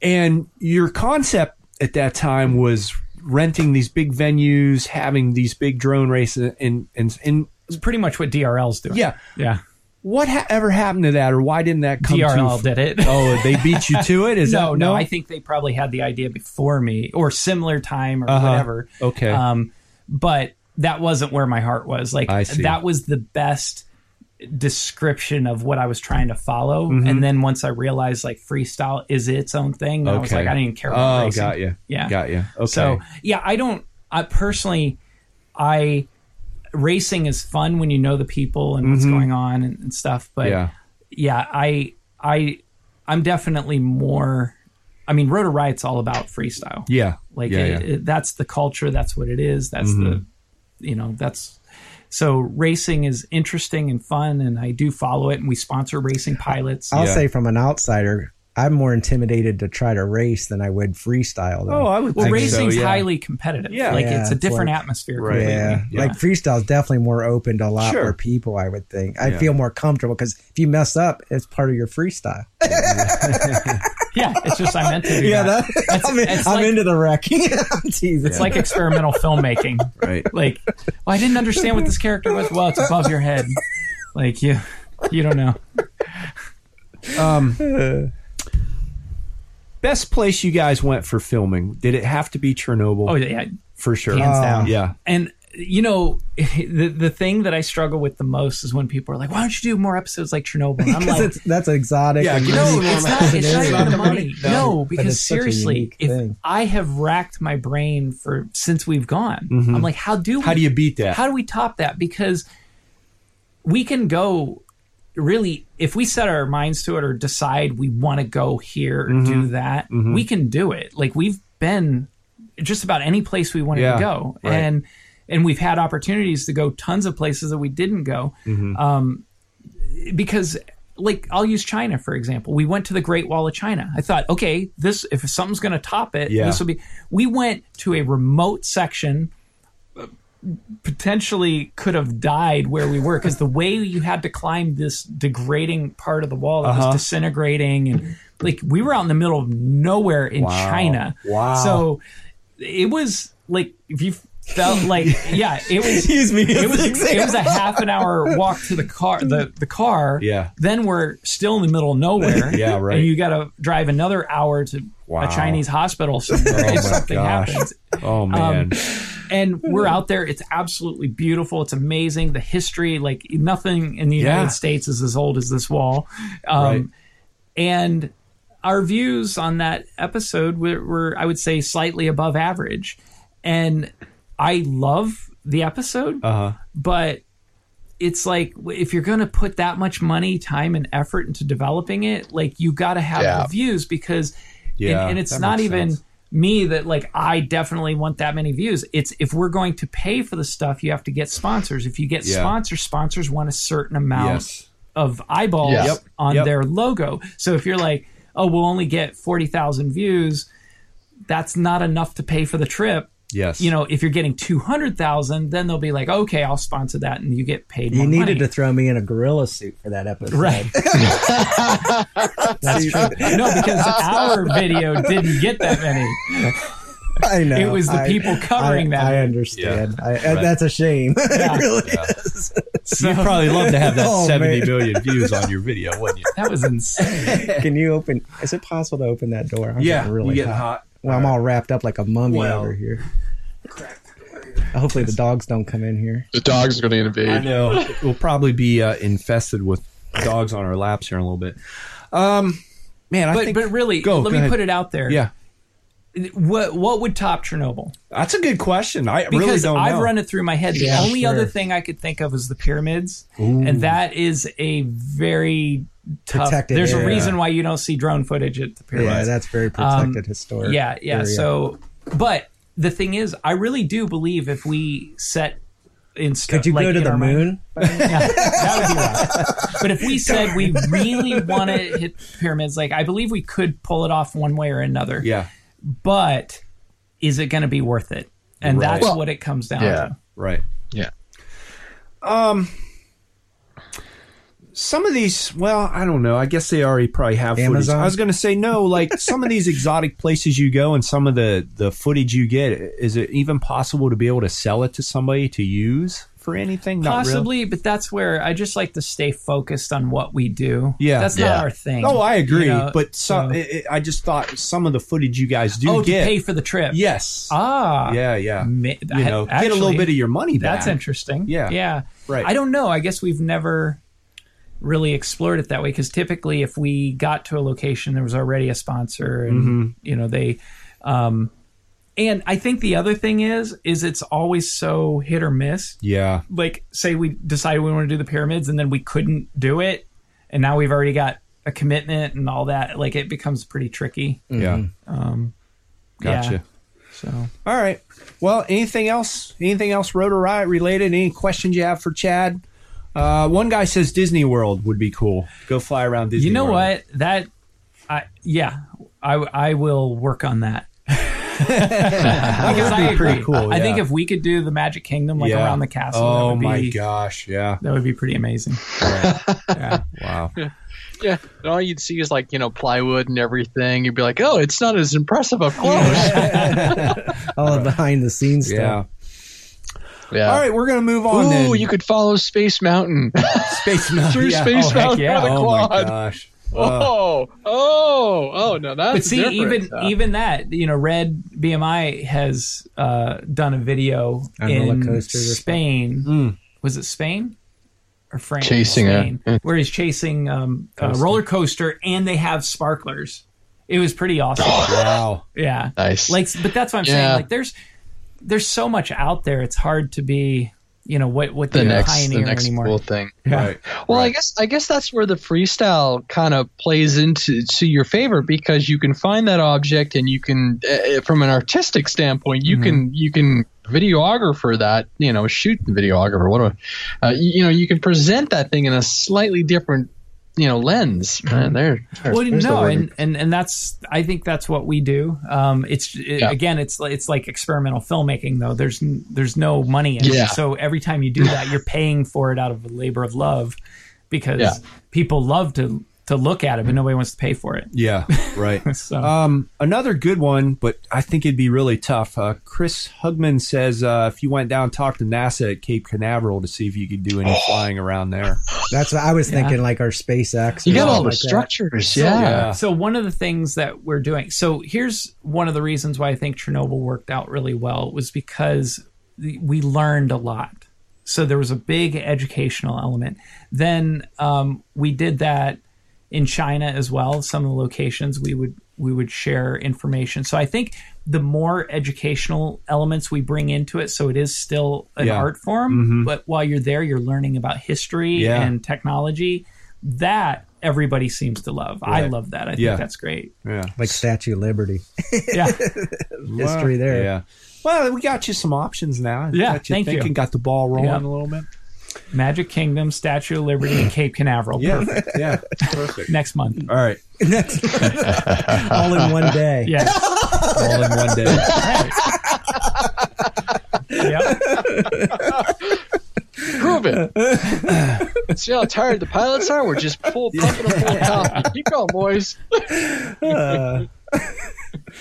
Speaker 3: And your concept at that time was renting these big venues, having these big drone races, and and and
Speaker 4: it's pretty much what DRL's doing.
Speaker 3: yeah.
Speaker 4: yeah.
Speaker 3: What ha- ever happened to that, or why didn't that come to?
Speaker 4: DRL did it.
Speaker 3: Oh, they beat you to it? Is
Speaker 4: no,
Speaker 3: that
Speaker 4: no, I think they probably had the idea before me or similar time or
Speaker 3: Uh-huh.
Speaker 4: whatever.
Speaker 3: Okay.
Speaker 4: Um, but that wasn't where my heart was. Like
Speaker 3: I see.
Speaker 4: that was the best description of what I was trying to follow.
Speaker 3: Mm-hmm.
Speaker 4: And then once I realized like freestyle is its own thing, then I was
Speaker 3: Okay.
Speaker 4: like, I didn't care about
Speaker 3: oh,
Speaker 4: racing.
Speaker 3: got you.
Speaker 4: Yeah.
Speaker 3: got you. Okay.
Speaker 4: So yeah, I don't. I personally, I racing is fun when you know the people and what's going on and, and stuff. But
Speaker 3: Mm-hmm. Yeah.
Speaker 4: yeah, I I I'm definitely more. I mean, Rotor Riot's all about freestyle.
Speaker 3: Yeah.
Speaker 4: Like
Speaker 3: yeah,
Speaker 4: it,
Speaker 3: yeah. Mm-hmm.
Speaker 4: It, that's the culture. That's what it is. That's the, you know, that's so racing is interesting and fun, and I do follow it. And we sponsor racing pilots.
Speaker 1: I'll
Speaker 3: Yeah.
Speaker 1: say from an outsider, I'm more intimidated to try to race than I would freestyle. Though.
Speaker 3: Oh, would.
Speaker 4: well,
Speaker 3: think
Speaker 4: racing's
Speaker 3: so, yeah.
Speaker 4: highly competitive.
Speaker 3: Yeah.
Speaker 4: like
Speaker 1: Yeah,
Speaker 4: it's a
Speaker 1: it's
Speaker 4: different
Speaker 1: like-
Speaker 4: atmosphere.
Speaker 3: Right.
Speaker 4: completely.
Speaker 1: Yeah.
Speaker 3: Yeah.
Speaker 1: like freestyle is definitely more open to a lot
Speaker 3: Sure.
Speaker 1: more people. I would think. I
Speaker 3: Yeah.
Speaker 1: feel more comfortable because if you mess up, it's part of your freestyle.
Speaker 4: Yeah, it's just I meant to. Do
Speaker 1: Yeah,
Speaker 4: that.
Speaker 1: that, I'm, in-
Speaker 4: it's
Speaker 1: I'm
Speaker 4: like-
Speaker 1: into the wrecking. I'm teasing.
Speaker 4: It's like experimental filmmaking.
Speaker 3: Right.
Speaker 4: Like, well, I didn't understand what this character was. Well, it's above your head. Like you, you don't know.
Speaker 3: Best place you guys went for filming? Did it have to be Chernobyl?
Speaker 4: Oh yeah,
Speaker 3: for sure. Oh,
Speaker 4: hands down.
Speaker 3: Yeah.
Speaker 4: And you know, the the thing that I struggle with the most is when people are like, "Why don't you do more episodes like Chernobyl?" And I'm
Speaker 1: Because
Speaker 4: like,
Speaker 1: it's, that's exotic.
Speaker 3: Yeah,
Speaker 1: and
Speaker 3: give
Speaker 1: unique.
Speaker 3: us-
Speaker 4: no, it's not. It's not even the money.
Speaker 1: No,
Speaker 4: No,
Speaker 1: but
Speaker 4: because
Speaker 1: it's such a
Speaker 4: seriously,
Speaker 1: unique
Speaker 4: if
Speaker 1: thing.
Speaker 4: I have racked my brain for since we've gone,
Speaker 1: Mm-hmm.
Speaker 4: I'm like, how do we,
Speaker 3: How do you beat that?
Speaker 4: How do we top that? Because we can go really if we set our minds to it or decide we want to go here or do
Speaker 3: Mm-hmm.
Speaker 4: that, we can do it. Like we've been just about any place we wanted
Speaker 3: Yeah,
Speaker 4: to go.
Speaker 3: right.
Speaker 4: And and we've had opportunities to go tons of places that we didn't go.
Speaker 3: Mm-hmm.
Speaker 4: Um, because like I'll use China for example. We went to the Great Wall of China. I thought, okay, this if something's going to top it,
Speaker 3: Yeah.
Speaker 4: this will be. We went to a remote section potentially could have died where we were because the way you had to climb this degrading part of the wall that
Speaker 3: Uh-huh.
Speaker 4: was disintegrating and like we were out in the middle of nowhere in China.
Speaker 3: Wow.
Speaker 4: So it was like if you felt like yeah, it was
Speaker 1: Excuse me.
Speaker 4: it was it was a half an hour walk to the car the the car.
Speaker 3: Yeah.
Speaker 4: Then we're still in the middle of nowhere.
Speaker 3: Yeah, right.
Speaker 4: And you got to drive another hour to
Speaker 3: Wow.
Speaker 4: a Chinese hospital somewhere
Speaker 3: Oh my
Speaker 4: if something
Speaker 3: gosh.
Speaker 4: happens
Speaker 3: oh
Speaker 4: um,
Speaker 3: man.
Speaker 4: and we're
Speaker 3: Hmm.
Speaker 4: out there. It's absolutely beautiful. It's amazing. The history, like nothing in the
Speaker 3: Yeah.
Speaker 4: United States is as old as this wall. Um,
Speaker 3: Right.
Speaker 4: And our views on that episode were, were, I would say, slightly above average. And I love the episode,
Speaker 3: Uh huh.
Speaker 4: but it's like if you're going to put that much money, time, and effort into developing it, like you got to have
Speaker 2: Yeah.
Speaker 4: the views because,
Speaker 3: Yeah,
Speaker 4: and, and it's
Speaker 3: that
Speaker 4: not
Speaker 3: makes
Speaker 4: even
Speaker 3: sense.
Speaker 4: me that like I definitely want that many views. It's if we're going to pay for the stuff, you have to get sponsors. If you get
Speaker 3: Yeah.
Speaker 4: sponsors, sponsors want a certain amount
Speaker 3: Yes.
Speaker 4: of eyeballs
Speaker 2: Yeah. Yep.
Speaker 4: on
Speaker 3: Yep.
Speaker 4: their logo. So if you're like, oh, we'll only get forty thousand views, that's not enough to pay for the trip
Speaker 3: Yes.
Speaker 4: you know, if you're getting 200,000, then they'll be like, okay, I'll sponsor that and you get paid more
Speaker 1: You needed
Speaker 4: money.
Speaker 1: to throw me in a gorilla suit for that episode.
Speaker 4: Right. That's true. No, because our video didn't get that many.
Speaker 1: I know.
Speaker 4: It was the
Speaker 1: I-
Speaker 4: people covering
Speaker 1: I,
Speaker 4: that.
Speaker 1: I understand. I, I, That's a shame. it really is.
Speaker 3: You'd probably love to have that
Speaker 1: Oh, man.
Speaker 3: seventy million views on your video, wouldn't you?
Speaker 4: That was insane.
Speaker 1: Can you open? Is it possible to open that door? I'm getting really hot. Well, I'm all wrapped up like a mummy
Speaker 3: Well.
Speaker 1: over here. Hopefully the dogs don't come in here.
Speaker 2: The dogs are going to
Speaker 3: I
Speaker 2: invade.
Speaker 3: know. we'll probably be uh, infested with dogs on our laps here in a little bit. Um, man, I
Speaker 4: But,
Speaker 3: think
Speaker 4: but really,
Speaker 3: Go,
Speaker 4: let
Speaker 3: go
Speaker 4: me
Speaker 3: ahead.
Speaker 4: put it out there.
Speaker 3: yeah,
Speaker 4: What, what would top Chernobyl?
Speaker 3: that's a good question. I really
Speaker 4: because
Speaker 3: don't.
Speaker 4: I've
Speaker 3: know.
Speaker 4: run it through my head. The
Speaker 1: Yeah,
Speaker 4: only
Speaker 1: sure.
Speaker 4: other thing I could think of is the pyramids, and that is a very tough.
Speaker 1: Protected
Speaker 4: there's a
Speaker 1: area.
Speaker 4: reason why you don't see drone footage at the pyramids.
Speaker 1: Yeah, that's very protected historic.
Speaker 4: Yeah, yeah.
Speaker 1: area.
Speaker 4: So, but the thing is, I really do believe if we set in stone,
Speaker 1: could you
Speaker 4: like
Speaker 1: go to
Speaker 4: in
Speaker 1: the
Speaker 4: our mind-
Speaker 1: moon?
Speaker 4: yeah, that would be right. But if we said we really want to hit pyramids, like I believe we could pull it off one way or another.
Speaker 3: Yeah,
Speaker 4: But is it going to be worth it? And
Speaker 3: Right.
Speaker 4: that's
Speaker 3: Well,
Speaker 4: what it comes down
Speaker 2: Yeah.
Speaker 4: to.
Speaker 3: right.
Speaker 2: Yeah.
Speaker 3: Some of these, well, I don't know. I guess they already probably have footage.
Speaker 1: Amazon?
Speaker 3: I was going to say no. Like some of these exotic places you go, and some of the the footage you get, is it even possible to be able to sell it to somebody to use for anything? Not really.
Speaker 4: Possibly, but that's where I just like to stay focused on what we do.
Speaker 3: Yeah.
Speaker 4: that's
Speaker 2: Yeah.
Speaker 4: not our thing.
Speaker 3: Oh, I agree.
Speaker 4: You know,
Speaker 3: but some,
Speaker 4: so-
Speaker 3: it, it- I just thought some of the footage you guys do
Speaker 4: oh,
Speaker 3: get.
Speaker 4: to pay for the trip.
Speaker 3: yes.
Speaker 4: Ah.
Speaker 3: yeah, yeah.
Speaker 4: Ma-
Speaker 3: you know, get a little
Speaker 4: actually-
Speaker 3: bit of your money back.
Speaker 4: That's interesting.
Speaker 3: Yeah.
Speaker 4: Yeah.
Speaker 3: Right.
Speaker 4: I don't know. I guess we've never really explored it that way because typically if we got to a location there was already a sponsor and
Speaker 3: Mm-hmm.
Speaker 4: you know they um and I think the other thing is is it's always so hit or miss.
Speaker 3: Yeah.
Speaker 4: Like say we decided we want to do the pyramids and then we couldn't do it and now we've already got a commitment and all that, like it becomes pretty tricky.
Speaker 3: Yeah.
Speaker 4: Um,
Speaker 3: Gotcha.
Speaker 4: yeah. So
Speaker 5: All right. Well, anything else? Anything else Road or Riot related? Any questions you have for Chad? Uh, one guy says Disney World would be cool. Go fly around Disney.
Speaker 4: you know
Speaker 5: World.
Speaker 4: what? That, I yeah, I I will work on that. because I
Speaker 5: pretty
Speaker 4: agree.
Speaker 5: cool,
Speaker 4: I think
Speaker 5: yeah.
Speaker 4: if we could do the Magic Kingdom like
Speaker 3: Yeah.
Speaker 4: around the castle,
Speaker 3: Oh
Speaker 4: that would
Speaker 3: my
Speaker 4: be,
Speaker 3: gosh. Yeah.
Speaker 4: that would be pretty amazing.
Speaker 3: Wow.
Speaker 2: Yeah, and all you'd see is like you know plywood and everything. You'd be like, oh, it's not as impressive up close.
Speaker 1: All the behind the scenes
Speaker 3: Yeah.
Speaker 1: stuff.
Speaker 2: yeah.
Speaker 5: All right, we're gonna move on.
Speaker 2: Ooh,
Speaker 5: then.
Speaker 2: you could follow Space Mountain
Speaker 3: Space Mountain.
Speaker 2: through
Speaker 3: yeah.
Speaker 2: Space
Speaker 4: Oh, heck
Speaker 2: Mountain
Speaker 4: yeah.
Speaker 2: for the
Speaker 3: Oh my
Speaker 2: quad.
Speaker 3: gosh.
Speaker 2: oh, oh, oh, no, that's
Speaker 4: but see,
Speaker 2: different.
Speaker 4: even
Speaker 2: Uh,
Speaker 4: even that, you know, Red BMI has uh, done a video
Speaker 1: On roller
Speaker 4: in
Speaker 1: coasters or something.
Speaker 4: Spain. Was it Spain or France?
Speaker 2: Chasing a-
Speaker 4: Spain, where he's chasing um, a roller coaster, and they have sparklers. It was pretty awesome.
Speaker 3: Wow.
Speaker 4: yeah,
Speaker 2: nice.
Speaker 4: like, but that's what I'm
Speaker 2: Yeah.
Speaker 4: saying. Like, there's there's so much out there. It's hard to be, you know, what what
Speaker 2: the next,
Speaker 4: pioneer
Speaker 2: the next
Speaker 4: anymore.
Speaker 2: cool thing.
Speaker 3: Right.
Speaker 2: Well, I guess I guess that's where the freestyle kind of plays into to your favor because you can find that object and you can, uh, from an artistic standpoint, you
Speaker 4: Mm-hmm.
Speaker 2: can you can videographer that you know shoot the videographer what do I, uh, you, you know you can present that thing in a slightly different you know lens. Man, there, there-
Speaker 4: Well,
Speaker 2: there's the
Speaker 4: no,
Speaker 2: word.
Speaker 4: and, and and that's I think that's what we do. Um, it's it,
Speaker 2: Yeah.
Speaker 4: again, it's li- it's like experimental filmmaking though. There's n- there's no money in
Speaker 2: Yeah.
Speaker 4: it, so every time you do that, you're paying for it out of a labor of love because
Speaker 2: Yeah.
Speaker 4: people love to to look at it, but nobody wants to pay for it.
Speaker 3: Yeah. Right.
Speaker 4: So
Speaker 3: Um, another good one, but I think it'd be really tough. Uh, Chris Hugman says uh, if you went down and talked to NASA at Cape Canaveral to see if you could do any
Speaker 4: Oh.
Speaker 3: flying around there.
Speaker 1: That's what I was thinking, like our SpaceX. or
Speaker 2: you got
Speaker 1: something
Speaker 2: all the
Speaker 1: like that.
Speaker 2: structures, yeah.
Speaker 3: yeah.
Speaker 4: So one of the things that we're doing. So here's one of the reasons why I think Chernobyl worked out really well was because the- we learned a lot. So there was a big educational element. Then um, we did that in China as well. Some of the locations we would we would share information. So I think the more educational elements we bring into it, so it is still an
Speaker 3: Yeah. Mm-hmm.
Speaker 4: art form, but while you're there, you're learning about history
Speaker 3: Yeah.
Speaker 4: and technology. That everybody seems to love. I
Speaker 3: Right.
Speaker 4: love that. I think
Speaker 3: Yeah.
Speaker 4: that's great.
Speaker 3: Yeah.
Speaker 1: Like Statue of Liberty.
Speaker 4: Yeah.
Speaker 1: History there.
Speaker 3: Yeah. Well, we got you some options now.
Speaker 4: Yeah,
Speaker 3: Got you
Speaker 4: thank you.
Speaker 3: thinking, Got the ball rolling
Speaker 4: Yeah.
Speaker 3: a little bit.
Speaker 4: Magic Kingdom, Statue of Liberty, and Cape Canaveral.
Speaker 3: Yeah.
Speaker 4: Perfect.
Speaker 3: Yeah. Perfect.
Speaker 4: Next month.
Speaker 3: All right.
Speaker 1: all in one day.
Speaker 4: Yeah.
Speaker 3: All in one day.
Speaker 4: yep.
Speaker 2: Prove it. See how tired the pilots are? We're just full pumping them full of coffee. Keep going, boys.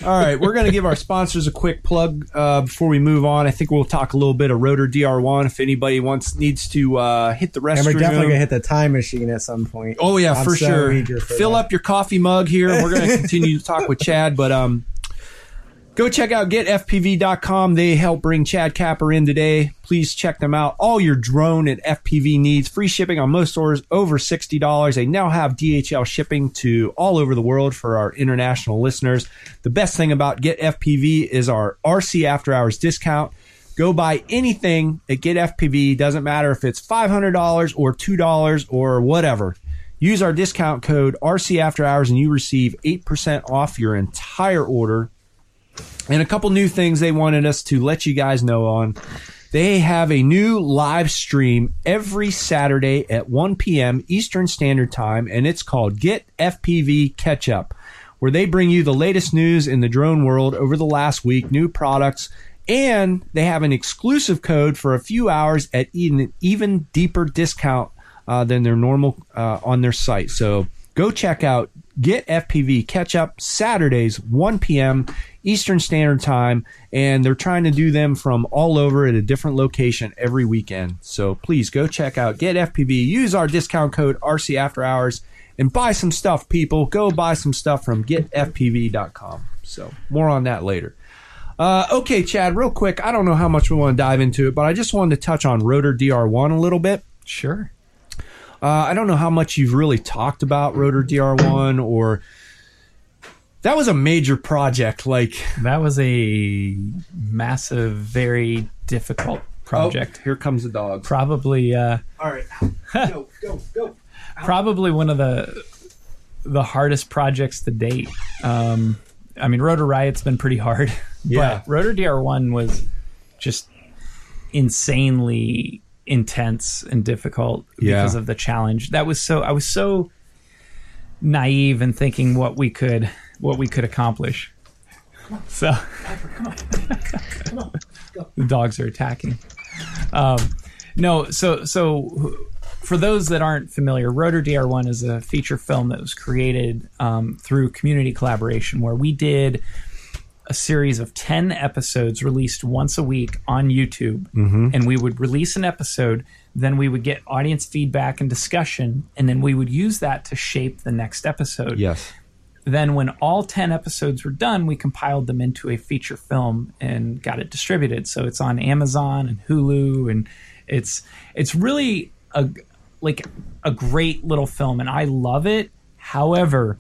Speaker 3: All right, we're going to give our sponsors a quick plug uh, before we move on. I think we'll talk a little bit of Rotor DR1 if anybody wants needs to uh, hit the restroom.
Speaker 1: And we're definitely gonna hit the time machine at some point.
Speaker 3: Oh yeah,
Speaker 1: I'm
Speaker 3: for
Speaker 1: so
Speaker 3: sure.
Speaker 1: eager for
Speaker 3: Fill
Speaker 1: that.
Speaker 3: up your coffee mug here. We're going to continue to talk with Chad, but um, go check out getfpv.com. They help bring Chad Capper in today. Please check them out. All your drone and FPV needs, free shipping on most orders over sixty dollars. They now have DHL shipping to all over the world for our international listeners. The best thing about Get FPV is our RC After Hours discount. Go buy anything at Get FPV. Doesn't matter if it's five hundred dollars or two dollars or whatever. Use our discount code RC After Hours and you receive eight percent off your entire order and a couple new things they wanted us to let you guys know on. They have a new live stream every Saturday at 1 p.m. Eastern Standard Time, and it's called Get FPV Catch Up, where they bring you the latest news in the drone world over the last week, new products, and they have an exclusive code for a few hours at even, even deeper discount uh, than their normal uh, on their site. So go check out Get FPV Catch Up Saturdays, 1 p.m. Eastern Standard Time, and they're trying to do them from all over at a different location every weekend. So please go check out Get FPV. Use our discount code RC After Hours and buy some stuff, people. Go buy some stuff from GetFPV.com. So more on that later. Uh, okay, Chad, real quick. I don't know how much we want to dive into it, but I just wanted to touch on Rotor DR1 a little bit.
Speaker 4: Sure.
Speaker 3: Uh, I don't know how much you've really talked about Rotor DR1 or that was a major project. Like,
Speaker 4: That was a massive, very difficult project.
Speaker 3: oh, here comes the dog.
Speaker 4: Probably uh
Speaker 3: All right, go, go, go.
Speaker 4: probably one of the the hardest projects to date. Um, I mean, Rotor Riot's been pretty hard.
Speaker 3: Yeah.
Speaker 4: But Rotor DR1 was just insanely intense and difficult
Speaker 3: Yeah.
Speaker 4: because of the challenge. That was so I was so naive in thinking what we could what we could accomplish. So the dogs are attacking. Um, no, so so for those that aren't familiar, Rotor DR1 is a feature film that was created um, through community collaboration where we did a series of 10 episodes released once a week on YouTube. And we would release an episode, then we would get audience feedback and discussion, and then we would use that to shape the next episode.
Speaker 3: Yes.
Speaker 4: Then, when all 10 episodes were done, we compiled them into a feature film and got it distributed. So it's on Amazon and Hulu, and it's it's really a like a great little film, and I love it. However,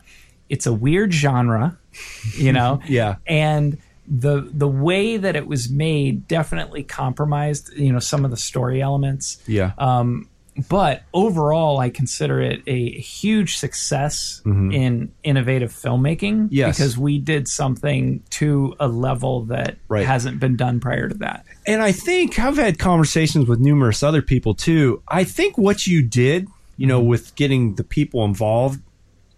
Speaker 4: it's a weird genre, you know.
Speaker 3: Yeah.
Speaker 4: and the the way that it was made definitely compromised you know some of the story elements
Speaker 3: Yeah.
Speaker 4: um but overall i consider it a huge success in innovative filmmaking
Speaker 3: Mm-hmm. Yes.
Speaker 4: because we did something to a level that
Speaker 3: Right.
Speaker 4: hasn't been done prior to that
Speaker 3: and I think I've had conversations with numerous other people too. I think what you did, you know, with getting the people involved,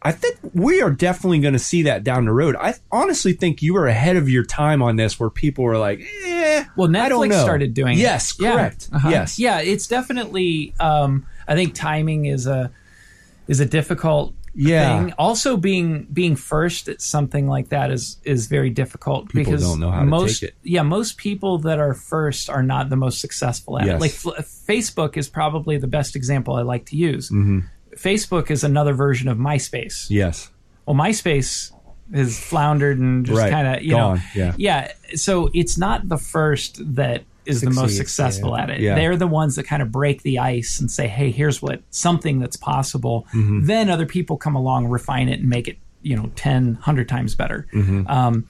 Speaker 3: I think we are definitely going to see that down the road. I honestly think you were ahead of your time on this, where people were like, "Eh,
Speaker 4: Well, Netflix
Speaker 3: I don't know."
Speaker 4: started doing it.
Speaker 3: Yes,
Speaker 4: Yeah.
Speaker 3: correct.
Speaker 4: Uh-huh.
Speaker 3: Yes,
Speaker 4: yeah. It's definitely. Um, I think timing is a is a difficult
Speaker 3: Yeah.
Speaker 4: thing. Also, being being first at something like that is is very difficult
Speaker 3: People
Speaker 4: because
Speaker 3: don't know how to
Speaker 4: most
Speaker 3: take it.
Speaker 4: yeah most people that are first are not the most successful at
Speaker 3: Yes.
Speaker 4: it. Like F- Facebook is probably the best example I like to use.
Speaker 3: Mm-hmm.
Speaker 4: Facebook is another version of MySpace
Speaker 3: yes,
Speaker 4: well, MySpace has floundered and just
Speaker 3: Right.
Speaker 4: kind of you
Speaker 3: Gone.
Speaker 4: know
Speaker 3: Yeah.
Speaker 4: So it's not the first that is the most
Speaker 1: Succeeds,
Speaker 4: successful at it.
Speaker 3: Yeah.
Speaker 4: They're the ones that kind of break the ice and say, "Hey, here's what something that's possible."
Speaker 3: Mm-hmm.
Speaker 4: Then other people come along, refine it, and make it you know 10, 100 times better.
Speaker 3: Mm-hmm.
Speaker 4: Um,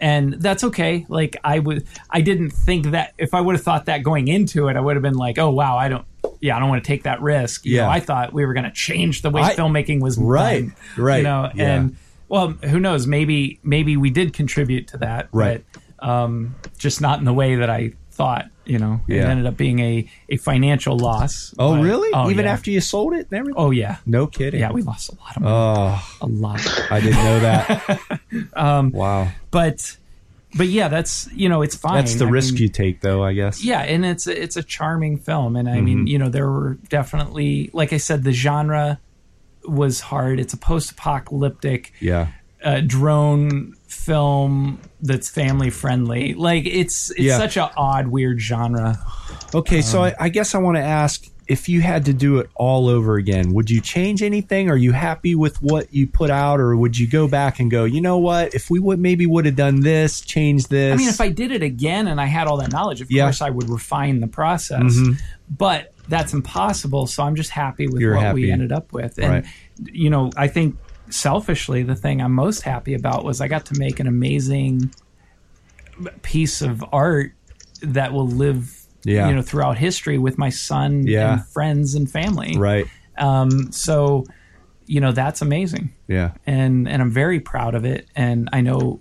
Speaker 4: and that's okay. Like I would, I didn't think that if I would have thought that going into it, I would have been like, "Oh wow, I don't." Yeah, I don't want to take that risk. You
Speaker 3: Yeah.
Speaker 4: know, I thought we were going to change the way
Speaker 3: I-
Speaker 4: filmmaking was
Speaker 3: Right,
Speaker 4: done,
Speaker 3: right,
Speaker 4: Um, You know,
Speaker 3: yeah.
Speaker 4: and well, who knows? Maybe maybe we did contribute to that,
Speaker 3: Right.
Speaker 4: But, um, just not in the way that I thought. You know, it
Speaker 3: Yeah.
Speaker 4: ended up being a a financial loss.
Speaker 3: Oh,
Speaker 4: but-
Speaker 3: really?
Speaker 4: Oh,
Speaker 3: Even
Speaker 4: yeah.
Speaker 3: after you sold it and everything?
Speaker 4: Oh yeah.
Speaker 3: no kidding.
Speaker 4: Yeah, we lost a lot of money.
Speaker 3: oh,
Speaker 4: a lot.
Speaker 3: I didn't know that.
Speaker 4: Um,
Speaker 3: wow,
Speaker 4: But but yeah, that's you know, it's fine.
Speaker 3: that's the
Speaker 4: I
Speaker 3: risk
Speaker 4: mean,
Speaker 3: you take, though. I guess.
Speaker 4: yeah and it's a, it's a charming film and i
Speaker 3: Mm-hmm.
Speaker 4: mean you know there were definitely like i said the genre was hard it's a post-apocalyptic
Speaker 3: Yeah.
Speaker 4: uh, drone film that's family friendly like it's it's
Speaker 3: Yeah.
Speaker 4: such an odd weird genre
Speaker 3: Okay, so
Speaker 4: Um,
Speaker 3: I, I guess I want to ask if you had to do it all over again, would you change anything? Are you happy with what you put out, or would you go back and go, you know what, if we would maybe would have done this, change this?
Speaker 4: I mean, if I did it again and I had all that knowledge, of
Speaker 3: Yeah. Mm-hmm.
Speaker 4: course I would refine the process. But that's impossible. So I'm just happy with
Speaker 3: You're
Speaker 4: what we
Speaker 3: happy.
Speaker 4: ended up with. And,
Speaker 3: Right.
Speaker 4: you know, I think selfishly, the thing I'm most happy about was I got to make an amazing piece of art that will live.
Speaker 3: Yeah.
Speaker 4: You know, throughout history with my son
Speaker 3: Yeah.
Speaker 4: and friends and family.
Speaker 3: right?
Speaker 4: Um, so, you know, that's amazing
Speaker 3: Yeah,
Speaker 4: and and I'm very proud of it. And I know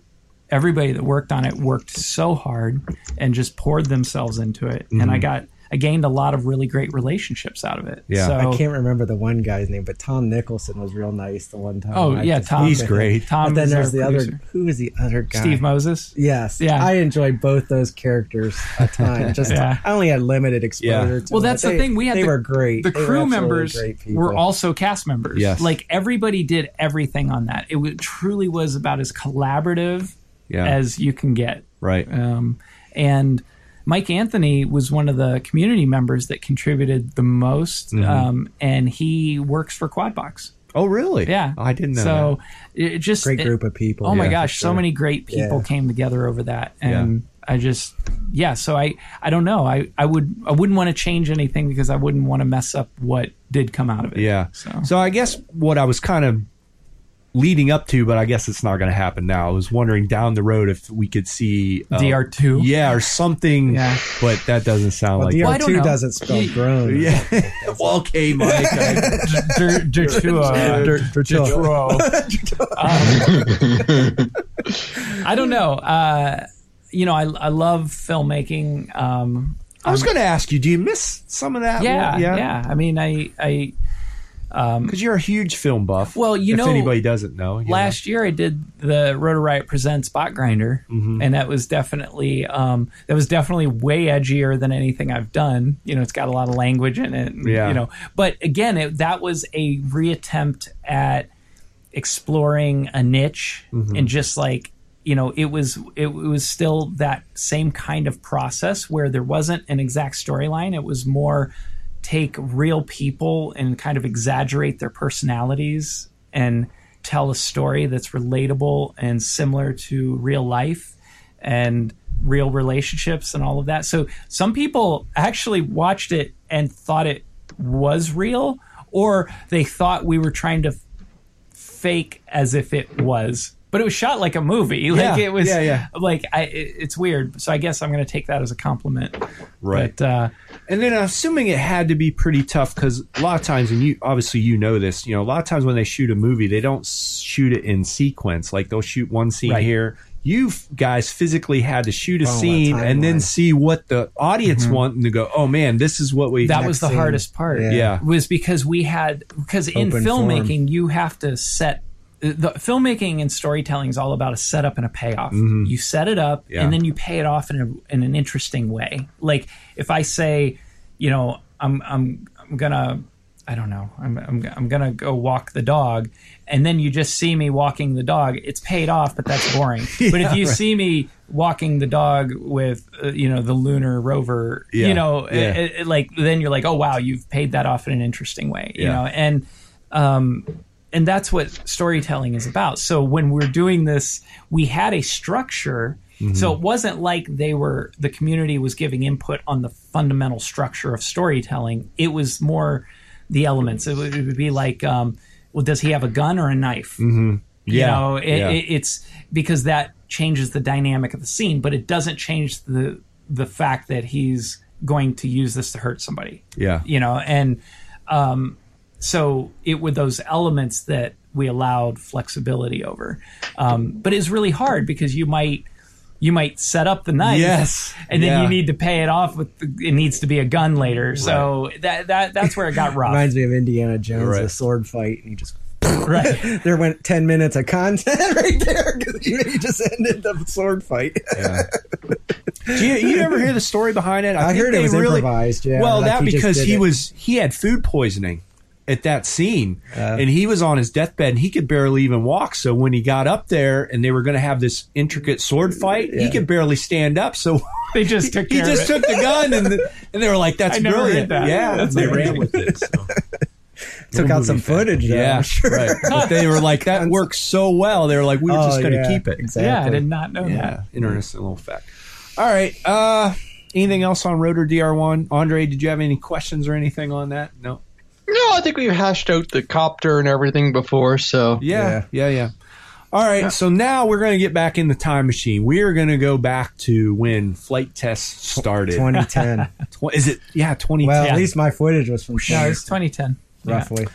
Speaker 4: everybody that worked on it worked so hard and just poured themselves into it. And
Speaker 3: Mm-hmm.
Speaker 4: I got I gained a lot of really great relationships out of it.
Speaker 3: Yeah.
Speaker 4: So,
Speaker 1: I can't remember the one guy's name, but Tom Nicholson was real nice the one time.
Speaker 4: Oh
Speaker 1: I
Speaker 4: yeah,
Speaker 1: just-
Speaker 4: Tom.
Speaker 3: He's great.
Speaker 4: Tom.
Speaker 1: But then
Speaker 4: is
Speaker 1: there's
Speaker 4: our
Speaker 1: the
Speaker 4: producer.
Speaker 1: other. Who is the other guy?
Speaker 4: Steve Moses.
Speaker 1: Yes.
Speaker 4: Yeah.
Speaker 1: I enjoyed both those characters a ton. Just
Speaker 4: Yeah.
Speaker 1: I only had limited exposure to
Speaker 4: Well,
Speaker 1: them,
Speaker 4: that's
Speaker 1: but
Speaker 4: the
Speaker 1: they-
Speaker 4: thing. We had
Speaker 1: they
Speaker 4: the,
Speaker 1: were great.
Speaker 4: The
Speaker 1: They were
Speaker 4: crew
Speaker 1: absolutely
Speaker 4: members
Speaker 1: great people.
Speaker 4: were also cast members.
Speaker 3: Yes.
Speaker 4: Like everybody did everything on that. It w- truly was about as collaborative
Speaker 3: Yeah.
Speaker 4: as you can get.
Speaker 3: right.
Speaker 4: Um, and Mike Anthony was one of the community members that contributed the most,
Speaker 1: Mm-hmm.
Speaker 4: um, and he works for Quadbox.
Speaker 3: oh, really?
Speaker 4: Yeah,
Speaker 3: I didn't know.
Speaker 4: So it just
Speaker 1: great group
Speaker 4: it-
Speaker 1: of people.
Speaker 4: Oh my
Speaker 1: Yeah,
Speaker 4: gosh,
Speaker 1: for
Speaker 4: so
Speaker 1: sure.
Speaker 4: many great people
Speaker 1: Yeah.
Speaker 4: came together over that, and I just yeah. So I I don't know. I I would I wouldn't want to change anything because I wouldn't want to mess up what did come out of it.
Speaker 3: that. yeah.
Speaker 4: So.
Speaker 3: So I guess what I was kind of leading up to, but I guess it's not going to happen now. I was wondering down the road if we could see uh,
Speaker 4: DR2.
Speaker 3: yeah, or something.
Speaker 4: Yeah.
Speaker 3: but that doesn't sound
Speaker 1: But
Speaker 3: like.
Speaker 1: DR2
Speaker 4: Well, I don't know.
Speaker 1: doesn't spell grown.
Speaker 3: yeah. well, okay, Mike. I-
Speaker 4: Dertua. I don't know. Uh, you know, I, I love filmmaking. Um,
Speaker 3: I was going to ask you, do you miss some of that?
Speaker 4: yeah, yeah, I mean, I, I
Speaker 3: Because you're a huge film buff.
Speaker 4: Well, you
Speaker 3: if
Speaker 4: know,
Speaker 3: anybody doesn't know, you know.
Speaker 4: last year I did the Rotor Riot Presents Spot Grinder, and that was definitely um, that was definitely way edgier than anything I've done. You know, it's got a lot of language in it. and,
Speaker 3: Yeah.
Speaker 4: You know, but again, it, that was a reattempt at exploring a niche and just like you know it was it, was still that same kind of process where there wasn't an exact storyline it was more take real people and kind of exaggerate their personalities and tell a story that's relatable and similar to real life and real relationships and all of that so some people actually watched it and thought it was real or they thought we were trying to fake as if it was but it was shot like a movie like
Speaker 3: Yeah,
Speaker 4: it was
Speaker 3: yeah, yeah.
Speaker 4: like i it, it's weird so i guess i'm gonna take that as a compliment
Speaker 3: Right.
Speaker 4: but uh
Speaker 3: And then I'm assuming it had to be pretty tough because a lot of times, and you obviously you know this, you know, a lot of times when they shoot a movie, they don't s- shoot it in sequence. Like they'll shoot one scene
Speaker 4: Right. Oh,
Speaker 3: here. You f- guys physically had to shoot a
Speaker 1: a
Speaker 3: scene and then
Speaker 1: timeline.
Speaker 3: see what the audience want and to go, oh man, this is what we.
Speaker 4: Mm-hmm. that was the
Speaker 1: scene.
Speaker 4: hardest part
Speaker 1: Yeah.
Speaker 3: Yeah.
Speaker 4: was because we had because in
Speaker 1: Open
Speaker 4: filmmaking
Speaker 1: form.
Speaker 4: you have to set uh, the filmmaking and storytelling is all about a setup and a payoff. You set it up
Speaker 3: Yeah.
Speaker 4: and then you pay it off in, a, in an interesting way. Like if I say, you know, I'm I'm I'm gonna I don't know I'm I'm I'm gonna go walk the dog, and then you just see me walking the dog. It's paid off, but that's boring. but if you see me walking the dog with uh, you know the lunar rover,
Speaker 3: Yeah.
Speaker 4: you know,
Speaker 3: Yeah.
Speaker 4: it- it- like then you're like, oh wow, you've paid that off in an interesting way, you
Speaker 3: Yeah.
Speaker 4: know, and um, and that's what storytelling is about. So when we're doing this, we had a structure.
Speaker 3: Mm-hmm.
Speaker 4: So it wasn't like they were the community was giving input on the fundamental structure of storytelling. It was more the elements. It would, it would be like, um, well, does he have a gun or a knife?
Speaker 3: Mm-hmm. Yeah.
Speaker 4: You know, it,
Speaker 3: Yeah.
Speaker 4: it, it's because that changes the dynamic of the scene, but it doesn't change the the fact that he's going to use this to hurt somebody.
Speaker 3: Yeah.
Speaker 4: You know, and um, so it were those elements that we allowed flexibility over, um, but it's really hard because you might you might set up the knife,
Speaker 3: Yes.
Speaker 4: and then
Speaker 3: Yeah.
Speaker 4: you need to pay it off with the, it needs to be a gun later. So that that that's where it got rough.
Speaker 1: Reminds me of Indiana Jones,
Speaker 3: Right.
Speaker 1: the sword fight, and he just
Speaker 4: right.
Speaker 1: there went ten minutes of content right there because you, you just ended the sword fight.
Speaker 3: Yeah. Do you, you ever hear the story behind it?
Speaker 1: I
Speaker 3: think
Speaker 1: heard it
Speaker 3: they
Speaker 1: was improvised, yeah,
Speaker 3: well,
Speaker 1: like
Speaker 3: that
Speaker 1: he just
Speaker 3: because
Speaker 1: did
Speaker 3: he
Speaker 1: it.
Speaker 3: was he had food poisoning at that scene,
Speaker 1: Uh.
Speaker 3: and he was on his deathbed and he could barely even walk. So when he got up there and they were going to have this intricate sword fight, he could barely stand up. So
Speaker 4: They just took
Speaker 3: he
Speaker 4: care
Speaker 3: just
Speaker 4: of it.
Speaker 3: took the gun and the, and they were like, "That's
Speaker 4: I never
Speaker 3: brilliant."
Speaker 4: heard that.
Speaker 3: Yeah,
Speaker 4: That's
Speaker 3: they
Speaker 4: amazing.
Speaker 3: ran with it. so.
Speaker 1: Took out some footage. Though,
Speaker 3: Yeah,
Speaker 1: I'm sure.
Speaker 3: right. But they were like, "That works so well." They were like, "We were
Speaker 1: Oh,
Speaker 3: just going to
Speaker 1: yeah,
Speaker 3: keep it."
Speaker 1: Exactly.
Speaker 4: yeah, I did not know that.
Speaker 3: Yeah, interesting little fact. All right. Uh, anything else on Rotor DR1? Andre, did you have any questions or anything on that? No.
Speaker 2: No, I think we've hashed out the copter and everything before, so
Speaker 3: Yeah. Yeah. Yeah. All right. So now we're going to get back in the time machine. We are going to go back to when flight tests started.
Speaker 1: 2010.
Speaker 3: Tw- is it? Yeah. 2010.
Speaker 1: Well,
Speaker 4: Yeah.
Speaker 1: at least my footage was from
Speaker 4: No,
Speaker 1: 20,
Speaker 4: it's 2010. Yeah.
Speaker 1: roughly.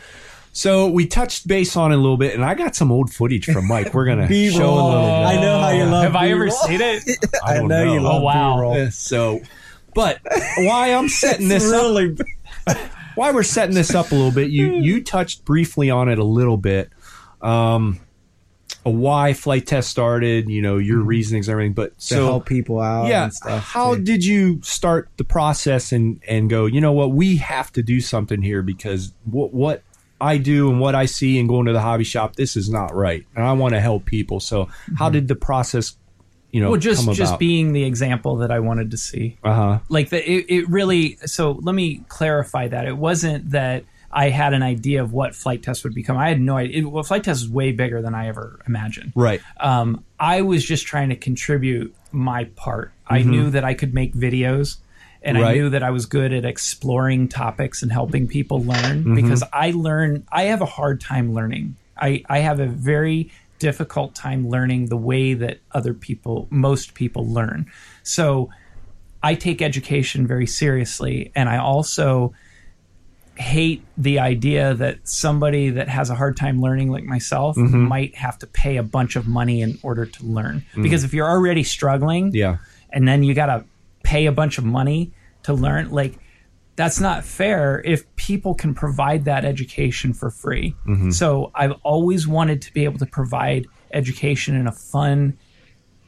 Speaker 3: so we touched base on it a little bit, and I got some old footage from Mike. We're going to show a
Speaker 4: Oh.
Speaker 3: little bit.
Speaker 1: I know how you love
Speaker 4: Have I ever
Speaker 1: B-roll.
Speaker 4: seen it?
Speaker 3: I don't
Speaker 1: know you
Speaker 3: know.
Speaker 1: love
Speaker 4: Oh, wow.
Speaker 1: B-roll.
Speaker 3: Uh, So, but why I'm setting this up
Speaker 1: really
Speaker 3: why we're setting this up a little bit, you you touched briefly on it a little bit, um, why flight test started, you know, your reasonings and everything, but
Speaker 1: Mm-hmm. to
Speaker 3: so
Speaker 1: help people out.
Speaker 3: yeah,
Speaker 1: and stuff
Speaker 3: how
Speaker 1: too.
Speaker 3: did you start the process and and go, you know what, we have to do something here because what what I do and what I see and going to the hobby shop, this is not right, and I want to help people. So, how
Speaker 1: Mm-hmm.
Speaker 3: did the process, you know,
Speaker 4: Well, just
Speaker 3: come
Speaker 4: just
Speaker 3: about?
Speaker 4: being the example that I wanted to see.
Speaker 3: uh huh,
Speaker 4: Like the, it, it really. So let me clarify that it wasn't that I had an idea of what flight test would become. I had no idea. It, well, flight test is way bigger than I ever imagined.
Speaker 3: right,
Speaker 4: um, I was just trying to contribute my part. I knew that I could make videos and I
Speaker 3: Right.
Speaker 4: knew that I was good at exploring topics and helping people learn because I learn, I have a hard time learning. I, I have a very difficult time learning the way that other people, most people learn. So I take education very seriously. And I also hate the idea that somebody that has a hard time learning, like myself, might have to pay a bunch of money in order to learn. Because if you're already struggling,
Speaker 3: Yeah.
Speaker 4: and then you got to pay a bunch of money to learn like that's not fair if people can provide that education for free so i've always wanted to be able to provide education in a fun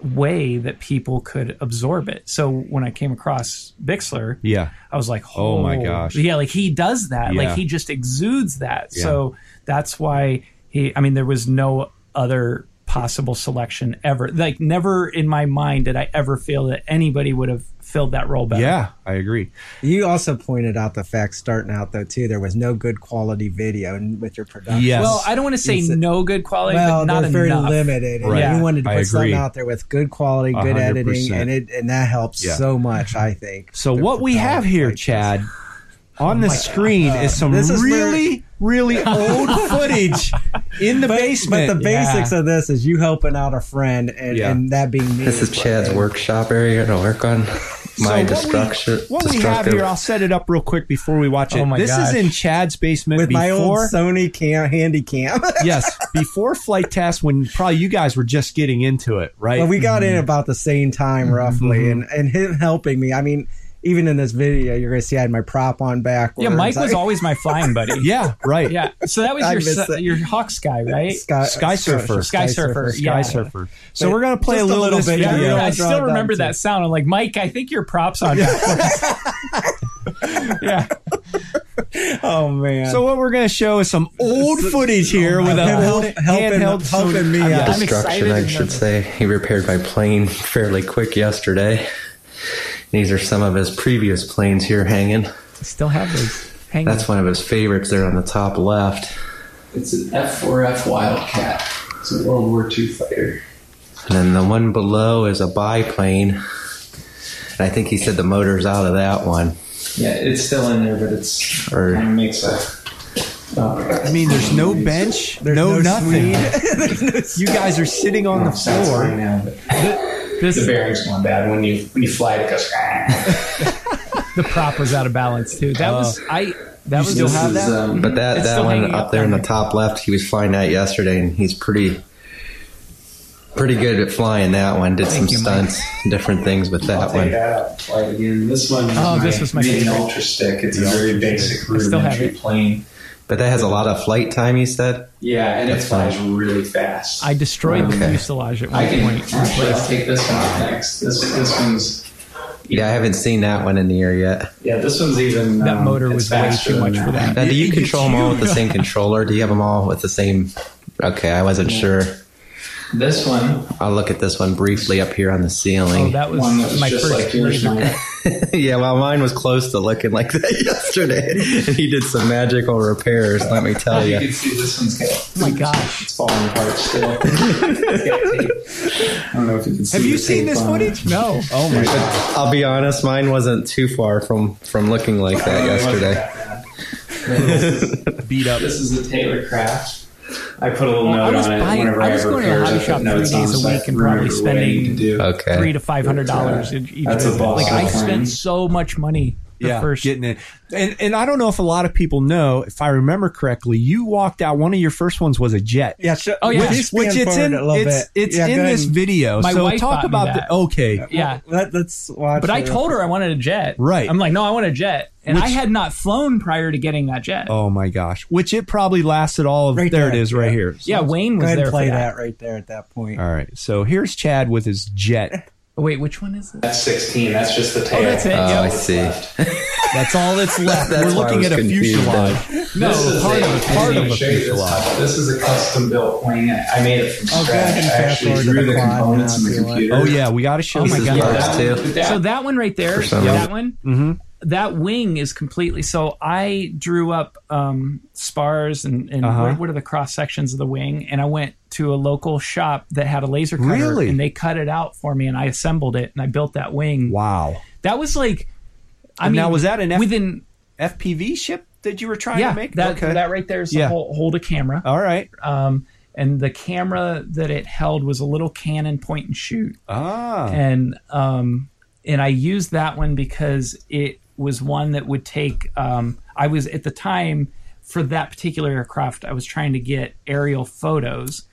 Speaker 4: way that people could absorb it so when i came across bixler
Speaker 3: Yeah.
Speaker 4: i was like
Speaker 3: Oh my
Speaker 4: "Holy-"
Speaker 3: gosh.
Speaker 4: yeah like he does that
Speaker 3: Yeah.
Speaker 4: like he just exudes that so that's why he i mean there was no other possible selection ever like never in my mind did i ever feel that anybody would have filled that role
Speaker 1: Uh,
Speaker 4: better
Speaker 3: Yeah, I agree.
Speaker 1: You also pointed out the fact starting out though too there was no good quality video in- with your production.
Speaker 3: Yes.
Speaker 4: well i don't want to say
Speaker 1: It's a-
Speaker 4: no good quality
Speaker 1: Well,
Speaker 4: but not
Speaker 1: they're very
Speaker 4: enough
Speaker 1: limited. And
Speaker 3: Right.
Speaker 1: You wanted to
Speaker 3: I
Speaker 1: put something
Speaker 3: agree.
Speaker 1: out there with good quality, good
Speaker 3: 100%.
Speaker 1: editing, and it and that helps
Speaker 3: Yeah.
Speaker 1: so much. I think.
Speaker 3: So
Speaker 1: to
Speaker 3: what we
Speaker 1: propel
Speaker 3: have here,
Speaker 1: like this.
Speaker 3: Chad, on the screen is some
Speaker 1: Oh This is where-
Speaker 3: really, really old footage in the basement.
Speaker 1: But the basics of this is you helping out a friend, and,
Speaker 3: Yeah.
Speaker 1: and that being me.
Speaker 6: This is Chad's workshop area to work on my destruction.
Speaker 3: What we, what we have
Speaker 6: destructive.
Speaker 3: here, I'll set it up real quick before we watch it.
Speaker 4: Oh my
Speaker 3: this
Speaker 4: gosh.
Speaker 3: is in Chad's basement
Speaker 1: with my old
Speaker 3: before.
Speaker 1: Sony cam, handy cam.
Speaker 3: yes, before flight test, when probably you guys were just getting into it, right?
Speaker 1: Well, we got
Speaker 3: Mm-hmm.
Speaker 1: in about the same time, roughly, and and him helping me. I mean, even in this video, you're gonna see I had my prop on backwards.
Speaker 4: yeah mike was
Speaker 1: I-
Speaker 4: always my flying buddy
Speaker 3: yeah, right. Uh,
Speaker 4: yeah so that was
Speaker 1: I
Speaker 4: your
Speaker 1: miss
Speaker 4: su-
Speaker 1: that.
Speaker 4: your hawks guy right
Speaker 1: Sky,
Speaker 3: Sky Surfer.
Speaker 4: Sky Surfer,
Speaker 3: Sky
Speaker 4: yeah.
Speaker 3: Surfer. So
Speaker 1: But
Speaker 3: we're gonna play a
Speaker 1: just a
Speaker 3: little,
Speaker 1: little
Speaker 3: of this
Speaker 1: bit,
Speaker 4: yeah,
Speaker 1: yeah.
Speaker 3: video.
Speaker 4: I
Speaker 1: I'll draw
Speaker 4: still
Speaker 1: it
Speaker 4: remember
Speaker 1: down
Speaker 4: that sound. I'm like, Mike, I think your props on. backwards." yeah.
Speaker 1: Oh man.
Speaker 3: So what we're gonna show is some old footage here with
Speaker 1: Him
Speaker 3: a
Speaker 1: help,
Speaker 3: old
Speaker 1: helping,
Speaker 3: handheld
Speaker 1: helping me
Speaker 4: I'm
Speaker 1: out.
Speaker 4: just-
Speaker 6: destruction,
Speaker 4: excited
Speaker 6: I
Speaker 4: and
Speaker 6: should
Speaker 4: nervous.
Speaker 6: say. He repaired my plane fairly quick yesterday. These are some of his previous planes here hanging.
Speaker 4: Still have those. Hang on.
Speaker 6: That's one of his favorites there on the top left.
Speaker 7: It's an F4F Wildcat. It's a World War II fighter.
Speaker 6: And then the one below is a biplane. And I think he said the motor's out of that one.
Speaker 7: Yeah, it's still in there, but it's
Speaker 6: Or-
Speaker 7: kind of makes a. Uh,
Speaker 3: I mean, there's no bench, no,
Speaker 1: no
Speaker 3: nothing. you guys are sitting on the
Speaker 7: sounds fine
Speaker 3: floor.
Speaker 7: now, but the bearing's going bad when you when you fly it. It goes.
Speaker 4: the prop was out of balance too. That was
Speaker 1: Oh.
Speaker 4: I. That was
Speaker 7: This is, um,
Speaker 6: But that,
Speaker 4: It's
Speaker 6: that
Speaker 4: still
Speaker 6: one
Speaker 4: hanging
Speaker 6: up
Speaker 4: up
Speaker 6: there in the
Speaker 4: there.
Speaker 6: top left, he was flying that yesterday, and he's pretty pretty good at flying that one. Did some stunts, different things with that
Speaker 7: I'll take
Speaker 6: one.
Speaker 7: that out and fly it again. This one is
Speaker 4: Oh,
Speaker 7: my,
Speaker 4: this was my
Speaker 7: Made an
Speaker 4: favorite.
Speaker 7: Ultra Stick. It's a very basic
Speaker 4: I still have
Speaker 7: rudimentary
Speaker 4: it.
Speaker 7: plane.
Speaker 6: But that has a lot of flight time, he said.
Speaker 7: Yeah, and
Speaker 6: That's
Speaker 7: it flies really fast.
Speaker 4: I destroyed the
Speaker 6: Okay.
Speaker 4: fuselage at one
Speaker 7: I can
Speaker 4: point.
Speaker 7: actually. I'll take this one out next. This this one's
Speaker 6: Yeah, I haven't seen that one in the air yet.
Speaker 7: yeah. This one's even
Speaker 4: That
Speaker 7: um,
Speaker 4: motor
Speaker 7: it's
Speaker 4: was way
Speaker 7: faster
Speaker 4: too
Speaker 7: than
Speaker 4: much for that.
Speaker 6: Now, do you
Speaker 3: It's
Speaker 6: control them all with the
Speaker 3: huge.
Speaker 6: same controller? Do you have them all with the same? Okay, I wasn't sure.
Speaker 7: This one
Speaker 6: I'll look at this one briefly up here on the
Speaker 4: Oh,
Speaker 6: ceiling.
Speaker 4: that was
Speaker 7: one that was
Speaker 4: my
Speaker 7: just
Speaker 4: first
Speaker 7: like yours.
Speaker 4: laser.
Speaker 7: Mike.
Speaker 6: yeah, well, mine was close to looking like that yesterday, and he did some magical repairs. Let me tell
Speaker 7: You
Speaker 6: you.
Speaker 7: can see this one's got,
Speaker 4: Oh my gosh!
Speaker 7: it's falling apart still. It's got tape. I don't know if you can see.
Speaker 3: Have you
Speaker 7: the
Speaker 3: seen
Speaker 7: tape
Speaker 3: this
Speaker 7: on it.
Speaker 3: footage? No. Oh my god.
Speaker 6: I'll be honest, mine wasn't too far from from looking like
Speaker 4: Oh,
Speaker 6: that yesterday.
Speaker 3: Beat up.
Speaker 7: This is the Taylor Craft. I put a little
Speaker 4: Well, I
Speaker 7: note
Speaker 4: was
Speaker 7: on it
Speaker 4: buying-
Speaker 7: whenever
Speaker 4: I
Speaker 7: I,
Speaker 4: was
Speaker 7: have
Speaker 4: going to the
Speaker 7: repairs,
Speaker 4: hobby
Speaker 7: I put
Speaker 4: shop three
Speaker 7: notes on
Speaker 4: days a
Speaker 7: so I
Speaker 4: week and
Speaker 7: remember
Speaker 4: probably
Speaker 7: what I need
Speaker 4: spending
Speaker 7: to do.
Speaker 6: Okay.
Speaker 4: Three to five hundred dollars in each.
Speaker 7: That's a
Speaker 4: visit.
Speaker 7: boss
Speaker 4: Like I
Speaker 7: plane.
Speaker 4: spent so much money. The
Speaker 3: Yeah,
Speaker 4: first
Speaker 3: getting it. And and I don't know if a lot of people know, if I remember correctly, you walked out. One of your first ones was a jet.
Speaker 1: yeah, sure.
Speaker 4: Oh, yeah.
Speaker 1: Would you
Speaker 3: Which, which
Speaker 1: stand
Speaker 3: it's
Speaker 1: forward
Speaker 3: in
Speaker 1: a little
Speaker 3: it's,
Speaker 1: bit?
Speaker 3: it's
Speaker 1: Yeah,
Speaker 3: in
Speaker 1: go ahead
Speaker 3: this
Speaker 1: and-
Speaker 3: video.
Speaker 4: My
Speaker 3: so
Speaker 4: wife
Speaker 3: talk
Speaker 4: bought me
Speaker 3: about
Speaker 4: that.
Speaker 3: the okay.
Speaker 4: yeah.
Speaker 1: Let, us watch.
Speaker 4: But I
Speaker 1: it.
Speaker 4: told her I wanted a jet.
Speaker 3: Right.
Speaker 4: I'm like, no, I want a jet, and I
Speaker 3: Which-
Speaker 4: had not flown prior to getting that jet.
Speaker 3: Oh my gosh. Which it probably lasted all of
Speaker 1: Right
Speaker 3: there, it
Speaker 1: there,
Speaker 3: is right here.
Speaker 4: yeah, Wayne
Speaker 1: Go
Speaker 4: was
Speaker 1: ahead
Speaker 4: there
Speaker 1: and play
Speaker 4: for
Speaker 1: that right there at that point.
Speaker 3: All right. So here's Chad with his jet.
Speaker 4: Oh, wait, which one is it?
Speaker 7: That's 16. That's just the tail.
Speaker 4: that's it, Oh, yeah.
Speaker 6: I see.
Speaker 3: That's all that's left.
Speaker 6: That's
Speaker 3: We're
Speaker 6: why I
Speaker 3: looking
Speaker 6: was
Speaker 3: at a
Speaker 6: confused.
Speaker 3: fuselage.
Speaker 7: No, this is
Speaker 3: part
Speaker 7: a,
Speaker 3: of-
Speaker 7: I didn't
Speaker 3: part
Speaker 7: even
Speaker 3: of a
Speaker 7: show you this,
Speaker 3: fuselage.
Speaker 7: stuff. this is a custom built plane. I made it from
Speaker 1: go ahead
Speaker 7: scratch.
Speaker 1: and
Speaker 7: I
Speaker 1: fast
Speaker 7: actually
Speaker 1: forward to
Speaker 7: drew
Speaker 1: the
Speaker 7: the
Speaker 1: climb now
Speaker 7: components in
Speaker 1: if
Speaker 7: the
Speaker 1: you want.
Speaker 7: computer.
Speaker 3: Oh yeah, we got to show
Speaker 4: Oh my
Speaker 3: this.
Speaker 4: God.
Speaker 7: Yeah,
Speaker 6: Parts
Speaker 7: that-
Speaker 6: too.
Speaker 7: that-
Speaker 4: So that one right there,
Speaker 6: some
Speaker 4: that
Speaker 6: reason.
Speaker 4: one,
Speaker 3: Mm-hmm.
Speaker 4: that wing is completely. So I drew up um, spars and, and
Speaker 3: Uh-huh.
Speaker 4: what, what are the cross sections of the wing, and I went to a local shop that had a laser cutter,
Speaker 3: Really?
Speaker 4: and they cut it out for me, and I assembled it, and I built that wing.
Speaker 3: Wow.
Speaker 4: That was like, I
Speaker 3: And
Speaker 4: mean,
Speaker 3: now was that an F-
Speaker 4: within?
Speaker 3: FPV ship? that you were trying
Speaker 4: yeah,
Speaker 3: to make?
Speaker 4: that
Speaker 3: okay.
Speaker 4: that right there is
Speaker 3: Yeah. Oh.
Speaker 4: the whole, hold a camera.
Speaker 3: All right.
Speaker 4: Um, and the camera that it held was a little Canon point and shoot,
Speaker 3: Ah.
Speaker 4: and um, and I used that one because it was one that would take. Um, I was at the time for that particular aircraft, I was trying to get aerial photos,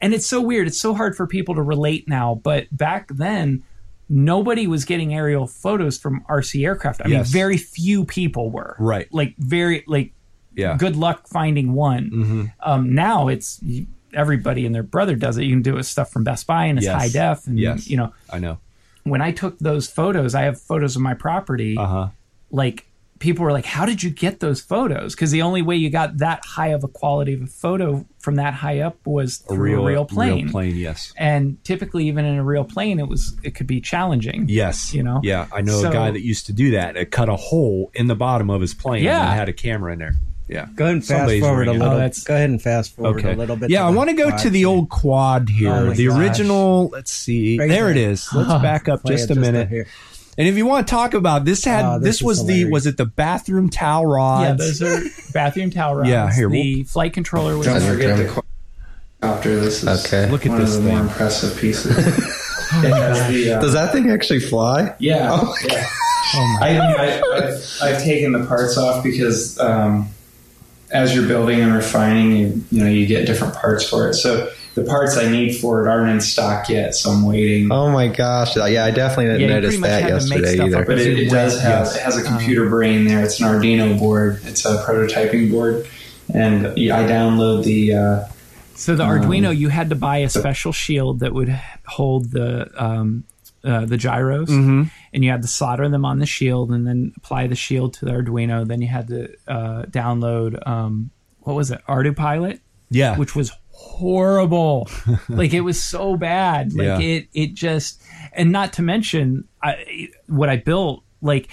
Speaker 4: and it's so weird. It's so hard for people to relate now, but back then. Nobody was getting aerial photos from RC aircraft. I
Speaker 3: Yes.
Speaker 4: mean, very few people were.
Speaker 3: Right.
Speaker 4: Like very like
Speaker 3: Yeah. Mm-hmm.
Speaker 4: good luck finding one. Um, now it's everybody and their brother does it. You can do it with stuff from Best Buy and it's
Speaker 3: Yes.
Speaker 4: high def. And
Speaker 3: Yes.
Speaker 4: you know,
Speaker 3: I know.
Speaker 4: when I took those photos, I have photos of my property.
Speaker 3: Uh huh.
Speaker 4: Like people were like, "How did you get those photos?" Because the only way you got that high of a quality of a photo from that high up was through a real, plane.
Speaker 3: Real plane. Yes.
Speaker 4: And typically, even in a real plane, it was it could be challenging.
Speaker 3: Yes.
Speaker 4: You know?
Speaker 3: Yeah, I know
Speaker 4: So-
Speaker 3: a guy that used to do that. It cut a hole in the bottom of his plane
Speaker 4: Yeah.
Speaker 3: and had a camera in there. Yeah.
Speaker 1: Go ahead and fast
Speaker 3: Somebody's
Speaker 1: forward a
Speaker 3: ringing.
Speaker 1: little.
Speaker 4: Oh, that's-
Speaker 1: go ahead and fast forward
Speaker 3: Okay.
Speaker 1: a little bit.
Speaker 3: Yeah, I
Speaker 1: the
Speaker 3: want to go
Speaker 1: quad.
Speaker 3: to the old quad here.
Speaker 1: Oh my
Speaker 3: the
Speaker 1: gosh.
Speaker 3: original, let's see.
Speaker 1: Right
Speaker 3: there it
Speaker 1: there.
Speaker 3: is. Let's back up
Speaker 1: Play
Speaker 3: just
Speaker 1: it
Speaker 3: a
Speaker 1: up
Speaker 3: minute.
Speaker 1: here.
Speaker 3: And if you want to talk about this had
Speaker 1: Oh,
Speaker 3: this,
Speaker 1: this is
Speaker 3: was the
Speaker 1: hilarious.
Speaker 3: was it the bathroom towel rods?
Speaker 4: Yeah, those are bathroom towel rods.
Speaker 3: Yeah, here,
Speaker 4: the flight controller was
Speaker 7: Don't
Speaker 6: Sounds
Speaker 7: forget
Speaker 6: okay.
Speaker 7: the quadcopter. This is
Speaker 6: Okay.
Speaker 3: Look at
Speaker 7: one
Speaker 3: this
Speaker 7: of the more
Speaker 3: thing.
Speaker 7: impressive pieces. It has the, uh,
Speaker 6: Does that thing actually fly?
Speaker 7: Yeah.
Speaker 3: Oh
Speaker 7: yeah. I, I, I've, I've taken the parts off because um, as you're building and refining, you, you know, you get different parts for it. So the parts I need for it aren't in stock yet, so I'm waiting.
Speaker 6: Oh my gosh! Yeah, I definitely didn't
Speaker 4: Yeah, you
Speaker 6: notice
Speaker 4: pretty much
Speaker 6: that
Speaker 4: had to make
Speaker 6: yesterday
Speaker 4: stuff
Speaker 6: either.
Speaker 4: up.
Speaker 7: But it, it does have it
Speaker 3: Uh-huh.
Speaker 7: has a computer brain there. It's an Arduino board. It's a prototyping board, and yeah, I download the uh,
Speaker 4: So the Arduino, you had to buy a special shield that would hold the um, uh, the gyros, and you had to solder them on the shield, and then apply the shield to the Arduino. Then you had to uh, download um, what was it, ArduPilot,
Speaker 3: yeah.
Speaker 4: which was horrible. like it was so bad. Like
Speaker 3: Yeah.
Speaker 4: it it just, and not to mention I, what I built. Like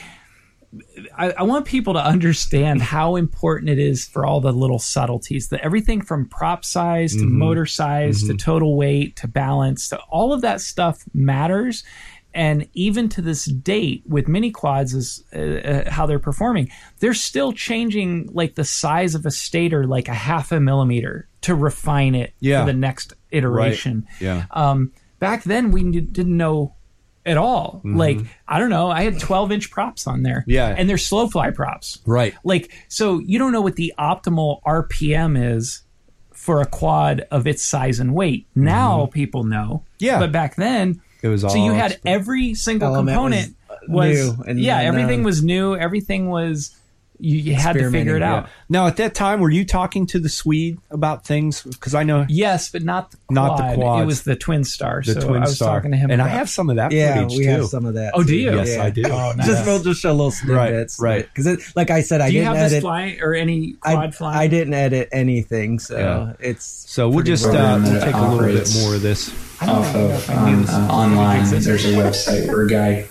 Speaker 4: I, I want people to understand how important it is for all the little subtleties that everything from prop size to
Speaker 3: Mm-hmm.
Speaker 4: motor size to total weight to balance to all of that stuff matters and even to this date with mini quads is uh, uh, how they're performing they're still changing like the size of a stator like a half a millimeter to refine it
Speaker 3: Yeah.
Speaker 4: for the next iteration
Speaker 3: yeah.
Speaker 4: um, back then we n- didn't know at all. Like I don't know, I had 12 inch props on there,
Speaker 3: Mm-hmm. Yeah.
Speaker 4: and they're slow fly props,
Speaker 3: right.
Speaker 4: Like so, you don't know what the optimal RPM is for a quad of its size and weight. Now
Speaker 1: Mm-hmm.
Speaker 4: people know,
Speaker 3: Yeah.
Speaker 4: but back then.
Speaker 3: It was all
Speaker 4: So you had every single
Speaker 1: Element was,
Speaker 4: component
Speaker 1: uh,
Speaker 4: was,
Speaker 1: new and uh,
Speaker 4: yeah, everything
Speaker 1: unknown.
Speaker 4: was new. Everything was you, you had to figure it
Speaker 1: Experimenting,
Speaker 4: out.
Speaker 3: Now at that time were you talking to the Swede about things cuz I know
Speaker 4: Yes, but not the quad.
Speaker 3: Not the quads.
Speaker 4: It was the twin star.
Speaker 3: the
Speaker 4: so
Speaker 3: twin
Speaker 4: I was
Speaker 3: star.
Speaker 4: talking to him,
Speaker 3: and I
Speaker 4: about-
Speaker 3: have some of that
Speaker 1: Yeah,
Speaker 3: footage
Speaker 1: we
Speaker 3: too.
Speaker 1: have some of that.
Speaker 4: Oh,
Speaker 1: too.
Speaker 4: do you?
Speaker 3: yes,
Speaker 1: Yeah.
Speaker 3: I do.
Speaker 4: Oh, nice.
Speaker 1: Just we'll just show little
Speaker 3: Right,
Speaker 1: snippets,
Speaker 3: right.
Speaker 1: Because like I said, I
Speaker 4: Do you
Speaker 1: didn't
Speaker 4: have
Speaker 1: edit.
Speaker 4: this fly or any quad
Speaker 1: I,
Speaker 4: fly?
Speaker 1: I didn't edit anything, so
Speaker 3: Yeah.
Speaker 1: it's
Speaker 3: So we'll
Speaker 1: pretty
Speaker 3: just
Speaker 1: raw.
Speaker 3: uh,
Speaker 7: program
Speaker 3: we'll
Speaker 7: that
Speaker 3: take a little bit
Speaker 7: operates.
Speaker 3: more of this.
Speaker 7: off of on, uh, online. There's a website where a guy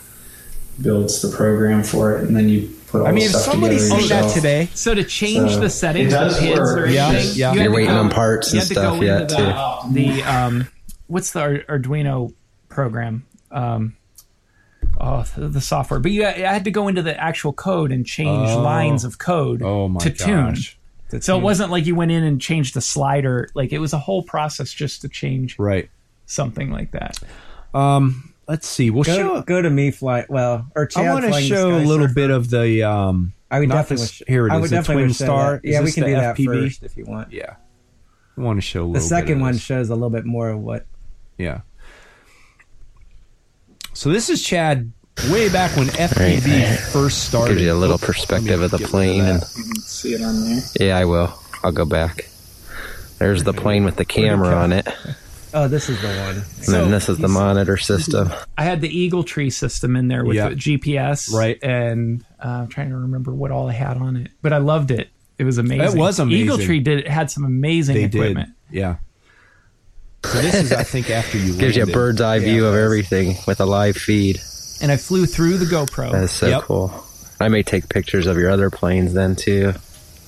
Speaker 7: builds the program for it, and then you put all
Speaker 3: I mean,
Speaker 7: the
Speaker 3: if
Speaker 7: stuff
Speaker 3: somebody's
Speaker 7: together
Speaker 3: seen that
Speaker 7: yourself.
Speaker 3: today,
Speaker 4: So to change
Speaker 7: So,
Speaker 4: the settings
Speaker 7: it
Speaker 4: of
Speaker 7: does
Speaker 4: the pins or
Speaker 7: work. Yeah,
Speaker 4: anything,
Speaker 3: yeah.
Speaker 4: you had
Speaker 3: You're
Speaker 4: to
Speaker 6: waiting
Speaker 4: go-
Speaker 6: on parts
Speaker 4: you
Speaker 6: and
Speaker 4: had to go
Speaker 6: stuff yet,
Speaker 4: into the, the um, what's the Ar- Arduino program? Um, oh, the, the software. But you, I had to go into the actual code and change
Speaker 3: Oh.
Speaker 4: lines of code
Speaker 3: Oh my
Speaker 4: to
Speaker 3: gosh.
Speaker 4: tune. So it wasn't like you went in and changed the slider. Like it was a whole process just to change
Speaker 3: right.
Speaker 4: something like that.
Speaker 3: Um let's see. We'll
Speaker 1: go,
Speaker 3: show
Speaker 1: go to me fly. Well, or Chad
Speaker 3: I want to
Speaker 1: flying the
Speaker 3: show a
Speaker 1: Sky
Speaker 3: little
Speaker 1: Surfer.
Speaker 3: bit of the um
Speaker 1: I would
Speaker 3: not
Speaker 1: definitely
Speaker 3: this-
Speaker 1: wish,
Speaker 3: here it
Speaker 1: I
Speaker 3: is,
Speaker 1: would
Speaker 3: the
Speaker 1: definitely
Speaker 3: Twin
Speaker 1: wish that-
Speaker 3: Star. Is
Speaker 1: Yeah, we
Speaker 3: this
Speaker 1: can
Speaker 3: the
Speaker 1: do that
Speaker 3: FPV?
Speaker 1: first if you want.
Speaker 3: Yeah. I want to show a little
Speaker 1: The
Speaker 3: bit
Speaker 1: second
Speaker 3: of
Speaker 1: one
Speaker 3: this.
Speaker 1: shows a little bit more of what
Speaker 3: Yeah. So this is Chad way back when FPV first started.
Speaker 6: Gives you a little
Speaker 3: Oops, let me
Speaker 6: perspective of the
Speaker 3: get rid
Speaker 6: plane.
Speaker 3: that.
Speaker 6: And
Speaker 7: See it on there.
Speaker 6: yeah, I will. I'll go back. There's the plane with the camera on it,
Speaker 1: Oh, this is the one.
Speaker 6: and then this is the monitor system.
Speaker 4: I had the Eagle Tree system in there with
Speaker 3: Yeah.
Speaker 4: the GPS,
Speaker 3: Right.
Speaker 4: And uh, I'm trying to remember what all I had on it, but I loved it. It was amazing.
Speaker 3: It was amazing.
Speaker 4: Eagle Tree did had some amazing
Speaker 3: they
Speaker 4: equipment.
Speaker 3: did. Yeah. So this is, I think, after you
Speaker 6: Gives you a
Speaker 3: landed.
Speaker 6: bird's eye
Speaker 3: Yeah.
Speaker 6: view of everything with a live feed.
Speaker 4: And I flew through the GoPro.
Speaker 6: That's so
Speaker 3: Yep.
Speaker 6: cool. I may take pictures of your other planes then too.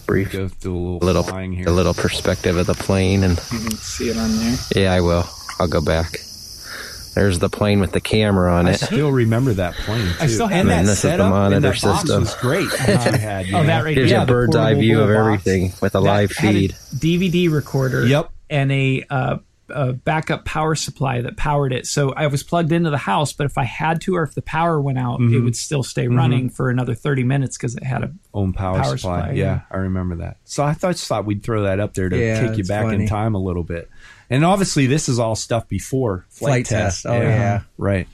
Speaker 6: Brief,
Speaker 3: Go through a
Speaker 6: a
Speaker 3: little,
Speaker 6: little,
Speaker 3: flying here.
Speaker 6: a little perspective of the plane, and
Speaker 7: You can see it on there.
Speaker 6: yeah, I will. I'll go back. There's the plane with the camera on
Speaker 3: I
Speaker 6: it.
Speaker 3: still remember that plane. Too.
Speaker 5: I still had
Speaker 6: And
Speaker 5: that
Speaker 6: then this is the
Speaker 5: setup, and
Speaker 6: monitor
Speaker 5: that box
Speaker 6: system.
Speaker 5: was great. that I had, you
Speaker 4: Oh,
Speaker 5: know?
Speaker 4: that right
Speaker 6: Gives you
Speaker 4: there.
Speaker 6: a bird's eye view of everything with a
Speaker 4: that
Speaker 6: live
Speaker 4: had a
Speaker 6: feed.
Speaker 4: DVD recorder.
Speaker 3: Yep.
Speaker 4: And a, uh, a backup power supply that powered it. So I was plugged into the house, but if I had to, or if the power went out, it
Speaker 6: Mm-hmm.
Speaker 4: would still stay running for another 30 minutes because it had a.
Speaker 3: own power,
Speaker 4: Power
Speaker 3: supply.
Speaker 4: supply,
Speaker 3: Yeah,
Speaker 4: yeah.
Speaker 3: I remember that. So I thought, just thought we'd throw that up there to
Speaker 1: Yeah,
Speaker 3: take you
Speaker 1: it's
Speaker 3: back in
Speaker 1: funny.
Speaker 3: time a little bit. And obviously, this is all stuff before
Speaker 1: Flight test. Oh, yeah.
Speaker 3: right.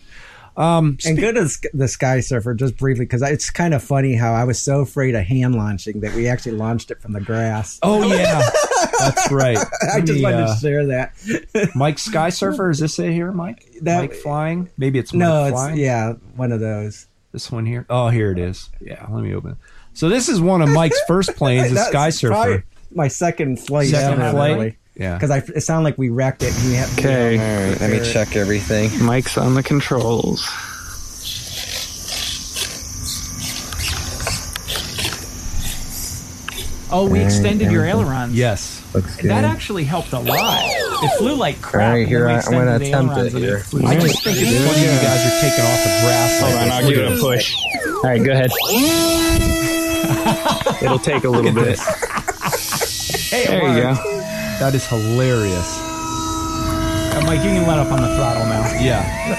Speaker 1: and good as the Sky Surfer, just briefly, because it's kind of funny how I was so afraid of hand launching that we actually launched it from the grass.
Speaker 3: Oh yeah, that's right.
Speaker 1: I just
Speaker 3: The,
Speaker 1: wanted
Speaker 3: uh,
Speaker 1: to share that.
Speaker 3: Mike Sky Surfer. Is this it here, Mike?
Speaker 1: That-
Speaker 3: Mike flying? Maybe it's Mike
Speaker 1: No, it's
Speaker 3: flying.
Speaker 1: yeah, one of those.
Speaker 3: This one here. Oh, here it is. Yeah, let me open. it. So this is one of Mike's first planes, the
Speaker 1: That's
Speaker 3: Sky Surfer.
Speaker 1: probably My second flight
Speaker 3: Second
Speaker 1: ever,
Speaker 3: flight?
Speaker 1: really.
Speaker 3: Yeah.
Speaker 1: Because I it sounded like we wrecked it. And we had,
Speaker 6: All right, let me check everything.
Speaker 8: Mike's on the controls.
Speaker 4: Oh, we extended your ailerons.
Speaker 3: Yes.
Speaker 6: Looks good.
Speaker 4: That actually helped a lot. It flew like crap.
Speaker 6: All right,
Speaker 4: and
Speaker 6: here
Speaker 4: we
Speaker 6: I, I'm going
Speaker 4: extended
Speaker 6: to
Speaker 4: the
Speaker 6: attempt
Speaker 4: ailerons
Speaker 6: it
Speaker 4: and
Speaker 6: here.
Speaker 4: flew- I just think it's funny
Speaker 3: You guys are taking
Speaker 8: Hold on, I'll give it
Speaker 3: off the grass.
Speaker 8: a push. All right, go ahead. It'll take a little bit. there you go.
Speaker 3: That is hilarious.
Speaker 4: that Mike, you can let up on the throttle now.
Speaker 3: Yeah.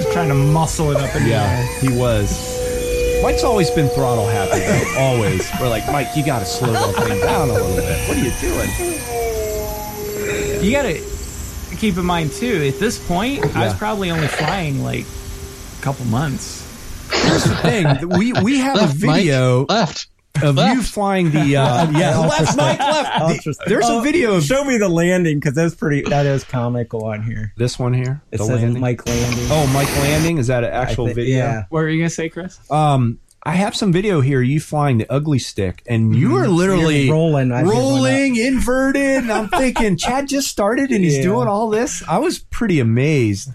Speaker 4: Just trying to muscle it up in
Speaker 3: Yeah, he was. Mike's always been throttle happy, though. always. We're like, Mike, you gotta slow that thing down a little bit. What are you doing?
Speaker 4: the air. You got to keep in mind too. At this point, I was
Speaker 3: Yeah.
Speaker 4: probably only flying like a couple months.
Speaker 3: Here's the thing: we we have a
Speaker 2: Left, Mike.
Speaker 3: video
Speaker 2: Left.
Speaker 3: of you
Speaker 2: left.
Speaker 3: flying the uh, yeah left, Mike, left. Oh.
Speaker 1: Ultra-
Speaker 3: There's a video of
Speaker 1: Show me the landing because that's pretty. That is comical on here.
Speaker 3: this one here.
Speaker 1: It
Speaker 3: the
Speaker 1: says
Speaker 3: landing.
Speaker 1: Mike landing.
Speaker 3: Oh, Mike landing. Is that an actual
Speaker 1: thi-
Speaker 3: video?
Speaker 1: yeah.
Speaker 4: What were you gonna say, Chris?
Speaker 3: Um, I have some video here. You flying the ugly stick, and you are literally
Speaker 1: Mm-hmm. You're rolling, I think,
Speaker 3: rolling, inverted. And I'm thinking, Chad just started, and he's
Speaker 1: Yeah.
Speaker 3: doing all this. I was pretty amazed.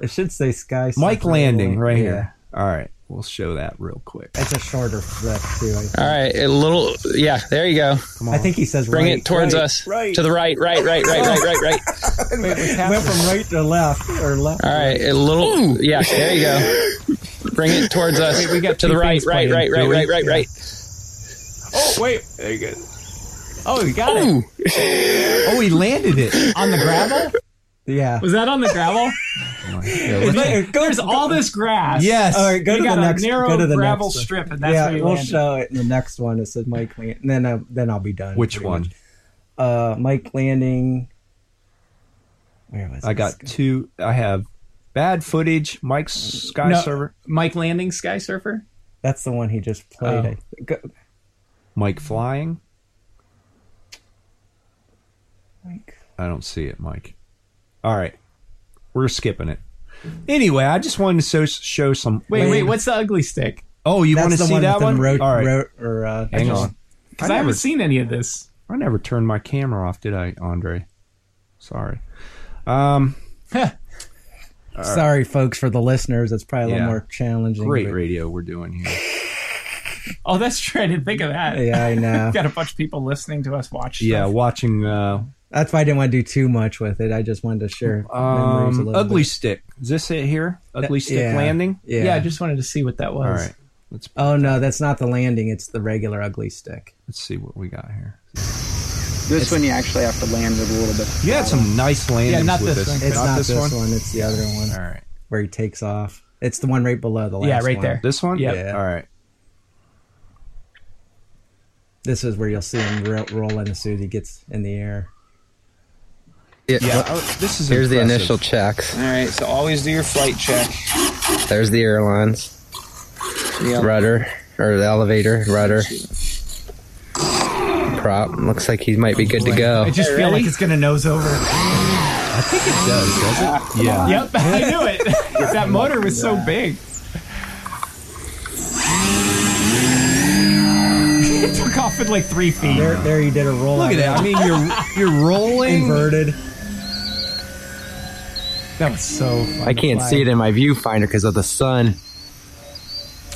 Speaker 1: It should say Sky.
Speaker 3: Mike
Speaker 1: Surfer
Speaker 3: landing
Speaker 1: rolling.
Speaker 3: right
Speaker 1: Yeah.
Speaker 3: here. All right, we'll show that real quick.
Speaker 1: It's a shorter flip too. I think,
Speaker 8: All right, a little. Yeah, there you go.
Speaker 1: I think he says
Speaker 8: Bring
Speaker 1: right,
Speaker 8: it towards
Speaker 1: right,
Speaker 8: us.
Speaker 1: Right.
Speaker 8: To the right, right, right, right, right, right, right.
Speaker 1: Went from right to left or left.
Speaker 8: All right, a little. Yeah, there you go. Bring it towards us. we got to the right, right, right, right, right, right, right.
Speaker 4: Oh wait, there you go. Oh, you got it
Speaker 8: Ooh.
Speaker 3: Oh, he landed it.
Speaker 4: on the gravel.
Speaker 1: Yeah.
Speaker 4: Was that on the gravel?
Speaker 3: Oh, Yeah, let's-
Speaker 1: Wait, go-
Speaker 4: There's all this grass. Uh,
Speaker 3: yes.
Speaker 1: All right, go
Speaker 4: You
Speaker 1: to the
Speaker 4: got a
Speaker 1: next.
Speaker 4: narrow
Speaker 1: go to the
Speaker 4: gravel
Speaker 1: next one.
Speaker 4: strip, and that's
Speaker 1: yeah,
Speaker 4: where you
Speaker 1: we'll
Speaker 4: landed.
Speaker 1: show it in the next one. It says Mike landing. Then I, then I'll be done.
Speaker 3: Which
Speaker 1: pretty
Speaker 3: one?
Speaker 1: much. Uh, Mike landing. Where was
Speaker 3: I
Speaker 1: this?
Speaker 3: got two. I have bad footage. Mike's sky
Speaker 4: No,
Speaker 3: server.
Speaker 4: Mike Landing, Sky Surfer.
Speaker 1: That's the one he just
Speaker 8: Oh.
Speaker 1: played. I think. Go-
Speaker 3: Mike flying.
Speaker 1: Mike.
Speaker 3: I don't see it, Mike. All right, we're skipping it. Anyway, I just wanted to so- show some.
Speaker 4: Wait, wait,
Speaker 1: Landing.
Speaker 4: what's the ugly stick?
Speaker 3: Oh, you want
Speaker 1: That's
Speaker 3: to
Speaker 1: the
Speaker 3: see
Speaker 1: one
Speaker 3: that
Speaker 1: with
Speaker 3: one?
Speaker 1: them Ro-
Speaker 3: All right,
Speaker 1: ro- or, uh,
Speaker 3: hang
Speaker 1: just-
Speaker 3: on.
Speaker 4: Because I, haven't seen any of this.
Speaker 3: I never turned my camera off, did I, Andre? Sorry. Um,
Speaker 1: Sorry, folks, for the listeners. It's probably a
Speaker 3: Yeah.
Speaker 1: little more challenging.
Speaker 3: great
Speaker 1: but-
Speaker 3: radio we're doing here.
Speaker 4: Oh, that's true. I didn't think of that.
Speaker 1: Yeah, I know.
Speaker 4: We've got a bunch of people listening to us watch.
Speaker 3: Yeah,
Speaker 4: stuff.
Speaker 3: watching uh,
Speaker 1: That's why I didn't want to do too much with it. I just wanted to share memories a
Speaker 3: um,
Speaker 1: little
Speaker 3: ugly
Speaker 1: bit.
Speaker 3: stick. Is this it here? Ugly stick
Speaker 1: yeah.
Speaker 3: landing.
Speaker 1: Yeah.
Speaker 4: yeah. I just wanted to see what that was.
Speaker 3: All right, let's
Speaker 1: oh no, that's not the landing. It's the regular ugly stick.
Speaker 3: let's see what we got here.
Speaker 8: This one you actually have to land with a little bit.
Speaker 3: You had some nice landings
Speaker 4: Yeah, not
Speaker 3: with
Speaker 4: this
Speaker 3: this.
Speaker 4: one.
Speaker 1: It's not, this, one? It's the other one
Speaker 3: All right,
Speaker 1: where he takes off. It's the one right below the last.
Speaker 4: Yeah, right
Speaker 1: one.
Speaker 4: there.
Speaker 3: this one.
Speaker 4: Yep.
Speaker 1: Yeah.
Speaker 3: All right.
Speaker 1: This is where you'll see him ro- rolling as soon as he gets in the air.
Speaker 6: Yeah,
Speaker 3: Yeah.
Speaker 6: well,
Speaker 3: oh, this is
Speaker 6: Here's the
Speaker 3: impressive.
Speaker 6: initial checks.
Speaker 8: All right, so always do your flight check.
Speaker 6: There's the airlines,
Speaker 8: Yeah.
Speaker 6: rudder, or the elevator, rudder. Prop. Looks like he might be good to go.
Speaker 4: I just feel like it's gonna nose over.
Speaker 3: I think it does. Does it? Yeah.
Speaker 4: Yep, I knew it. that motor was so big. it took off at like three feet.
Speaker 1: There, there he did a roll.
Speaker 3: Look at that. I mean, you're you're rolling.
Speaker 1: Inverted.
Speaker 4: That was so. Fun
Speaker 6: I can't see it in my viewfinder because of the sun.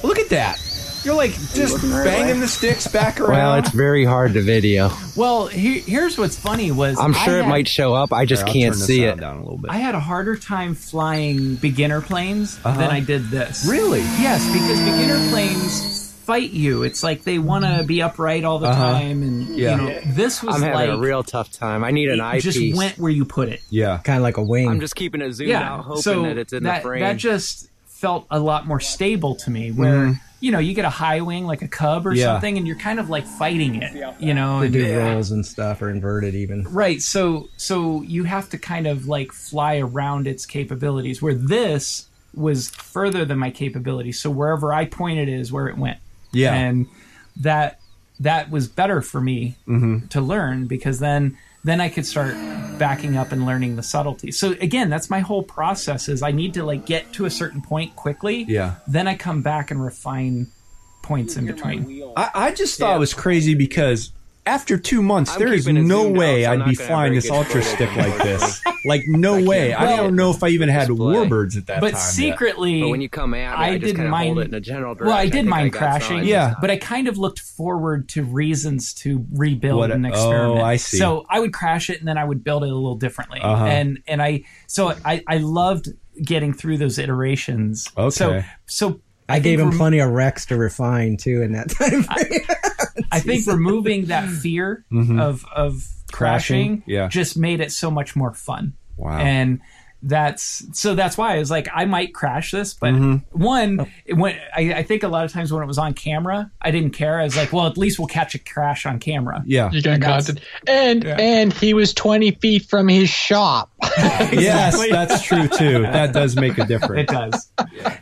Speaker 3: Look at that.
Speaker 5: You're like just banging the sticks back around.
Speaker 6: Well, it's very hard to video.
Speaker 4: Well, he- here's what's funny was
Speaker 6: I'm
Speaker 4: I
Speaker 6: sure it
Speaker 4: had-
Speaker 6: might show up. I just
Speaker 3: Here, I'll
Speaker 6: can't
Speaker 3: turn the
Speaker 6: see
Speaker 3: sound
Speaker 6: it.
Speaker 3: down a little bit.
Speaker 4: I had a harder time flying beginner planes
Speaker 6: Uh-huh.
Speaker 4: than I did this.
Speaker 3: Really?
Speaker 4: Yes, because beginner planes fight you. It's like they want to be upright all the time, and
Speaker 3: Yeah.
Speaker 4: you know this was
Speaker 6: Uh-huh. I'm
Speaker 4: like
Speaker 6: having a real tough time. I need an
Speaker 4: it just
Speaker 6: eyepiece.
Speaker 4: went where you put it.
Speaker 3: Yeah.
Speaker 1: kind of like a wing.
Speaker 6: I'm just keeping it zoomed
Speaker 4: yeah,
Speaker 6: out, hoping
Speaker 4: so
Speaker 6: that it's in
Speaker 4: that,
Speaker 6: the frame. Mm-hmm.
Speaker 4: that just felt a lot more stable to me. Where you know you get a high wing like a cub or
Speaker 3: Yeah.
Speaker 4: something, and you're kind of like fighting it. You know,
Speaker 1: they
Speaker 4: and-
Speaker 1: do rolls and stuff or inverted even.
Speaker 4: Right. So so you have to kind of like fly around its capabilities. Where this was further than my capabilities. So wherever I pointed is where it went.
Speaker 3: Yeah.
Speaker 4: And that that was better for me
Speaker 3: Mm-hmm.
Speaker 4: to learn because then then I could start backing up and learning the subtleties. So again, that's my whole process is I need to like get to a certain point quickly.
Speaker 3: Yeah.
Speaker 4: Then I come back and refine points in between.
Speaker 3: I, I just thought it was crazy because after two months,
Speaker 6: I'm
Speaker 3: there is
Speaker 6: keeping it
Speaker 3: no
Speaker 6: zoomed out,
Speaker 3: way
Speaker 6: so I'm
Speaker 3: I'd
Speaker 6: not
Speaker 3: be
Speaker 6: gonna have
Speaker 3: flying
Speaker 6: very
Speaker 3: this
Speaker 6: good
Speaker 3: ultra
Speaker 6: photo
Speaker 3: stick
Speaker 6: anymore.
Speaker 3: like this. Like no way. I
Speaker 6: Well,
Speaker 3: don't know if I even had
Speaker 6: display.
Speaker 3: warbirds at that
Speaker 4: But
Speaker 3: time. yet.
Speaker 4: secretly
Speaker 6: But when you come at me,
Speaker 4: I
Speaker 6: I, just
Speaker 4: did
Speaker 6: kind of
Speaker 4: mine-
Speaker 6: hold it in a general direction.
Speaker 4: Well, I did
Speaker 6: think
Speaker 4: mine
Speaker 6: got
Speaker 4: crashing,
Speaker 6: signs.
Speaker 3: Yeah.
Speaker 4: but I kind of looked forward to reasons to rebuild
Speaker 3: What-
Speaker 4: an experiment.
Speaker 3: oh, I see.
Speaker 4: So I would crash it and then I would build it a little differently,
Speaker 3: Uh-huh.
Speaker 4: and and I so I I loved getting through those iterations. So
Speaker 3: Okay.
Speaker 4: so
Speaker 1: I, gave
Speaker 4: think
Speaker 1: him
Speaker 4: rem-
Speaker 1: plenty of wrecks to refine too in that time.
Speaker 4: I think removing that fear of of
Speaker 3: Crashing,
Speaker 4: crashing,
Speaker 3: yeah.
Speaker 4: just made it so much more fun.
Speaker 3: Wow.
Speaker 4: And that's so that's why I was like, I might crash this, but one, it went, I, I think a lot of times when it was on camera, I didn't care. I was like, well, at least we'll catch a crash on camera.
Speaker 3: Yeah.
Speaker 2: You got
Speaker 4: that's-
Speaker 2: content. And and he was twenty feet from his shop.
Speaker 3: Yes, that's true too. That does make a
Speaker 4: It
Speaker 3: difference.
Speaker 4: does.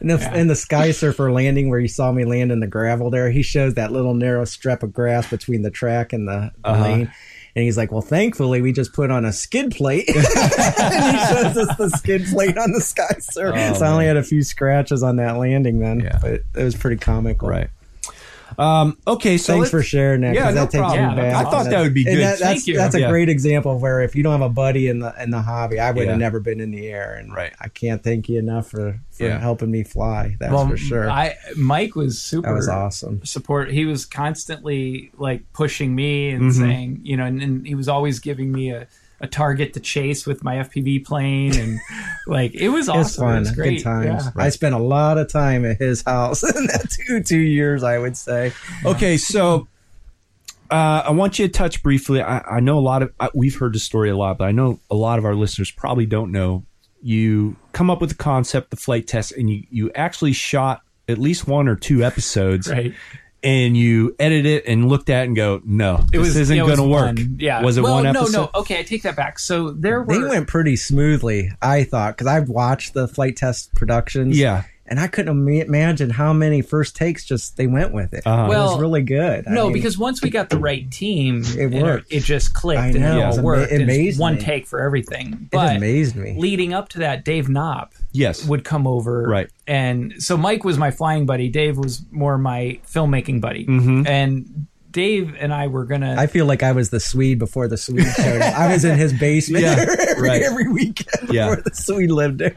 Speaker 1: And the, and the Sky Surfer landing where you saw me land in the gravel there, he shows that little narrow strip of grass between the track and the, the
Speaker 3: Uh-huh.
Speaker 1: lane. And he's like, well, thankfully, we just put on a skid plate. and he shows us the skid plate on the Sky Surfer. so I only had a few scratches on that landing then.
Speaker 3: Oh, Yeah.
Speaker 1: But it was pretty comical.
Speaker 3: Right. Um, okay, so
Speaker 1: Thanks
Speaker 3: let's-
Speaker 1: for sharing that.
Speaker 3: Yeah,
Speaker 1: 'cause
Speaker 3: no
Speaker 1: that takes
Speaker 3: problem.
Speaker 1: me
Speaker 4: Yeah,
Speaker 1: back.
Speaker 4: that's
Speaker 3: I thought that would be
Speaker 1: And
Speaker 3: good.
Speaker 1: that- that's,
Speaker 4: Thank you.
Speaker 1: That's a
Speaker 3: Yeah.
Speaker 1: great example of where if you don't have a buddy in the in the hobby, I would
Speaker 3: Yeah.
Speaker 1: have never been in the air. And
Speaker 3: Right.
Speaker 1: I can't thank you enough for, for
Speaker 3: Yeah.
Speaker 1: helping me fly. That's for sure.
Speaker 4: I, Mike was super
Speaker 1: that was awesome.
Speaker 4: support. He was constantly like pushing me and
Speaker 1: Mm-hmm.
Speaker 4: saying, you know, and, and he was always giving me a, a target to chase with my FPV plane. And like, it was
Speaker 1: It
Speaker 4: awesome.
Speaker 1: was fun.
Speaker 4: It was great.
Speaker 1: Good times.
Speaker 4: Yeah.
Speaker 1: I spent a lot of time at his house in that two two years, I would say.
Speaker 3: Okay, so uh, I want you to touch briefly. I, I know a lot of I, we've heard the story a lot, but I know a lot of our listeners probably don't know. You come up with the concept, the flight test, and you you actually shot at least one or two episodes,
Speaker 4: Right.
Speaker 3: And you edit it and looked at it and go, no, this
Speaker 4: It was,
Speaker 3: isn't
Speaker 4: it was
Speaker 3: going to work.
Speaker 4: one. Yeah.
Speaker 3: was it
Speaker 4: well,
Speaker 3: one
Speaker 4: no,
Speaker 3: episode?
Speaker 4: no. Okay. I take that back. So there were,
Speaker 1: They went pretty smoothly, I thought, because I've watched the flight test productions.
Speaker 3: Yeah,
Speaker 1: And I couldn't ima- imagine how many first takes just they went with it.
Speaker 3: Uh-huh.
Speaker 1: it
Speaker 4: Well,
Speaker 1: was really good. I
Speaker 4: no,
Speaker 1: mean,
Speaker 4: because once we got the right team,
Speaker 1: It worked.
Speaker 4: It, just clicked
Speaker 1: I
Speaker 4: and
Speaker 1: know.
Speaker 4: it
Speaker 1: It was
Speaker 4: all
Speaker 1: ama-
Speaker 4: worked. and it's
Speaker 1: amazed
Speaker 4: one
Speaker 1: me.
Speaker 4: take for everything.
Speaker 1: it
Speaker 4: But
Speaker 1: amazed me.
Speaker 4: leading up to that, Dave Knopp
Speaker 3: yes,
Speaker 4: would come over.
Speaker 3: Right.
Speaker 4: And so Mike was my flying buddy. Dave was more my filmmaking buddy.
Speaker 3: Mm-hmm.
Speaker 4: And Dave and I were going
Speaker 1: I
Speaker 4: to.
Speaker 1: feel like I was the Swede before the Swede showed up. I was in his basement
Speaker 3: Yeah,
Speaker 1: every,
Speaker 3: right.
Speaker 1: every weekend before
Speaker 3: Yeah.
Speaker 1: the Swede lived there.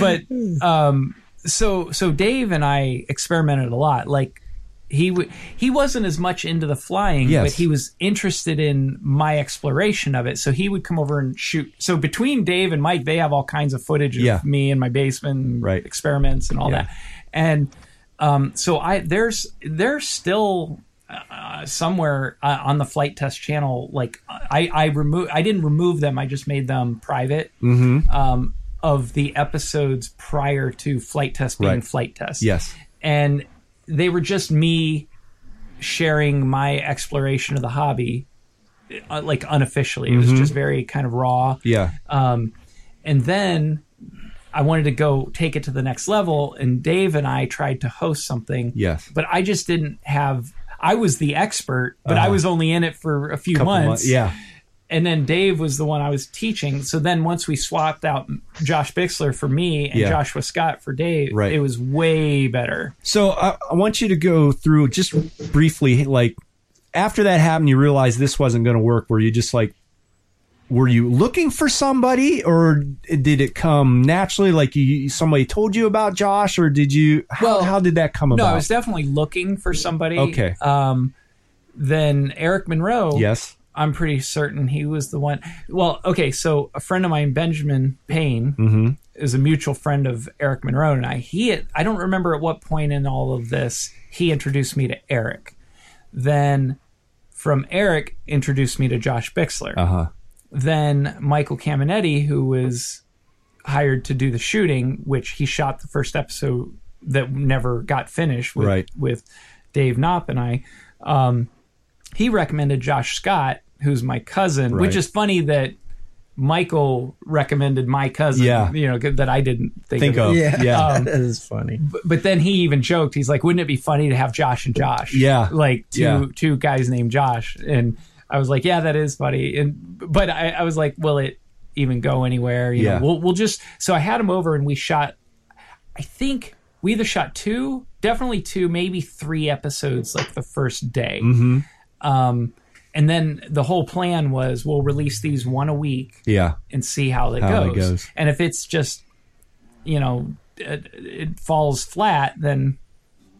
Speaker 4: But um, so so Dave and I experimented a lot. Like he w- he wasn't as much into the flying,
Speaker 3: Yes.
Speaker 4: but he was interested in my exploration of it. So he would come over and shoot. So between Dave and Mike, they have all kinds of footage of
Speaker 3: Yeah.
Speaker 4: me in my basement, and
Speaker 3: Right.
Speaker 4: Experiments and all
Speaker 3: Yeah.
Speaker 4: that. And um, so I there's there's still uh, somewhere uh, on the flight test channel like I I remove I didn't remove them I just made them private
Speaker 3: Mm-hmm.
Speaker 4: um, of the episodes prior to flight test being
Speaker 3: Right.
Speaker 4: flight test
Speaker 3: yes,
Speaker 4: and they were just me sharing my exploration of the hobby uh, like unofficially it was just very kind of raw
Speaker 3: Mm-hmm. yeah,
Speaker 4: and then I wanted to go take it to the next level. And Dave and I tried to host something.
Speaker 3: Yes.
Speaker 4: But I just didn't have. I was the expert, but I was only in it for a few
Speaker 3: Uh-huh. Couple
Speaker 4: months.
Speaker 3: months- yeah,
Speaker 4: And then Dave was the one I was teaching. So then once we swapped out Josh Bixler for me and
Speaker 3: Yeah.
Speaker 4: Joshua Scott for Dave,
Speaker 3: Right.
Speaker 4: it was way better.
Speaker 3: So I, I want you to go through just briefly, like after that happened, you realized this wasn't going to work. Were you just like, were you looking for somebody, or did it come naturally? Like you, somebody told you about Josh, or did you? How,
Speaker 4: Well,
Speaker 3: how did that come
Speaker 4: No,
Speaker 3: about?
Speaker 4: I was definitely looking for somebody.
Speaker 3: Okay.
Speaker 4: Um, then Eric Monroe.
Speaker 3: yes.
Speaker 4: I'm pretty certain he was the one. Well, okay, so a friend of mine, Benjamin Payne, is a mutual friend of Eric Monroe and I. He, I don't remember at what point in all of this he introduced me to Eric. Then, from Eric, introduced me to Josh Bixler.
Speaker 3: Uh huh.
Speaker 4: Then Michael Caminetti, who was hired to do the shooting, which he shot the first episode that never got finished with,
Speaker 3: Right.
Speaker 4: with Dave Knopp and I. Um, he recommended Josh Scott, who's my cousin, which
Speaker 3: Right.
Speaker 4: is funny that Michael recommended my cousin,
Speaker 3: Yeah.
Speaker 4: you know, that I didn't think,
Speaker 3: Think of yeah.
Speaker 1: Yeah,
Speaker 3: yeah.
Speaker 4: Um,
Speaker 1: that is funny.
Speaker 4: But, but then he even joked, he's like, wouldn't it be funny to have Josh and Josh?
Speaker 3: Yeah.
Speaker 4: Like two,
Speaker 3: Yeah.
Speaker 4: two guys named Josh. And I was like, yeah, that is funny. And, but I, I was like, will it even go anywhere? You
Speaker 3: Yeah.
Speaker 4: know, we'll, we'll just, so I had him over and we shot, I think we either shot two, definitely two, maybe three episodes like the first day.
Speaker 3: Mm-hmm.
Speaker 4: Um, and then the whole plan was we'll release these one a week
Speaker 3: yeah.
Speaker 4: and see how that
Speaker 3: How it
Speaker 4: goes.
Speaker 3: goes.
Speaker 4: And if it's just, you know, it, it falls flat, then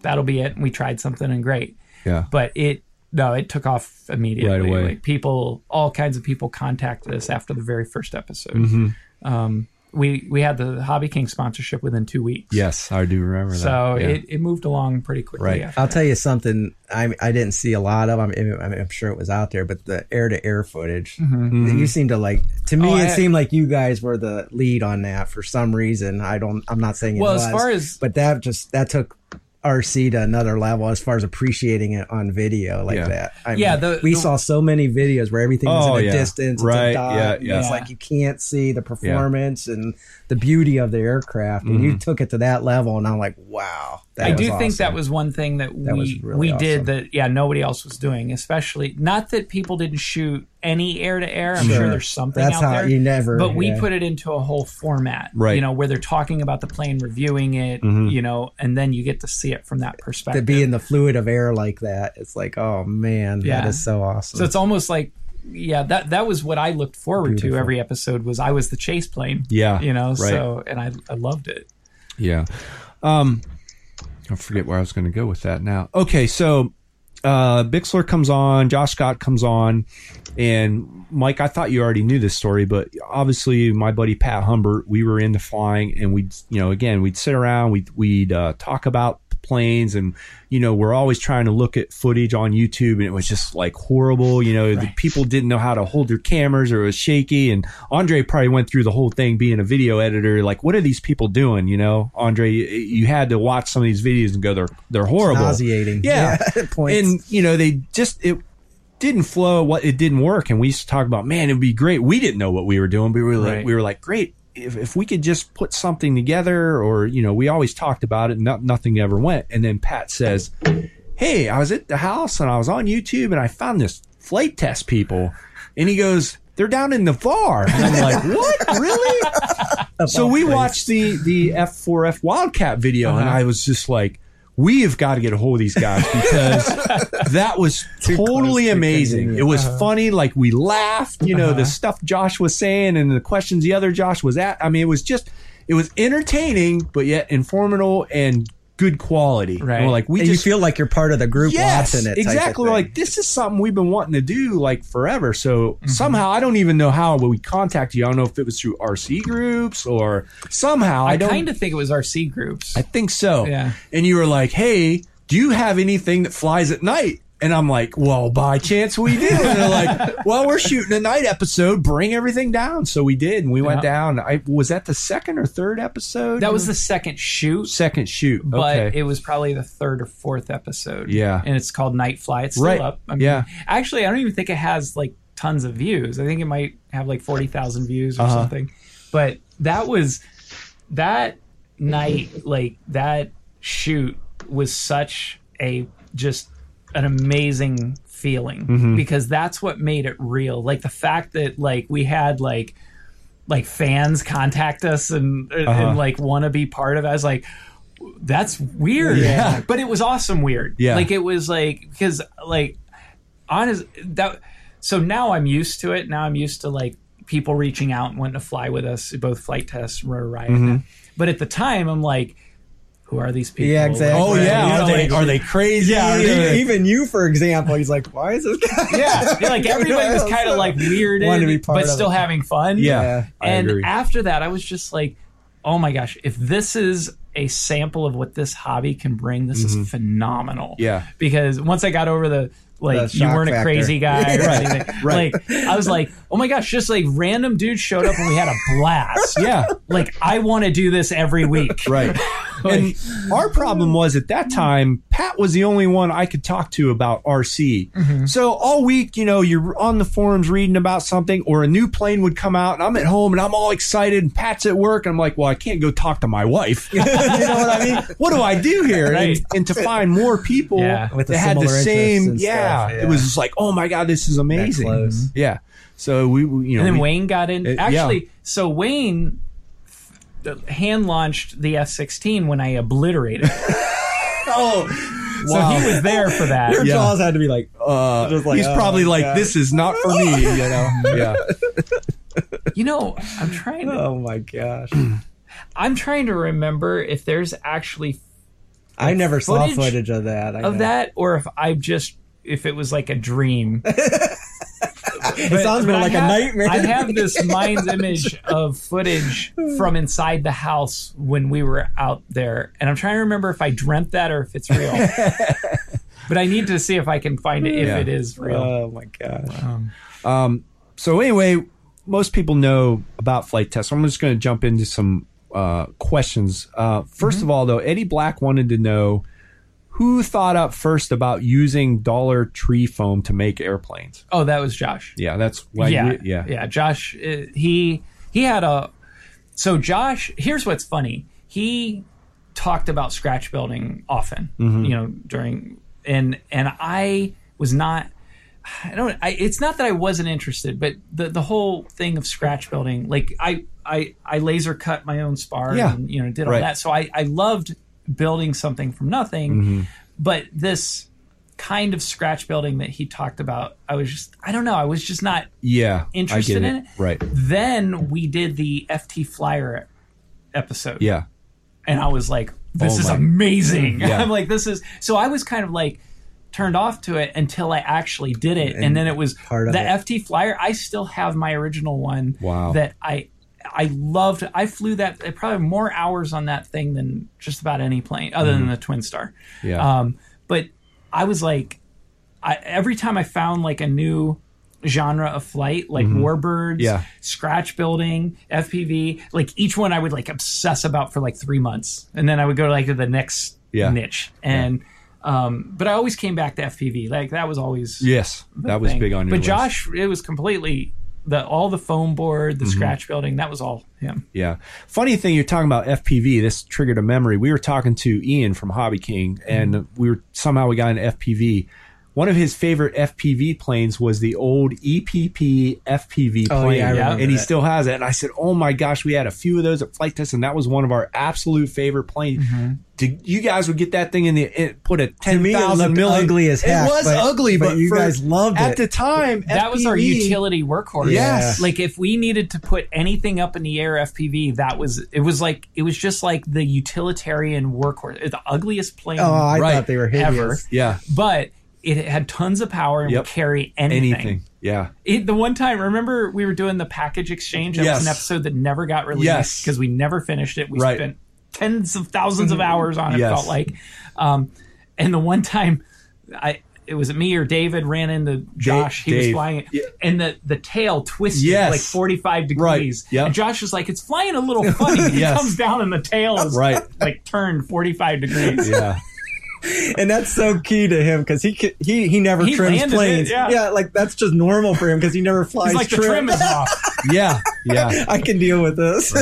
Speaker 4: that'll be it. And we tried something and great.
Speaker 3: Yeah.
Speaker 4: But it, no, it took off immediately.
Speaker 3: Right away.
Speaker 4: Like people, all kinds of people contacted us after the very first episode. Um,
Speaker 3: Mm-hmm.
Speaker 4: we we had the Hobby King sponsorship within two weeks.
Speaker 3: Yes, I do remember that.
Speaker 4: So
Speaker 3: Yeah.
Speaker 4: it, it moved along pretty quickly.
Speaker 3: Right.
Speaker 4: after
Speaker 1: I'll tell you something. I I didn't see a lot of. I'm I'm, I'm sure it was out there, but the air to air footage.
Speaker 3: Mm-hmm.
Speaker 1: You seem to like. To me,
Speaker 4: Mm-hmm. Oh,
Speaker 1: it
Speaker 4: I-
Speaker 1: seemed like you guys were the lead on that for some reason. I don't. I'm not saying it
Speaker 4: Well,
Speaker 1: was,
Speaker 4: as far as-
Speaker 1: but that just that took RC to another level as far as appreciating it on video like
Speaker 3: Yeah.
Speaker 1: that. I
Speaker 4: Yeah, the-
Speaker 1: we
Speaker 4: the-
Speaker 1: saw so many videos where everything was
Speaker 3: Oh,
Speaker 1: in a
Speaker 3: yeah.
Speaker 1: distance,
Speaker 3: Right,
Speaker 1: It's a dot,
Speaker 3: yeah,
Speaker 1: and
Speaker 3: yeah.
Speaker 1: It's like you can't see the performance and the beauty of the aircraft, and
Speaker 3: Mm-hmm.
Speaker 1: you took it to that level, and I'm like, wow. that
Speaker 4: I
Speaker 1: was
Speaker 4: do think
Speaker 1: awesome.
Speaker 4: that was one thing that we
Speaker 1: was really
Speaker 4: we
Speaker 1: awesome.
Speaker 4: did that yeah nobody else was doing especially not that people didn't shoot any air to air I'm sure,
Speaker 1: Sure.
Speaker 4: there's something
Speaker 1: That's
Speaker 4: out
Speaker 1: how-
Speaker 4: there
Speaker 1: you never-
Speaker 4: but we
Speaker 1: yeah.
Speaker 4: put it into a whole format
Speaker 3: Right.
Speaker 4: you know where they're talking about the plane reviewing it you know and then you get to see it from that
Speaker 1: Mm-hmm. to
Speaker 4: perspective
Speaker 1: be in the fluid of air like that it's like oh man
Speaker 4: Yeah.
Speaker 1: that is so awesome
Speaker 4: so it's almost like yeah that that was what I looked forward
Speaker 1: Beautiful.
Speaker 4: to every episode was I was the chase plane
Speaker 3: Yeah,
Speaker 4: you know
Speaker 3: right.
Speaker 4: so and I I loved it
Speaker 3: Yeah. Um, I forget where I was going to go with that now. Okay, so uh, Bixler comes on, Josh Scott comes on, and Mike, I thought you already knew this story, but obviously my buddy Pat Humbert, we were into flying, and we'd, you know, again, we'd sit around, we'd, we'd uh, talk about planes and you know we're always trying to look at footage on youtube and it was just like horrible you know the people didn't know how to hold their cameras or it was shaky and andre probably went through the whole thing being a video editor like what are these people doing you know andre you- you had to watch some of these videos and go they're they're horrible
Speaker 1: nauseating
Speaker 3: yeah,
Speaker 1: points
Speaker 3: and you know they just it didn't flow what it didn't work and we used to talk about man it'd be great we didn't know what we were doing but we were like
Speaker 4: Right.
Speaker 3: we were like great if, if we could just put something together or you know we always talked about it and not, nothing ever went and then pat says hey i was at the house and i was on youtube and i found this flight test people and he goes they're down in the var and i'm like what really so we watched the the F4F Wildcat video,
Speaker 1: Uh-huh.
Speaker 3: and I was just like, "We have got to get a hold of these guys because that was totally amazing. It
Speaker 1: Uh-huh.
Speaker 3: was funny. Like we laughed, you know, the stuff Josh was saying and the questions the other Josh was at. I mean, it was just it was entertaining, but yet informative and good quality. And we're
Speaker 4: Right.
Speaker 3: like we
Speaker 1: And you
Speaker 3: just
Speaker 1: feel like you're part of the group
Speaker 3: yes,
Speaker 1: watching it type of
Speaker 3: exactly.
Speaker 1: thing.
Speaker 3: Like this is something we've been wanting to do like forever. So
Speaker 4: Mm-hmm.
Speaker 3: somehow I don't even know how we contacted you. I don't know if it was through RC groups or somehow I,
Speaker 4: I,
Speaker 3: don't.
Speaker 4: kind of think it was RC groups
Speaker 3: I think so.
Speaker 4: Yeah.
Speaker 3: And you were like, "Hey, do you have anything that flies at night?" And I'm like, "Well, by chance we do." And they're like, "Well, we're shooting a night episode. Bring everything down." So we did, and we went
Speaker 4: Yeah.
Speaker 3: down. I was that the second or third episode.
Speaker 4: that was the second shoot
Speaker 3: second shoot.
Speaker 4: but
Speaker 3: okay.
Speaker 4: it was probably the third or fourth episode.
Speaker 3: Yeah.
Speaker 4: and it's called Night Fly. It's still
Speaker 3: Right.
Speaker 4: up.
Speaker 3: Yeah.
Speaker 4: actually, I don't even think it has like tons of views. I think it might have like forty thousand views
Speaker 3: Uh-huh.
Speaker 4: or something. But that was that
Speaker 3: Mm-hmm.
Speaker 4: night, like that shoot was such a just an amazing feeling
Speaker 3: Mm-hmm.
Speaker 4: because that's what made it real. Like the fact that like we had like like fans contact us and
Speaker 3: Uh-huh.
Speaker 4: and like want to be part of it. I was like that's weird.
Speaker 3: Yeah.
Speaker 4: But it was awesome weird.
Speaker 3: Yeah.
Speaker 4: Like it was like because like honest that so now I'm used to it. Now I'm used to like people reaching out and wanting to fly with us, both flight tests, Rotor Riot.
Speaker 3: Mm-hmm.
Speaker 4: and that. But at the time, I'm like, who are these people?
Speaker 1: Yeah, exactly.
Speaker 3: Oh
Speaker 1: Right,
Speaker 3: yeah,
Speaker 4: You know,
Speaker 3: are they
Speaker 4: like-
Speaker 3: are they crazy?
Speaker 4: Yeah, are
Speaker 1: Even, even you, for example, he's like, "Why is this guy?"
Speaker 4: yeah, like everybody was kind of like weirded,
Speaker 1: Wanted to be part
Speaker 4: but
Speaker 1: of
Speaker 4: still
Speaker 1: it.
Speaker 4: having fun.
Speaker 1: Yeah.
Speaker 3: yeah, I
Speaker 4: and
Speaker 3: agree.
Speaker 4: after that, I was just like, oh my gosh, if this is a sample of what this hobby can bring, this
Speaker 3: Mm-hmm.
Speaker 4: is phenomenal.
Speaker 9: Yeah.
Speaker 4: Because once I got over the like
Speaker 1: The
Speaker 4: you
Speaker 1: shock
Speaker 4: weren't a
Speaker 1: factor.
Speaker 4: crazy guy or anything. Like I was like, oh my gosh, just like random dude showed up and we had a blast.
Speaker 3: yeah,
Speaker 4: Like I want to do this every week.
Speaker 3: right. and our problem was at that time, Pat was the only one I could talk to about RC.
Speaker 1: Mm-hmm.
Speaker 3: So all week, you know, you're on the forums reading about something, or a new plane would come out, and I'm at home and I'm all excited, and Pat's at work, and I'm like, well, I can't go talk to my wife. you know what I mean? What do I do here?
Speaker 4: Right.
Speaker 3: And, and to find more people
Speaker 4: Yeah.
Speaker 1: With the
Speaker 3: that had the
Speaker 1: similar interests
Speaker 3: same,
Speaker 1: and
Speaker 3: yeah,
Speaker 1: stuff,
Speaker 3: it
Speaker 1: yeah.
Speaker 3: was just like, oh my god, this is amazing.
Speaker 1: close.
Speaker 3: Yeah. So we, we- you know,
Speaker 4: And then
Speaker 3: we-
Speaker 4: Wayne got in.
Speaker 3: It- yeah.
Speaker 4: Actually, so Wayne uh, hand launched the F sixteen when I obliterated. it.
Speaker 3: oh,
Speaker 4: So he was there for that.
Speaker 1: Your
Speaker 3: Yeah.
Speaker 1: jaws had to be like,
Speaker 3: uh,
Speaker 1: Just like,
Speaker 3: he's
Speaker 1: oh,
Speaker 3: probably like,
Speaker 1: God.
Speaker 3: this is not for me, you know? yeah.
Speaker 4: You know, I'm trying to
Speaker 1: "Oh my gosh!"
Speaker 4: I'm trying to remember if there's actually
Speaker 1: I never saw
Speaker 4: Footage
Speaker 1: footage of that. I
Speaker 4: of
Speaker 1: know.
Speaker 4: that or if I just if it was like a dream. But-
Speaker 1: it sounds
Speaker 4: but
Speaker 1: more
Speaker 4: I
Speaker 1: like a
Speaker 4: have-
Speaker 1: nightmare.
Speaker 4: I have this mind's image of footage from inside the house when we were out there, and I'm trying to remember if I dreamt that or if it's real. but I need to see if I can find it if
Speaker 3: Yeah.
Speaker 4: it is real.
Speaker 1: Oh my gosh!
Speaker 3: So anyway, most people know about flight tests. I'm just going to jump into some uh, questions. Uh, 1st
Speaker 4: Mm-hmm.
Speaker 3: of all, though, Eddie Black wanted to know who thought up first about using Dollar Tree foam to make airplanes.
Speaker 4: Oh, that was Josh.
Speaker 3: Yeah, that's why.
Speaker 4: yeah,
Speaker 3: we- yeah,
Speaker 4: yeah. Josh, uh, he he had a so Josh. Here's what's funny. He talked about scratch building often,
Speaker 3: Mm-hmm.
Speaker 4: you know, during and and I was not. I don't. I, it's not that I wasn't interested, but the the whole thing of scratch building, like I I I laser cut my own spar
Speaker 3: Yeah.
Speaker 4: and you know did all
Speaker 3: Right.
Speaker 4: that. So I I loved building something from nothing,
Speaker 3: Mm-hmm.
Speaker 4: but this kind of scratch building that he talked about, I was just I don't know. I was just not
Speaker 3: yeah. I
Speaker 4: Interested
Speaker 3: get
Speaker 4: in it?
Speaker 3: Right.
Speaker 4: then we did the FT Flyer episode.
Speaker 3: Yeah.
Speaker 4: And I was like, this
Speaker 3: Oh
Speaker 4: is
Speaker 3: my-
Speaker 4: amazing.
Speaker 3: Yeah.
Speaker 4: I'm like, this is. So I was kind of like turned off to it until I actually did it. And, then it was
Speaker 1: part of
Speaker 4: the
Speaker 1: it.
Speaker 4: FT Flyer. I still have my original one
Speaker 3: Wow.
Speaker 4: that I. I loved. I flew that I probably more hours on that thing than just about any plane, other
Speaker 3: Mm-hmm.
Speaker 4: than the Twin Star.
Speaker 3: Yeah.
Speaker 4: Um, but I was like, I, every time I found like a new genre of flight, like warbirds,
Speaker 3: Mm-hmm. Yeah.
Speaker 4: scratch building, FPV, like each one I would like obsess about for like three months, and then I would go like to the next
Speaker 3: Yeah.
Speaker 4: niche. And um, but I always came back to FPV. Like that was always
Speaker 3: yes. That was
Speaker 4: thing.
Speaker 3: big on your
Speaker 4: But
Speaker 3: list.
Speaker 4: Josh, it was completely the all the foam board,
Speaker 3: Mm-hmm.
Speaker 4: the scratch building. That was all him.
Speaker 3: Yeah. Funny thing, you're talking about FPV. This triggered a memory. We were talking to Ian from Hobby King, and
Speaker 1: Mm-hmm.
Speaker 3: we were somehow we got an FPV. One of his favorite FPV planes was the old E EPP FPV plane,
Speaker 1: Oh, yeah, I remember
Speaker 3: and he
Speaker 1: that.
Speaker 3: still has it. And I said, "Oh my gosh, we had a few of those at flight test, and that was one of our absolute favorite planes." Did you guys would get that thing in the it put a ten
Speaker 1: Mm-hmm. me, it
Speaker 3: thousand
Speaker 1: looked
Speaker 3: million?
Speaker 1: ugly as heck,
Speaker 3: It was
Speaker 1: but-
Speaker 3: ugly,
Speaker 1: but
Speaker 3: but,
Speaker 1: you
Speaker 3: for-
Speaker 1: guys loved
Speaker 3: at
Speaker 1: it.
Speaker 3: the time.
Speaker 4: That was our
Speaker 3: FPV
Speaker 4: utility workhorse.
Speaker 3: Yes.
Speaker 4: Like if we needed to put anything up in the air FPV, that was it was like it was just like the utilitarian workhorse. The ugliest plane
Speaker 1: Oh, I
Speaker 3: Right.
Speaker 1: thought they were hideous.
Speaker 4: ever.
Speaker 3: Yeah,
Speaker 4: But it had tons of power and
Speaker 3: Yep.
Speaker 4: would carry anything.
Speaker 3: anything. Yeah,
Speaker 4: It, the one time, remember we were doing the package exchange? That was
Speaker 3: Yes.
Speaker 4: an episode that never got released
Speaker 3: Yes.
Speaker 4: because we never finished it. We
Speaker 3: Right. Mm-hmm.
Speaker 4: spent tens of thousands of hours on it,
Speaker 3: Yes.
Speaker 4: felt like. Um, and the one time I it was me or David ran into Josh. he was
Speaker 3: Dave.
Speaker 4: flying it. And the, the tail twisted
Speaker 3: Yes.
Speaker 4: like 45 degrees.
Speaker 3: Yep.
Speaker 4: And Josh was like, it's flying a little funny. It
Speaker 3: Yes.
Speaker 4: comes down and the tail is
Speaker 3: Right.
Speaker 4: like turned 45 degrees.
Speaker 3: yeah.
Speaker 1: and that's so key to him because he could- he he never
Speaker 4: He
Speaker 1: trims
Speaker 4: landed it,
Speaker 1: planes.
Speaker 4: yeah.
Speaker 1: like that's just normal for him because he never flies.
Speaker 4: He's like, the
Speaker 1: trim.
Speaker 4: trim is off.
Speaker 3: Yeah, yeah.
Speaker 1: I can deal with this.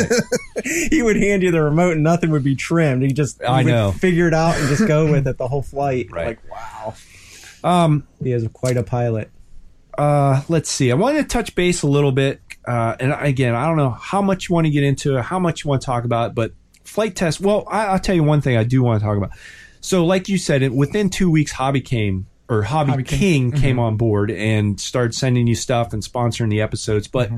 Speaker 1: he would hand you the remote and nothing would be trimmed. He just
Speaker 3: I
Speaker 1: he would
Speaker 3: know.
Speaker 1: figure it out and just go with it the whole flight.
Speaker 3: Right.
Speaker 1: Like wow. Um, he is quite a pilot.
Speaker 3: Uh, let's see. I want to touch base a little bit, uh, and again, I don't know how much you want to get into it, how much you want to talk about, it, but flight test. Well, I, I'll tell you one thing I do want to talk about. So, like you said, it, within two weeks, Hobby came or
Speaker 4: Mm-hmm. Mm-hmm.
Speaker 3: Hobby, King, came on board and started sending you stuff and sponsoring the episodes, but.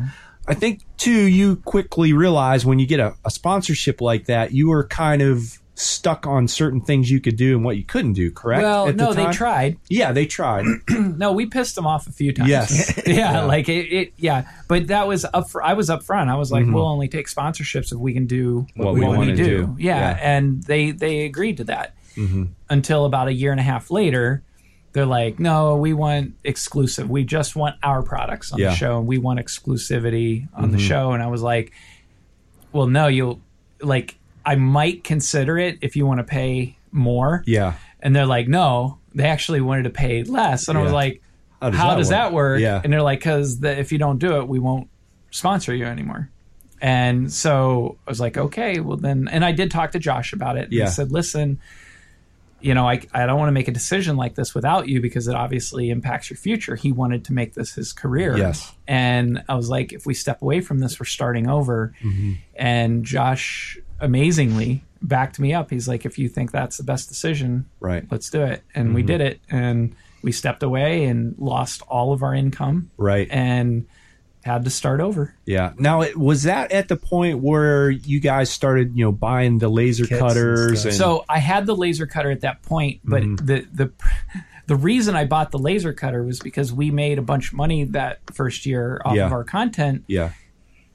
Speaker 3: I think too, you quickly realize when you get a, a sponsorship like that, you are kind of stuck on certain things you could do and what you couldn't do. Correct?
Speaker 4: Well,
Speaker 3: At the
Speaker 4: no, they
Speaker 3: time?
Speaker 4: tried.
Speaker 3: Yeah, they tried.
Speaker 4: No, we pissed them off a few times.
Speaker 3: Yes.
Speaker 4: yeah, like it, it. Yeah, but that was up. For, I was up front. I was like,
Speaker 3: Mm-hmm.
Speaker 4: we'll only take sponsorships if we can do what, we, want to do. Yeah.
Speaker 3: Yeah. Mm-hmm.
Speaker 4: and they they agreed to that until about a year and a half later. They're like, no, we want exclusive. We just want our products on
Speaker 3: Yeah. Mm-hmm.
Speaker 4: the show, and we want exclusivity on the show. And I was like, well, no, you'll like. I might consider it if you want to pay more.
Speaker 3: yeah.
Speaker 4: And they're like, no, they actually wanted to pay less. And I was
Speaker 3: Yeah.
Speaker 4: like, how does, that, work?
Speaker 3: Yeah.
Speaker 4: And they're like, because the, if you don't do it, we won't sponsor you anymore. And so I was like, okay, well then. And I did talk to Josh about it.
Speaker 3: Yeah.
Speaker 4: And I said, listen, you know, I, I don't want to make a decision like this without you because it obviously impacts your future. He wanted to make this his career.
Speaker 3: Yes.
Speaker 4: And I was like, if we step away from this, we're starting over. And Josh amazingly backed me up. He's like, if you think that's the best decision,
Speaker 3: Right.
Speaker 4: let's do it. And
Speaker 3: Mm-hmm.
Speaker 4: we did it. And we stepped away and lost all of our income
Speaker 3: Right.
Speaker 4: and had to start over.
Speaker 3: Yeah. Now, it, was that at the point where you guys started, you know, buying the laser
Speaker 1: Kits and
Speaker 3: cutters?
Speaker 1: stuff.
Speaker 3: And
Speaker 4: So I had the laser cutter at that point, but
Speaker 3: Mm-hmm.
Speaker 4: the the the reason I bought the laser cutter was because we made a bunch of money that first year off
Speaker 3: Yeah.
Speaker 4: of our content,
Speaker 3: yeah,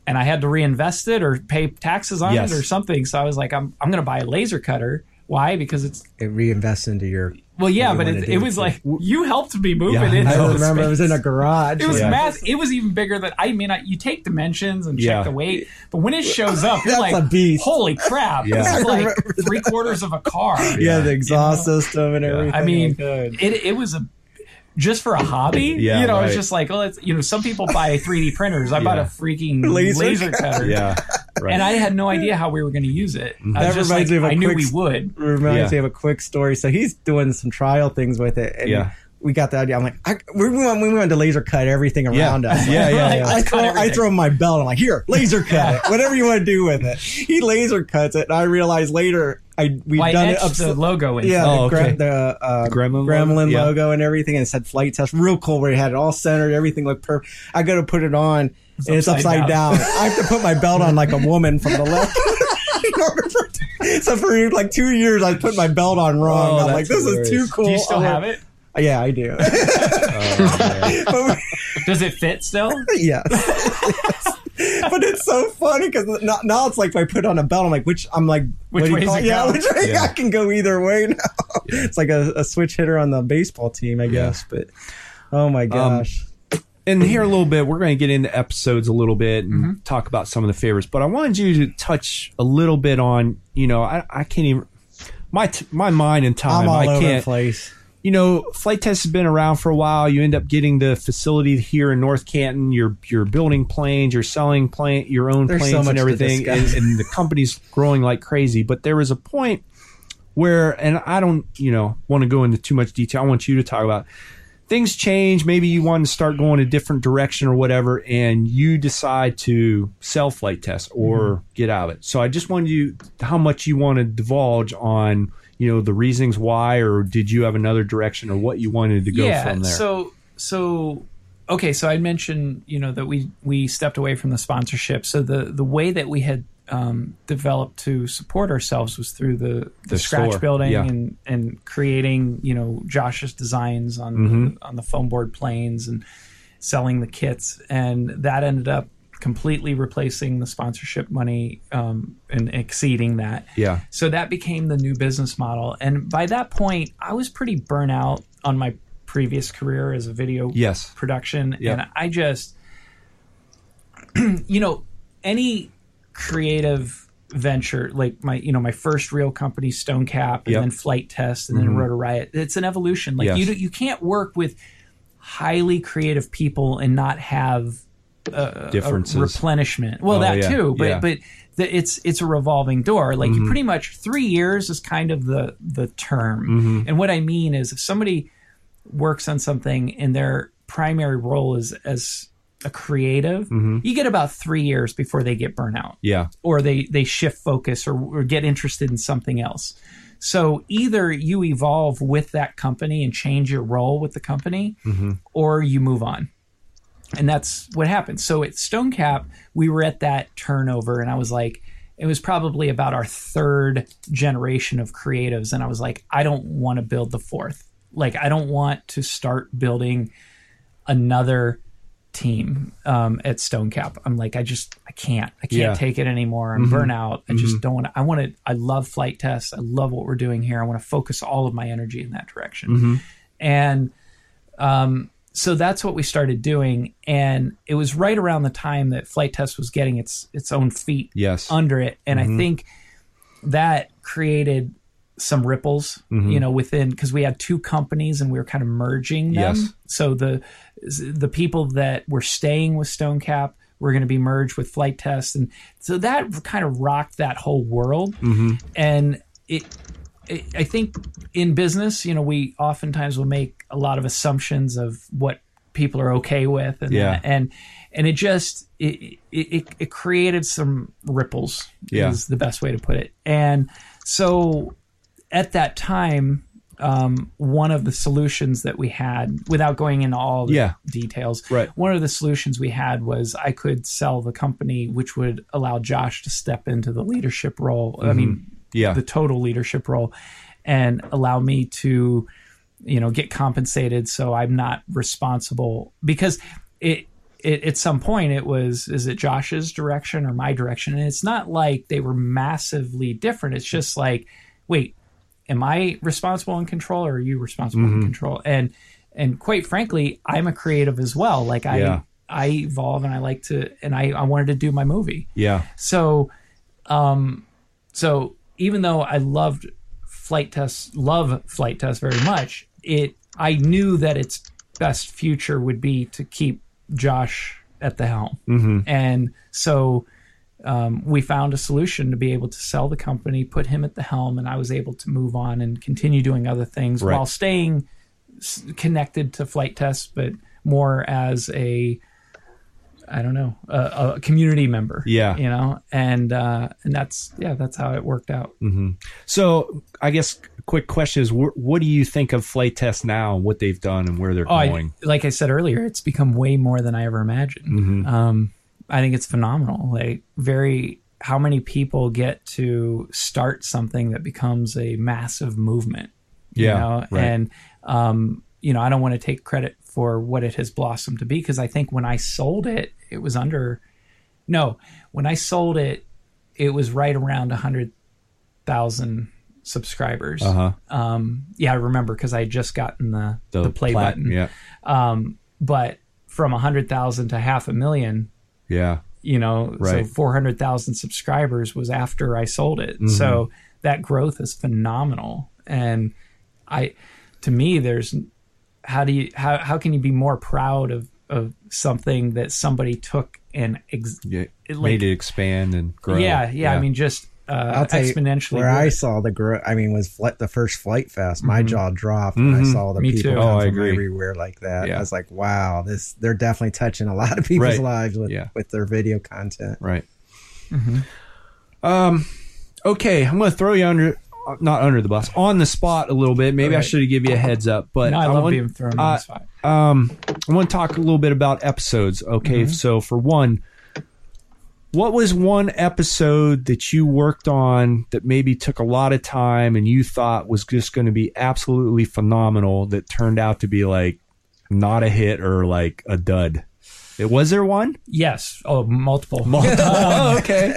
Speaker 4: and I had to reinvest it or pay taxes on
Speaker 3: Yes.
Speaker 4: it or something. So I was like, I'm I'm going to buy a laser cutter. Why? Because it's
Speaker 1: It reinvests into your.
Speaker 4: well, yeah,
Speaker 1: You
Speaker 4: but
Speaker 1: wanna
Speaker 4: it,
Speaker 1: do
Speaker 4: it
Speaker 1: it
Speaker 4: was
Speaker 1: too.
Speaker 4: like you helped me move
Speaker 3: Yeah,
Speaker 4: it
Speaker 3: I
Speaker 4: into
Speaker 1: I
Speaker 4: the
Speaker 1: remember it was in
Speaker 4: space.
Speaker 1: a garage.
Speaker 4: It was
Speaker 3: Yeah.
Speaker 4: mass. It was even bigger than I mean. I, you take dimensions and check
Speaker 3: Yeah.
Speaker 4: the weight, but when it shows up, you're
Speaker 1: That's
Speaker 4: like,
Speaker 1: a beast.
Speaker 4: "Holy crap! This
Speaker 3: Yeah.
Speaker 4: is like three quarters of a car."
Speaker 1: yeah, the exhaust system and everything.
Speaker 4: I mean,
Speaker 1: good.
Speaker 4: it it was a just for a hobby.
Speaker 3: Yeah,
Speaker 4: you know,
Speaker 3: right.
Speaker 4: it's just like, oh, it's, you know, some people buy 3D printers. I bought a
Speaker 3: Yeah.
Speaker 4: freaking
Speaker 1: Laser
Speaker 4: laser, cutter,
Speaker 3: yeah, Mm-hmm. right.
Speaker 4: and I had no idea how we were going to use it. I, was
Speaker 1: That
Speaker 4: just like,
Speaker 1: reminds me of a
Speaker 4: I knew
Speaker 1: quick
Speaker 4: we
Speaker 1: s-
Speaker 4: would.
Speaker 1: reminds
Speaker 3: Yeah.
Speaker 1: me of a quick story. So he's doing some trial things with it. And
Speaker 3: Yeah.
Speaker 1: We got the idea. I'm like, I, we, want, we want to laser cut everything
Speaker 3: Yeah.
Speaker 1: around us.
Speaker 3: Yeah, yeah, yeah.
Speaker 1: I,
Speaker 4: Let's
Speaker 1: throw,
Speaker 4: cut
Speaker 1: I
Speaker 4: everything.
Speaker 1: throw him my belt. I'm like, here, laser cut it. Whatever you want to do with it. He laser cuts it. And I realized later, I we
Speaker 4: Why
Speaker 1: had done it
Speaker 4: etched the
Speaker 1: upside.
Speaker 4: logo in?
Speaker 1: Yeah,
Speaker 3: Oh,
Speaker 1: the,
Speaker 3: okay.
Speaker 1: gra- the uh,
Speaker 3: Gremlin
Speaker 1: gremlin,
Speaker 3: logo?
Speaker 1: logo,
Speaker 3: Yeah.
Speaker 1: and everything, and it said flight test. Real cool, where it had it all centered, everything looked perfect. I go to put it on, and it's
Speaker 4: upside
Speaker 1: upside down. I have to put my belt on like a woman from the left. in order for- so for like two years, I put my belt on wrong.
Speaker 3: Oh,
Speaker 1: I'm like,
Speaker 3: that's
Speaker 1: this
Speaker 3: hilarious.
Speaker 1: is too cool.
Speaker 4: Do you still have it?
Speaker 1: Yeah, I do. but
Speaker 4: Does it fit still?
Speaker 1: we- yeah. but it's so funny because now, now it's like if I put on a belt, I'm like, which I'm like, what
Speaker 4: Which
Speaker 1: do you
Speaker 4: way does
Speaker 1: call
Speaker 4: it
Speaker 1: Yeah,
Speaker 4: go?
Speaker 1: which way
Speaker 3: Yeah.
Speaker 1: I can go either way now. It's like a, a switch hitter on the baseball team, I guess. But oh my gosh,
Speaker 3: and here a little bit, we're going to get into episodes a little bit and
Speaker 4: Mm-hmm.
Speaker 3: talk about some of the favorites. But I wanted you to touch a little bit on, you know, I, I can't even my t- my mind and time.
Speaker 1: I'm all
Speaker 3: I
Speaker 1: over the
Speaker 3: can't.
Speaker 1: place.
Speaker 3: you know, flight test has been around for a while. You end up getting the facility here in North Canton. You're you're building planes. You're selling plane your own
Speaker 1: There's so
Speaker 3: planes
Speaker 1: much
Speaker 3: and
Speaker 1: to
Speaker 3: everything. And,
Speaker 1: discuss.
Speaker 3: and the company's growing like crazy. But there was a point where, and I don't, you know, want to go into too much detail. I want you to talk about things change. Maybe you want to start going a different direction or whatever, and you decide to sell flight tests or
Speaker 4: Mm-hmm.
Speaker 3: get out of it. So I just wanted you how much you want to divulge on you know the reasons why, or did you have another direction, or what you wanted to go
Speaker 4: yeah,
Speaker 3: from there?
Speaker 4: So so okay, so I mentioned, you know, that we we stepped away from the sponsorship. So the the way that we had um, developed to support ourselves was through the the, scratch
Speaker 3: store,
Speaker 4: building
Speaker 3: yeah.
Speaker 4: and and creating, you know, Josh's designs on
Speaker 3: Mm-hmm.
Speaker 4: on the foam board planes and selling the kits and that ended up completely replacing the sponsorship money um, and exceeding that
Speaker 3: yeah,
Speaker 4: so that became the new business model. And by that point, I was pretty burnt out on my previous career as a video
Speaker 3: Yes.
Speaker 4: production.
Speaker 3: Yep.
Speaker 4: And I just, you know, any creative venture, like my, you know, my first real company, Stonecap, and
Speaker 3: Yep. Mm-hmm.
Speaker 4: then Flight Test, and then Rotor Riot, it's an evolution. Like
Speaker 3: Yes.
Speaker 4: you, do- you can't work with highly creative people and not have
Speaker 3: differences.
Speaker 4: uh, a replenishment. Well,
Speaker 3: Oh,
Speaker 4: that
Speaker 3: yeah,
Speaker 4: too, but
Speaker 3: yeah. Mm-hmm.
Speaker 4: but the, it's it's a revolving door. Like you pretty much three years is kind of the the term.
Speaker 3: Mm-hmm.
Speaker 4: And what I mean is, if somebody works on something and their primary role is as a creative,
Speaker 3: Mm-hmm.
Speaker 4: you get about three years before they get burnout
Speaker 3: yeah,
Speaker 4: or they they shift focus or, or get interested in something else. So either you evolve with that company and change your role with the company, or you move on. and that's what happened. So at Stonecap, we were at that turnover, and I was like, it was probably about our third generation of creatives, and I was like, I don't want to build the fourth. Like, I don't want to start building another team um, at Stonecap. I'm like, I just, I can't, I can't
Speaker 3: Yeah.
Speaker 4: take it anymore. I'm burnout. I just don't want. to I want to. I love flight tests. I love what we're doing here. I want to focus all of my energy in that direction. And um, so that's what we started doing and it was right around the time that flight test was getting its its own feet
Speaker 3: Yes. Mm-hmm.
Speaker 4: under it and i think that created some ripples
Speaker 3: Mm-hmm.
Speaker 4: you know within because we had two companies and we were kind of merging them
Speaker 3: Yes.
Speaker 4: so the the people that were staying with stonecap were going to be merged with flight test and so that kind of rocked that whole world
Speaker 3: Mm-hmm.
Speaker 4: and it I I think in business, you know, we oftentimes will make a lot of assumptions of what people are okay with, and
Speaker 3: Yeah.
Speaker 4: and and it just it it, it it created some ripples.
Speaker 3: Yeah.
Speaker 4: is the best way to put it. And so at that time, um, one of the solutions that we had, without going into all the
Speaker 3: Yeah.
Speaker 4: details,
Speaker 3: Right.
Speaker 4: one of the solutions we had was I could sell the company, which would allow Josh to step into the leadership role. I
Speaker 3: Mm-hmm.
Speaker 4: mean,
Speaker 3: Yeah.
Speaker 4: the total leadership role and allow me to you know get compensated so i'm not responsible because it, it at some point it was is it josh's direction or my direction and it's not like they were massively different it's just like wait am i responsible and control or are you responsible
Speaker 3: Mm-hmm.
Speaker 4: and control and and quite frankly i'm a creative as well like i
Speaker 3: Yeah.
Speaker 4: i evolve and i like to and i i wanted to do my movie
Speaker 3: Yeah.
Speaker 4: so um so even though I loved flight tests love flight tests very much, it I knew that its best future would be to keep Josh at the helm.
Speaker 3: Mm-hmm.
Speaker 4: And so um, we found a solution to be able to sell the company, put him at the helm, and I was able to move on and continue doing other things
Speaker 3: Right.
Speaker 4: while staying s- connected to flight tests, but more as a I don't know a, a community member.
Speaker 3: Yeah.
Speaker 4: you know, and uh, and that's yeah, that's how it worked out.
Speaker 3: So I guess quick question is wh- what do you think of flight test now and what they've done and where they're
Speaker 4: Oh, I-
Speaker 3: going?
Speaker 4: like I said earlier, it's become way more than I ever imagined.
Speaker 3: Mm-hmm.
Speaker 4: Um, I think it's phenomenal. Like very, how many people get to start something that becomes a massive movement? you
Speaker 3: Yeah,
Speaker 4: know?
Speaker 3: right.
Speaker 4: and um, you know, I don't want to take credit for what it has blossomed to be because I think when I sold it, it was under. No, when I sold it, it was right around a hundred thousand subscribers.
Speaker 3: Uh-huh.
Speaker 4: Um, yeah, I remember because I had just gotten the the, play
Speaker 3: plat-
Speaker 4: button
Speaker 3: Yeah.
Speaker 4: but from a hundred thousand to half a million,
Speaker 3: Yeah.
Speaker 4: you know,
Speaker 3: Right.
Speaker 4: so four hundred thousand subscribers was after I sold it. So that growth is phenomenal, and I, to me, there's how do you how how can you be more proud of of something that somebody took and ex-
Speaker 3: yeah.
Speaker 4: It, like-
Speaker 3: Made it expand and grow.
Speaker 4: yeah, yeah I mean just uh,
Speaker 1: I'll tell you
Speaker 4: exponentially
Speaker 1: where I
Speaker 4: grew.
Speaker 1: saw the grow. I mean, was fl- the first Flight Fest. My jaw dropped when I saw the
Speaker 4: Me
Speaker 1: people
Speaker 4: too.
Speaker 1: come
Speaker 3: Oh, I
Speaker 1: from
Speaker 3: agree.
Speaker 1: everywhere like that.
Speaker 3: Yeah.
Speaker 1: I was like, wow, this they're definitely touching a lot of people's
Speaker 3: Right.
Speaker 1: lives with
Speaker 3: Yeah.
Speaker 1: with their video content.
Speaker 3: Right.
Speaker 4: Mm-hmm.
Speaker 3: Um, okay, I'm going to throw you under, uh, not under the bus, on the spot a little bit. Maybe I
Speaker 4: Alright.
Speaker 3: should have give you a heads up, but
Speaker 4: no, I love
Speaker 3: want-
Speaker 4: being thrown on
Speaker 3: uh,
Speaker 4: the spot.
Speaker 3: I want to talk a little bit about episodes. Okay,
Speaker 4: Mm-hmm.
Speaker 3: so for one, what was one episode that you worked on that maybe took a lot of time and you thought was just going to be absolutely phenomenal that turned out to be like not a hit or like a dud? It was there one?
Speaker 4: Yes, oh, multiple.
Speaker 3: oh, okay.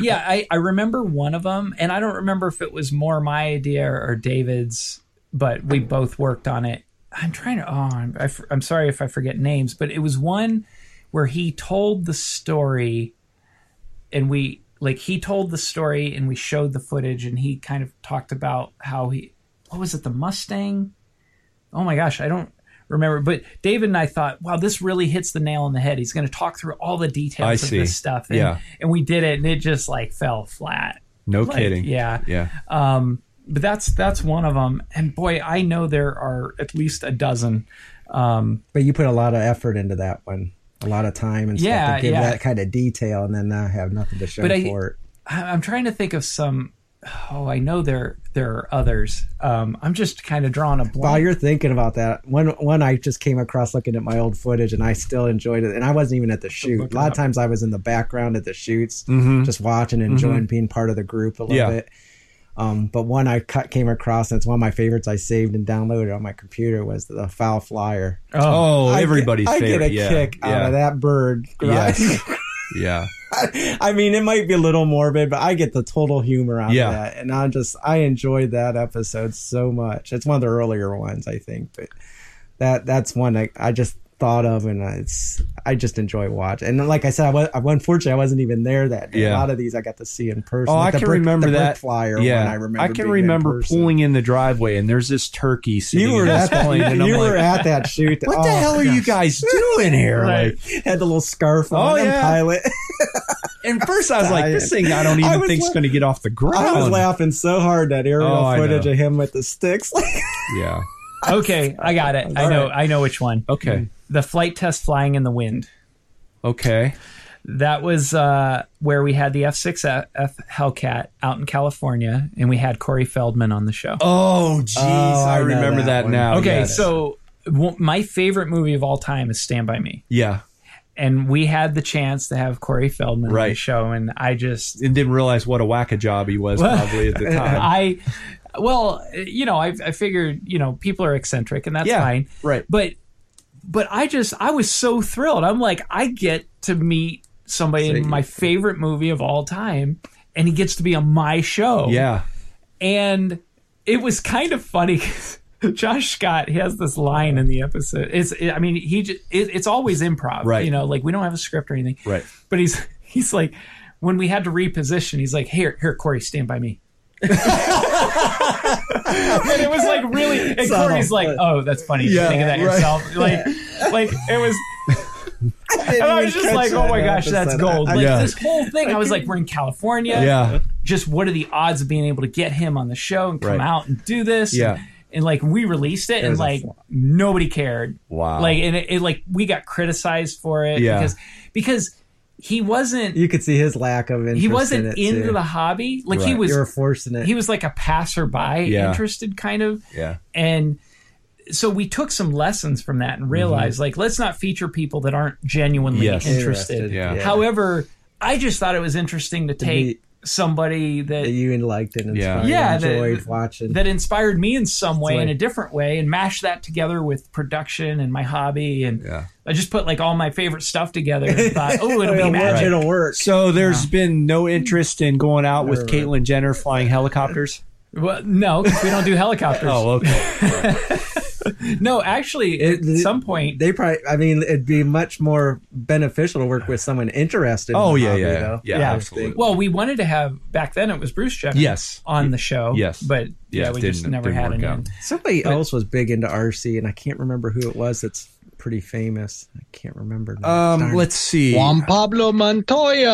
Speaker 4: yeah, I, I remember one of them, and I don't remember if it was more my idea or David's, but we both worked on it. I'm trying to. Oh, I'm, I, f- I'm sorry if I forget names, but it was one where he told the story, and we like he told the story, and we showed the footage, and he kind of talked about how he what was it the Mustang? Oh my gosh, I don't remember. But David and I thought, wow, this really hits the nail on the head. He's going to talk through all the details
Speaker 3: I
Speaker 4: of
Speaker 3: see.
Speaker 4: this stuff. And,
Speaker 3: Yeah.
Speaker 4: and we did it, and it just like fell flat.
Speaker 3: No
Speaker 4: Like,
Speaker 3: kidding.
Speaker 4: Yeah.
Speaker 3: Yeah.
Speaker 4: But that's that's one of them. And boy, I know there are at least a dozen. Um,
Speaker 1: But you put a lot of effort into that one, a lot of time and stuff
Speaker 4: Yeah,
Speaker 1: to give
Speaker 4: yeah.
Speaker 1: that kind of detail, and then now have nothing to show
Speaker 4: But I-
Speaker 1: for it.
Speaker 4: I- I'm trying to think of some oh, I know there there are others. Um, I'm just kind of drawing a blank.
Speaker 1: While you're thinking about that, one one I just came across looking at my old footage, and I still enjoyed it. And I wasn't even at the shoot. A lot of times I was in the background at the shoots, just watching, and enjoying being part of the group a little
Speaker 3: Mm-hmm. Yeah.
Speaker 1: bit. Um, but one I cut, came across, and it's one of my favorites. I saved and downloaded on my computer was the foul flyer.
Speaker 3: Oh, everybody's
Speaker 1: I get,
Speaker 3: favorite.
Speaker 1: I get a
Speaker 3: yeah,
Speaker 1: kick
Speaker 3: yeah,
Speaker 1: out of that bird.
Speaker 3: Yes. yeah.
Speaker 1: I mean, it might be a little morbid, but I get the total humor out
Speaker 3: Yeah.
Speaker 1: of that, and I just I enjoyed that episode so much. It's one of the earlier ones, I think, but that that's one I, I just thought of, and it's I just enjoy watching. And like I said, I was unfortunately I wasn't even there that day.
Speaker 3: Yeah.
Speaker 1: A lot of these I got to see in person.
Speaker 3: Oh,
Speaker 1: Like
Speaker 3: I
Speaker 1: the
Speaker 3: can
Speaker 1: brick-
Speaker 3: remember
Speaker 1: the brick
Speaker 3: that
Speaker 1: flyer.
Speaker 3: Yeah,
Speaker 1: one I remember. being
Speaker 3: can
Speaker 1: in
Speaker 3: remember
Speaker 1: person.
Speaker 3: pulling in the driveway, and there's this turkey sitting.
Speaker 1: You were
Speaker 3: in this
Speaker 1: at that.
Speaker 3: plane, and
Speaker 1: You,
Speaker 3: I'm like,
Speaker 1: were at that shoot.
Speaker 3: "What the
Speaker 1: Oh,
Speaker 3: hell are you guys doing here?"
Speaker 1: Right.
Speaker 3: Like,
Speaker 1: Had the little scarf on.
Speaker 3: Oh,
Speaker 1: and
Speaker 3: yeah.
Speaker 1: pilot.
Speaker 3: and first I was like, "This thing, I don't
Speaker 1: I
Speaker 3: even
Speaker 1: was
Speaker 3: think's
Speaker 1: la-
Speaker 3: going to get off the ground."
Speaker 1: I was laughing so hard that aerial
Speaker 3: Oh, I
Speaker 1: footage
Speaker 3: know.
Speaker 1: of him with the sticks.
Speaker 3: Yeah.
Speaker 4: Okay, I got it. I know. I know which one.
Speaker 3: Okay.
Speaker 4: The flight test flying in the wind.
Speaker 3: Okay.
Speaker 4: That was uh, where we had the F6 F Hellcat out in California, and we had Corey Feldman on the show.
Speaker 3: Oh, jeez, I,
Speaker 1: I know
Speaker 3: remember
Speaker 1: that
Speaker 3: that,
Speaker 1: one.
Speaker 3: now.
Speaker 4: okay,
Speaker 3: yes.
Speaker 4: so w- my favorite movie of all time is Stand by Me,
Speaker 3: yeah,
Speaker 4: and we had the chance to have Corey Feldman on the
Speaker 3: Right.
Speaker 4: show, and I just
Speaker 3: and didn't realize what a whack a job he was
Speaker 4: Well-
Speaker 3: probably at the time.
Speaker 4: I, well, you know, I, I figured, you know, people are eccentric and that's
Speaker 3: Yeah,
Speaker 4: fine.
Speaker 3: right.
Speaker 4: But, but I just, I was so thrilled. I'm like, I get to meet somebody in my favorite movie of all time and he gets to be on my show.
Speaker 3: yeah.
Speaker 4: And it was kind of funny. 'cause Josh Scott, he has this line in the episode. It's, I mean, he, just, it, it's always improv,
Speaker 3: Right.
Speaker 4: You know, like we don't have a script or anything,
Speaker 3: Right.
Speaker 4: But he's, he's like, when we had to reposition, he's like, here, here, Corey, stand by me. and it was like really and Corey's like, oh, that's funny. You
Speaker 3: Yeah,
Speaker 4: think of that
Speaker 3: right.
Speaker 4: yourself. Like like it was and I was just like, oh my gosh, that's gold. Like
Speaker 3: Yeah.
Speaker 4: this whole thing. I was like, we're in California.
Speaker 3: Yeah.
Speaker 4: Just what are the odds of being able to get him on the show and come
Speaker 3: Right.
Speaker 4: out and do this?
Speaker 3: Yeah.
Speaker 4: And, and, like we released it, and
Speaker 1: was a
Speaker 4: like
Speaker 1: fl-
Speaker 4: nobody cared.
Speaker 3: Wow.
Speaker 4: Like and it, it like we got criticized for it
Speaker 3: Yeah.
Speaker 4: because because he wasn't
Speaker 1: you could see his lack of interest.
Speaker 4: he
Speaker 1: in it
Speaker 4: wasn't into
Speaker 1: too.
Speaker 4: the hobby. Like he
Speaker 3: Right.
Speaker 4: was
Speaker 1: You were forcing it.
Speaker 4: he was like a passerby
Speaker 3: Yeah.
Speaker 4: interested kind of
Speaker 3: Yeah.
Speaker 4: and so we took some lessons from that and realized like let's not feature people that aren't genuinely
Speaker 3: Mm-hmm. Yes.
Speaker 4: interested,
Speaker 3: Yeah. yeah.
Speaker 4: however i just thought it was interesting to take somebody
Speaker 1: that
Speaker 4: that
Speaker 1: you liked and
Speaker 3: Yeah.
Speaker 1: inspired,
Speaker 4: Yeah, that-
Speaker 1: enjoyed watching.
Speaker 4: that inspired me in some way in
Speaker 1: like-
Speaker 4: a different way and mash that together with production and my hobby and
Speaker 3: Yeah.
Speaker 4: i just put like all my favorite stuff together and thought oh it'll be magic
Speaker 1: It'll work.
Speaker 3: So there's been no interest in going out with
Speaker 1: Right, right.
Speaker 3: Caitlyn Jenner flying helicopters. Oh,
Speaker 4: well, no 'cause we don't do helicopters
Speaker 3: okay.
Speaker 4: no actually at
Speaker 1: Oh, It-
Speaker 4: some point
Speaker 1: They probably. I mean, it'd be much more beneficial to work with someone interested. in
Speaker 3: Oh
Speaker 1: the
Speaker 3: yeah,
Speaker 1: hobby,
Speaker 3: yeah, yeah,
Speaker 1: though.
Speaker 3: yeah,
Speaker 4: Yeah.
Speaker 3: absolutely.
Speaker 4: Well, we wanted to have back then. It was Bruce Jeffers.
Speaker 3: Yes.
Speaker 4: on the show.
Speaker 3: Yes.
Speaker 4: but yeah,
Speaker 3: Yeah,
Speaker 4: we
Speaker 3: it
Speaker 4: just
Speaker 3: didn't-
Speaker 4: never
Speaker 3: didn't
Speaker 4: had
Speaker 3: work
Speaker 4: anyone.
Speaker 3: out.
Speaker 1: Somebody else was big into RC, and I can't remember who it was. That's pretty famous. I can't remember. now.
Speaker 3: Um,
Speaker 1: Darn.
Speaker 3: let's see.
Speaker 2: Juan Pablo Montoya.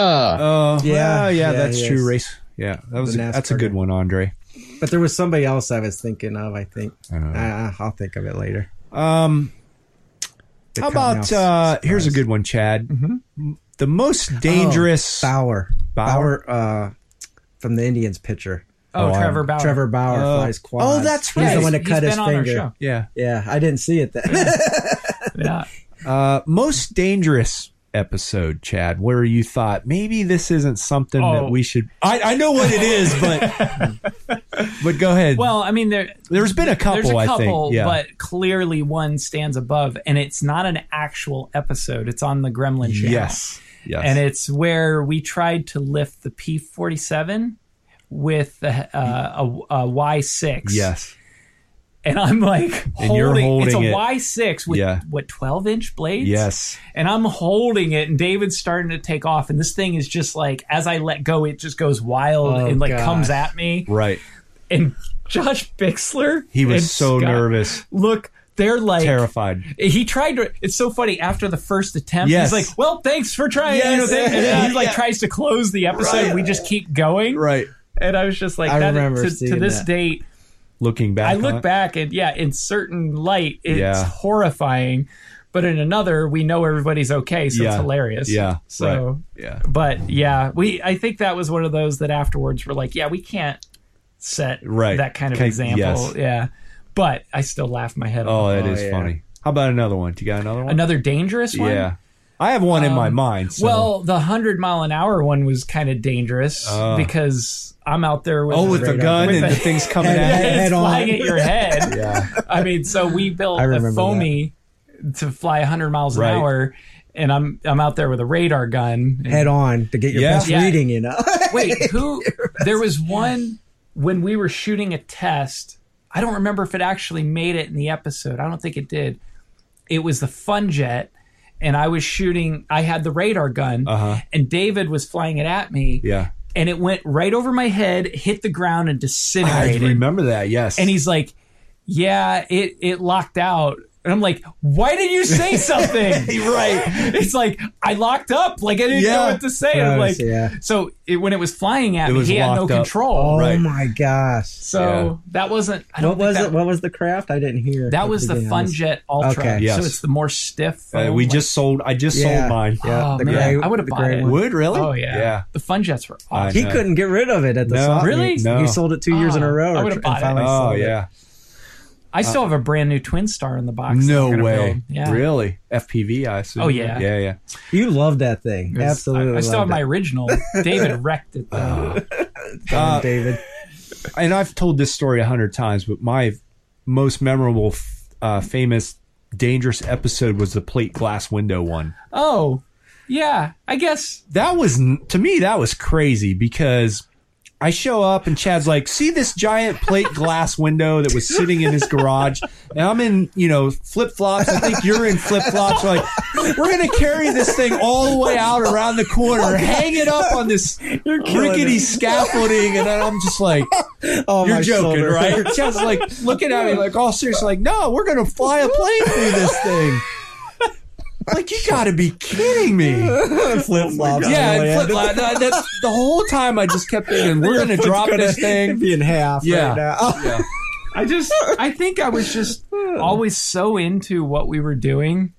Speaker 3: Uh, yeah,
Speaker 1: Yeah,
Speaker 3: yeah,
Speaker 1: yeah,
Speaker 3: that's
Speaker 1: he
Speaker 3: true.
Speaker 1: is.
Speaker 3: Race. Yeah, that was a,
Speaker 1: The
Speaker 3: that's a
Speaker 1: NASCAR
Speaker 3: good
Speaker 1: guy.
Speaker 3: one, Andre.
Speaker 1: but there was somebody else I was thinking of. I think
Speaker 4: Uh-huh.
Speaker 1: uh, I'll think of it later.
Speaker 3: Um,
Speaker 1: The
Speaker 3: how about
Speaker 1: Cottonmouth
Speaker 3: uh, here's a
Speaker 1: surprise.
Speaker 3: good one, Chad.
Speaker 1: Mm-hmm.
Speaker 3: The
Speaker 1: Oh,
Speaker 3: most dangerous.
Speaker 1: Bauer.
Speaker 3: Bauer?
Speaker 1: Bauer, uh, from the Indians pitcher.
Speaker 4: Oh,
Speaker 3: Oh,
Speaker 4: Trevor
Speaker 3: um,
Speaker 4: Bauer.
Speaker 1: Trevor Bauer
Speaker 3: Oh.
Speaker 1: flies quads.
Speaker 3: Oh, that's
Speaker 1: He's
Speaker 3: right.
Speaker 1: the one that
Speaker 4: He's
Speaker 1: cut
Speaker 4: been
Speaker 1: his
Speaker 4: on our
Speaker 1: finger.
Speaker 4: show.
Speaker 3: yeah.
Speaker 1: Yeah, I didn't see it then.
Speaker 4: Yeah.
Speaker 3: Uh, most dangerous episode, Chad, where you thought maybe this isn't something
Speaker 4: Oh.
Speaker 3: that we should. I, I know what it is, but but go ahead.
Speaker 4: Well, I mean, there
Speaker 3: there's been a couple.
Speaker 4: there's a
Speaker 3: I
Speaker 4: couple,
Speaker 3: think. Yeah.
Speaker 4: but clearly one stands above, and it's not an actual episode. It's on the Gremlin channel.
Speaker 3: yes. Yes.
Speaker 4: and it's where we tried to lift the P forty seven with a, uh, a, a Y six.
Speaker 3: yes.
Speaker 4: and I'm like
Speaker 3: And you're
Speaker 4: It's
Speaker 3: holding
Speaker 4: a
Speaker 3: it.
Speaker 4: Y six with
Speaker 3: Yeah.
Speaker 4: what twelve inch blades.
Speaker 3: Yes.
Speaker 4: and I'm holding it, and David's starting to take off, and this thing is just like as I let go, it just goes wild
Speaker 1: Oh,
Speaker 4: and like
Speaker 1: gosh.
Speaker 4: comes at me.
Speaker 3: Right.
Speaker 4: And Josh Bixler,
Speaker 3: He was
Speaker 4: and
Speaker 3: so
Speaker 4: Scott-
Speaker 3: nervous,
Speaker 4: Look, they're like
Speaker 3: terrified.
Speaker 4: He tried to. It's so funny. After the first attempt,
Speaker 3: Yes.
Speaker 4: he's like, "Well, thanks for trying." you know,
Speaker 3: Yes.
Speaker 4: thank- and
Speaker 3: Yeah,
Speaker 4: he like
Speaker 3: yeah.
Speaker 4: tries to close the episode. We just keep going,
Speaker 3: Right.
Speaker 4: and I was just like,
Speaker 1: I
Speaker 4: that,
Speaker 1: remember
Speaker 4: to, to
Speaker 1: seeing
Speaker 4: this
Speaker 1: that.
Speaker 4: date,
Speaker 3: Looking back.
Speaker 4: I
Speaker 3: on it.
Speaker 4: look back and yeah, in certain light, it's
Speaker 3: uh, Yeah.
Speaker 4: horrifying, but in another, we know everybody's okay, so it's
Speaker 3: Yeah.
Speaker 4: hilarious.
Speaker 3: Yeah.
Speaker 4: So,
Speaker 3: Right. Yeah.
Speaker 4: but yeah, we I think that was one of those that afterwards were like, yeah, we can't set
Speaker 3: Right.
Speaker 4: that kind of
Speaker 3: Kind-
Speaker 4: example.
Speaker 3: yes.
Speaker 4: Yeah. But I still laugh my head
Speaker 3: Oh,
Speaker 4: off.
Speaker 3: that is
Speaker 1: yeah.
Speaker 3: funny. How about another one? Do you got another one?
Speaker 4: Another dangerous one?
Speaker 3: Yeah. I have one in my mind. So.
Speaker 4: Well, the 100 mile an hour one was kind of dangerous
Speaker 3: Oh.
Speaker 4: because I'm out there with
Speaker 3: oh, with the
Speaker 4: radar-
Speaker 3: gun
Speaker 4: with
Speaker 3: and
Speaker 4: the-
Speaker 3: the, things coming
Speaker 1: Head-
Speaker 3: at
Speaker 1: head-
Speaker 3: you.
Speaker 4: it's
Speaker 1: head on.
Speaker 4: flying at your head.
Speaker 3: Yeah.
Speaker 4: I mean, so we built
Speaker 1: I
Speaker 4: a
Speaker 1: remember
Speaker 4: foamy to fly 100 miles
Speaker 3: Right.
Speaker 4: an hour, and I'm I'm out there with a radar gun. And-
Speaker 1: head on to get your
Speaker 3: Yeah.
Speaker 1: best
Speaker 4: Yeah.
Speaker 1: reading, you know.
Speaker 4: Wait, who? There was one when we were shooting a test. I don't remember if it actually made it in the episode. I don't think it did. It was the fun jet, and I was shooting. I had the radar gun,
Speaker 3: Uh-huh.
Speaker 4: and David was flying it at me.
Speaker 3: Yeah.
Speaker 4: and it went right over my head, hit the ground, and
Speaker 3: I
Speaker 4: disintegrated.
Speaker 3: remember that. Yes.
Speaker 4: and he's like, "Yeah, it it locked out." And I'm like, "Why did you say something?"
Speaker 3: right.
Speaker 4: it's like I locked up, like I didn't know
Speaker 3: Yeah.
Speaker 4: what to say. And I'm like,
Speaker 1: yeah.
Speaker 4: so it, when it was flying at
Speaker 3: It
Speaker 4: me,
Speaker 3: was
Speaker 4: he had no
Speaker 3: locked up.
Speaker 1: Oh
Speaker 4: control.
Speaker 3: Right.
Speaker 1: my gosh.
Speaker 4: So
Speaker 3: Yeah.
Speaker 4: that wasn't. I
Speaker 1: What
Speaker 4: don't
Speaker 1: was
Speaker 4: think
Speaker 1: it?
Speaker 4: That,
Speaker 1: What was the craft? I didn't hear.
Speaker 4: that
Speaker 1: at
Speaker 4: was the
Speaker 1: beginning. I was-
Speaker 4: FunJet Ultra.
Speaker 1: Okay.
Speaker 3: Yes.
Speaker 4: So it's the more stiff.
Speaker 3: Uh,
Speaker 4: foam,
Speaker 3: we
Speaker 4: like-
Speaker 3: just sold. I just
Speaker 1: Yeah.
Speaker 3: sold mine.
Speaker 4: Oh
Speaker 1: the
Speaker 4: man,
Speaker 1: gray-
Speaker 4: I would have
Speaker 1: the
Speaker 4: bought
Speaker 1: gray
Speaker 4: it.
Speaker 1: one.
Speaker 3: Would really?
Speaker 4: Oh yeah.
Speaker 3: Yeah.
Speaker 4: The FunJets were
Speaker 3: I
Speaker 4: awesome.
Speaker 1: He
Speaker 3: know.
Speaker 1: couldn't get rid of it at the
Speaker 3: No.
Speaker 1: swap meet.
Speaker 4: Really?
Speaker 3: No.
Speaker 1: You sold it two years in a
Speaker 4: Ah,
Speaker 1: row.
Speaker 4: I
Speaker 1: or
Speaker 4: would've
Speaker 1: tr-
Speaker 4: bought
Speaker 1: and
Speaker 4: it.
Speaker 1: finally
Speaker 3: Oh
Speaker 1: sold it.
Speaker 3: yeah.
Speaker 4: I still have a brand new Twin Star in the box. that I'm
Speaker 3: No
Speaker 4: gonna
Speaker 3: way.
Speaker 4: build. Yeah.
Speaker 3: Really? FPV. I assume.
Speaker 4: Oh, yeah.
Speaker 3: Yeah. Yeah.
Speaker 1: You loved that thing.
Speaker 4: It's-
Speaker 1: Absolutely.
Speaker 4: I, I still have
Speaker 1: loved
Speaker 4: my
Speaker 1: it.
Speaker 4: original. David wrecked it
Speaker 1: Darn,
Speaker 4: though.
Speaker 3: Uh,
Speaker 1: David.
Speaker 3: and I've told this story a hundred times, but my most memorable, f- uh, famous, dangerous episode was the plate glass window one.
Speaker 4: oh, yeah. I guess
Speaker 3: That was n- to me that was crazy because I show up and Chad's like, "See this giant plate glass window that was sitting in his garage?" And I'm in, you know, flip flops. I think you're in flip flops. We're like, we're gonna carry this thing all the way out around the corner, hang it up on this rickety scaffolding, and then I'm just like.
Speaker 1: Oh,
Speaker 3: You're
Speaker 1: my
Speaker 3: joking,
Speaker 1: shoulder.
Speaker 3: right? Chad's like looking at me like all serious, like, no, we're gonna fly a plane through this thing. Like you gotta be kidding me!
Speaker 1: Flip flops.
Speaker 3: yeah, and flip, like, that, that's the whole time I just kept thinking we're gonna drop this thing.
Speaker 1: Be in half.
Speaker 3: Yeah.
Speaker 1: Right now.
Speaker 3: Yeah,
Speaker 4: I just I think I was just always so into what we were doing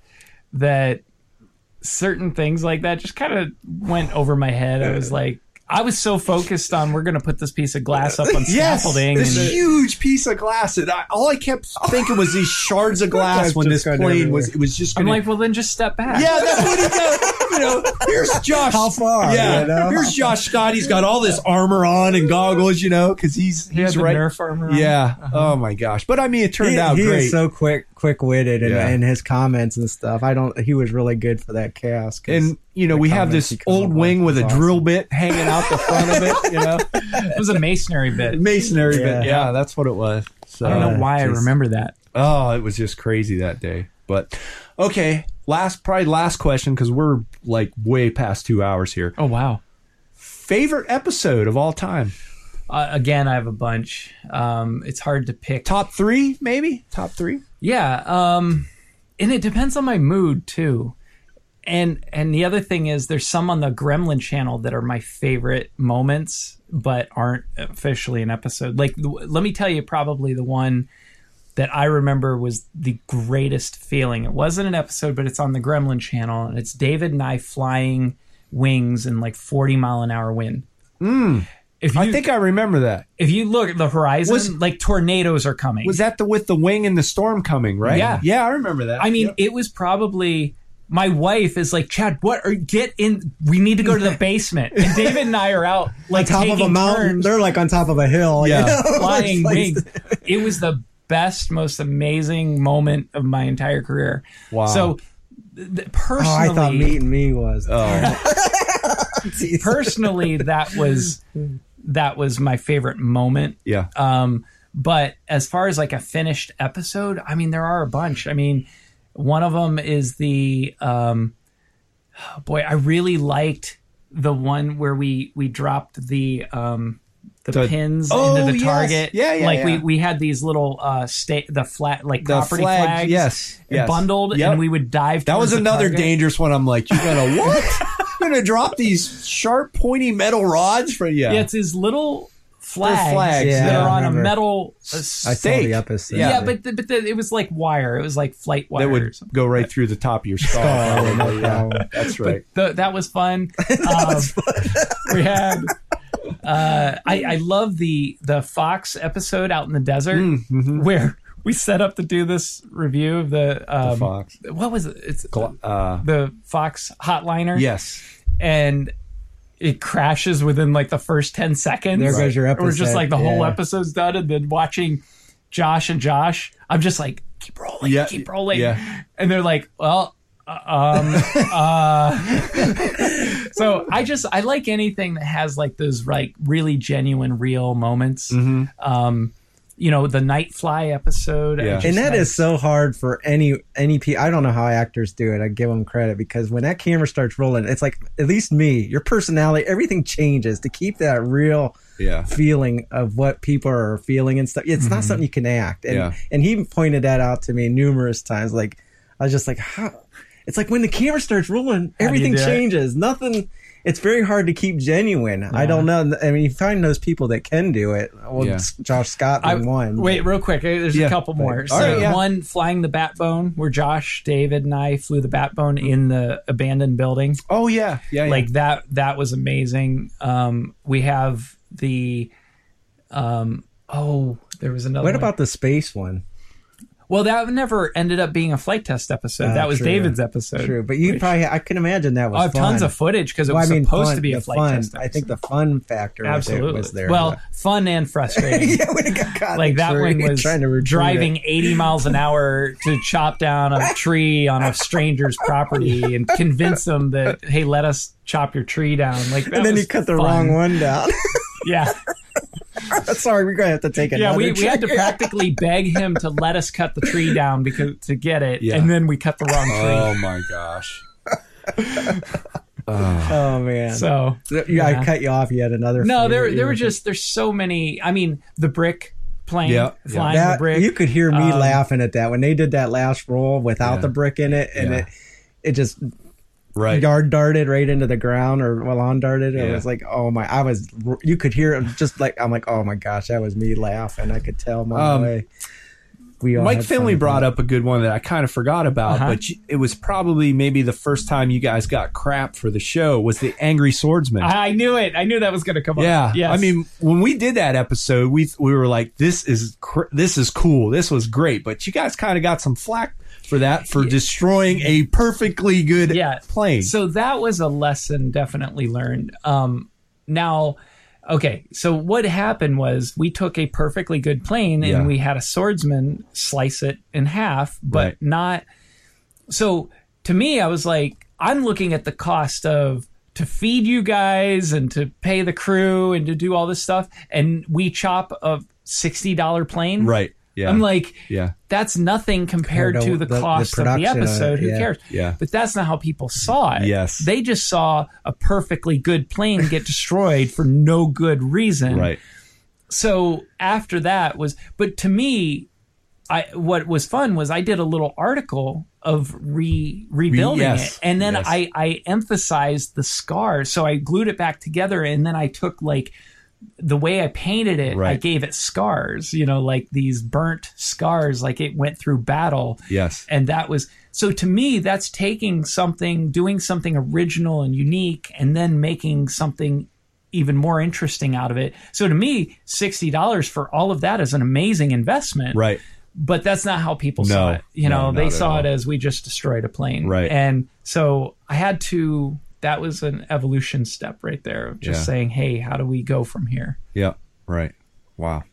Speaker 4: that certain things like that just kind of went over my head. I was like I was so focused on we're gonna put this piece of glass up on
Speaker 3: yes,
Speaker 4: scaffolding
Speaker 3: this
Speaker 4: and
Speaker 3: huge piece of glass, and I, all I kept thinking was these shards of glass when this
Speaker 1: Oh, Just going
Speaker 3: plane
Speaker 1: everywhere.
Speaker 3: was. It was just
Speaker 4: I'm
Speaker 3: gonna.
Speaker 4: like, well then just step back.
Speaker 3: yeah, that's what he does. You know, here's Josh.
Speaker 1: How far?
Speaker 3: Yeah,
Speaker 1: You know?
Speaker 3: here's Josh Scott. He's got all this armor on and goggles, you know, because he's
Speaker 4: He had
Speaker 3: he's
Speaker 4: the
Speaker 3: right.
Speaker 4: Nerf armor Uh-huh. on.
Speaker 3: Yeah. Oh my gosh. But I mean, it turned
Speaker 1: he,
Speaker 3: out
Speaker 1: he
Speaker 3: great.
Speaker 1: is so quick, quick witted, and,
Speaker 3: Yeah.
Speaker 1: and his comments and stuff. I don't. He was really good for that cast. 'cause-
Speaker 3: and you know,
Speaker 1: the
Speaker 3: we have
Speaker 1: comments
Speaker 3: this
Speaker 1: he come up
Speaker 3: old
Speaker 1: with
Speaker 3: wing with
Speaker 1: is
Speaker 3: a
Speaker 1: awesome.
Speaker 3: drill bit hanging out the front of it. You know,
Speaker 4: It was a masonry bit.
Speaker 3: masonry
Speaker 1: Yeah.
Speaker 3: bit. Yeah, that's what it was. So,
Speaker 4: I don't know why I
Speaker 3: just-
Speaker 4: remember that.
Speaker 3: Oh, it was just crazy that day. But okay, last probably last question because we're like way past two hours here.
Speaker 4: Oh wow.
Speaker 3: Favorite episode of all time?
Speaker 4: Uh, again, I have a bunch. Um, it's hard to pick.
Speaker 3: Top three, maybe? Top three?
Speaker 4: Yeah, um, and it depends on my mood too. And and the other thing is, there's some on the Gremlin channel that are my favorite moments, but aren't officially an episode. Like, the- let me tell you, probably the one that I remember was the greatest feeling. It wasn't an episode, but it's on the Gremlin channel, and it's David and I flying wings in like 40 mile an hour wind. If you
Speaker 3: Hmm. I think I remember that.
Speaker 4: if you look at the horizon,
Speaker 3: Was-
Speaker 4: like tornadoes are coming.
Speaker 3: Was that the with the wing and the storm coming? Right?
Speaker 4: Yeah.
Speaker 3: Yeah, I remember that.
Speaker 4: I mean, it was probably my wife is like, Chad, what are get in? We need to go to the basement. And David and I are out like
Speaker 1: top of a
Speaker 4: taking
Speaker 1: mountain,
Speaker 4: turns
Speaker 1: they're like on top of a hill.
Speaker 3: Yeah.
Speaker 1: you know?
Speaker 4: flying
Speaker 1: Like,
Speaker 4: wings. It was the best, most amazing moment of my entire career.
Speaker 3: Wow.
Speaker 4: So th- th- personally,
Speaker 1: Oh, I thought meeting me was. Jeez.
Speaker 4: personally, that was that was my favorite moment.
Speaker 3: yeah.
Speaker 4: Um, but as far as like a finished episode, I mean, there are a bunch. I mean, one of them is the um, oh, boy. I really liked the one where we we dropped the um, the,
Speaker 3: The-
Speaker 4: pins
Speaker 3: Oh,
Speaker 4: into the
Speaker 3: yes.
Speaker 4: target.
Speaker 3: Yeah, yeah,
Speaker 4: Like we
Speaker 3: yeah.
Speaker 4: we had these little uh state the flat like
Speaker 3: The
Speaker 4: property
Speaker 3: flag,
Speaker 4: flags.
Speaker 3: yes, yes.
Speaker 4: Bundled,
Speaker 3: Yep.
Speaker 4: and we would dive.
Speaker 3: That was
Speaker 4: towards the
Speaker 3: another
Speaker 4: target.
Speaker 3: dangerous one. I'm like, you're gonna what? you're gonna drop these sharp, pointy metal rods for you?
Speaker 4: Yeah, it's these little flags,
Speaker 3: flags,
Speaker 4: that
Speaker 1: yeah,
Speaker 4: are
Speaker 1: I
Speaker 4: on a
Speaker 1: remember.
Speaker 4: metal. a
Speaker 1: I
Speaker 4: s-
Speaker 1: saw
Speaker 3: Steak.
Speaker 1: the episode.
Speaker 3: Yeah.
Speaker 4: yeah, but the, but the, it was like wire. It was like flight wire.
Speaker 3: that
Speaker 4: or
Speaker 3: would
Speaker 4: something.
Speaker 3: go right through the top of your skull.
Speaker 1: Oh, no problem.
Speaker 3: That's right.
Speaker 4: Th- that was fun. Um, we had Uh, I, I love the the Fox episode out in the desert
Speaker 3: Mm, mm-hmm.
Speaker 4: where we set up to do this review of the, um,
Speaker 3: Fox.
Speaker 4: What was it? It's
Speaker 3: Uh,
Speaker 4: the Fox Hotliner.
Speaker 3: yes.
Speaker 4: and it crashes within like the first 10 seconds.
Speaker 1: There goes your
Speaker 4: We're just
Speaker 1: episode,
Speaker 4: like the whole
Speaker 1: yeah.
Speaker 4: episode's done. And then watching Josh and Josh, I'm just like, keep rolling,
Speaker 3: Yeah,
Speaker 4: keep rolling.
Speaker 3: yeah.
Speaker 4: And they're like, well, uh, um, uh. so I just, I like anything that has like those like really genuine, real moments.
Speaker 3: Mm-hmm.
Speaker 4: Um, you know, the Nightfly episode. I
Speaker 3: Yeah.
Speaker 4: just
Speaker 3: It's
Speaker 1: and that
Speaker 4: like-
Speaker 1: is so hard for any any pe- I don't know how actors do it. I give them credit because when that camera starts rolling, it's like at least me, your personality, everything changes to keep that real
Speaker 3: Yeah.
Speaker 1: feeling of what people are feeling and stuff. It's
Speaker 4: Mm-hmm.
Speaker 1: not something you can act. And
Speaker 3: Yeah.
Speaker 1: and he pointed that out to me numerous times. Like I was just like, how? It's like when the camera starts rolling, everything
Speaker 4: do it?
Speaker 1: changes. Nothing. It's very hard to keep genuine. I don't know. I mean, you find those people that can do it. Well,
Speaker 3: Yeah.
Speaker 1: Josh Scott
Speaker 4: I-
Speaker 1: being one.
Speaker 4: Wait, real quick. eh, There's
Speaker 3: Yeah.
Speaker 4: a couple more. So
Speaker 3: All right, yeah.
Speaker 4: one flying the bat bone, where Josh, David, and I flew the bat bone in the abandoned building.
Speaker 3: Oh yeah. Yeah. yeah.
Speaker 4: Like that. That was amazing. Um, we have the. Um, oh, there was another.
Speaker 1: What
Speaker 4: one.
Speaker 1: about the space one?
Speaker 4: Well, that never ended up being a flight test episode.
Speaker 1: Oh,
Speaker 4: that was
Speaker 1: true.
Speaker 4: David's episode.
Speaker 1: True, but you probably I can imagine that was
Speaker 4: I have
Speaker 1: fun.
Speaker 4: tons of footage because it
Speaker 1: Well,
Speaker 4: was
Speaker 1: I mean,
Speaker 4: supposed
Speaker 1: fun-
Speaker 4: to be a
Speaker 1: the
Speaker 4: flight
Speaker 1: fun,
Speaker 4: test.
Speaker 1: I think
Speaker 4: episode.
Speaker 1: the fun factor was there.
Speaker 4: absolutely
Speaker 1: Was there
Speaker 4: Well, fun and frustrating.
Speaker 1: yeah, when it got caught,
Speaker 4: like that
Speaker 1: sure,
Speaker 4: one was
Speaker 1: trying to retrieve
Speaker 4: driving
Speaker 1: It.
Speaker 4: 80 miles an hour to chop down a tree on a stranger's property and convince them that hey let us chop your tree down like that
Speaker 1: And then
Speaker 4: was
Speaker 1: you cut the
Speaker 4: fun.
Speaker 1: wrong one down.
Speaker 4: yeah
Speaker 1: Sorry, we're gonna have to take another.
Speaker 4: yeah we, we
Speaker 1: trip.
Speaker 4: had to practically beg him to let us cut the tree down because to get it
Speaker 3: Yeah.
Speaker 4: and then we cut the wrong tree
Speaker 3: oh my gosh.
Speaker 1: Oh man,
Speaker 4: so
Speaker 1: yeah,
Speaker 4: yeah.
Speaker 1: I cut you off. You had another.
Speaker 4: no
Speaker 1: few
Speaker 4: there
Speaker 1: that
Speaker 4: there
Speaker 1: you
Speaker 4: were just there's so many i mean the brick plane
Speaker 3: Yeah, yeah.
Speaker 4: flying the
Speaker 1: that
Speaker 4: brick
Speaker 1: you could hear me
Speaker 4: um,
Speaker 1: laughing at that when they did that last roll without
Speaker 3: Yeah.
Speaker 1: the brick in it, and
Speaker 3: Yeah.
Speaker 1: it it just
Speaker 3: Right.
Speaker 1: yard darted right into the ground or well on darted and
Speaker 3: Yeah.
Speaker 1: it was like oh my i was you could hear it just like i'm like oh my gosh that was me laughing i could tell my
Speaker 3: Um,
Speaker 1: way we all
Speaker 3: Mike
Speaker 1: had fun
Speaker 3: Finley
Speaker 1: with
Speaker 3: brought
Speaker 1: it.
Speaker 3: up a good one that I kind of forgot about,
Speaker 4: Uh-huh.
Speaker 3: but you- it was probably maybe the first time you guys got crap for the show was the Angry Swordsman.
Speaker 4: I I knew it. I knew that was going to come
Speaker 3: yeah,
Speaker 4: up. Yes.
Speaker 3: I mean, when we did that episode, we we were like, "This is cr- this is cool. This was great." But you guys kind of got some flack for that for destroying a perfectly good
Speaker 4: yeah.
Speaker 3: plane.
Speaker 4: So that was a lesson definitely learned. Um, now, okay, so what happened was we took a perfectly good plane
Speaker 3: Yeah.
Speaker 4: and we had a swordsman slice it in half, but
Speaker 3: Right.
Speaker 4: not. So to me, I was like, I'm looking at the cost of to feed you guys and to pay the crew and to do all this stuff, and we chop a sixty dollar plane.
Speaker 3: right? Yeah.
Speaker 4: I'm like,
Speaker 3: yeah,
Speaker 4: that's nothing compared
Speaker 1: Compared to
Speaker 4: to the
Speaker 1: the- the
Speaker 4: cost of the
Speaker 1: production of it,
Speaker 4: episode. Who
Speaker 1: yeah.
Speaker 4: cares?
Speaker 3: Yeah.
Speaker 4: But that's not how people saw it.
Speaker 3: Yes.
Speaker 4: They just saw a perfectly good plane get destroyed for no good reason.
Speaker 3: right.
Speaker 4: So after that was, but to me, I what was fun was I did a little article of re rebuilding
Speaker 3: yes,
Speaker 4: it, and then
Speaker 3: yes.
Speaker 4: I I emphasized the scars. So I glued it back together, and then I took like the way I painted it. I
Speaker 3: Right.
Speaker 4: gave it scars, you know, like these burnt scars, like it went through battle.
Speaker 3: Yes.
Speaker 4: and that was so to me that's taking something, doing something original and unique, and then making something even more interesting out of it. So to me, sixty dollars for all of that is an amazing investment.
Speaker 3: Right.
Speaker 4: But that's not how people
Speaker 3: No,
Speaker 4: saw it. You
Speaker 3: no,
Speaker 4: know, they
Speaker 3: not at
Speaker 4: saw it
Speaker 3: all.
Speaker 4: as we just destroyed a plane.
Speaker 3: Right.
Speaker 4: And so I had to that was an evolution step right there of just
Speaker 3: Yeah.
Speaker 4: saying, Hey, how do we go from here?
Speaker 3: Yeah. Right. Wow.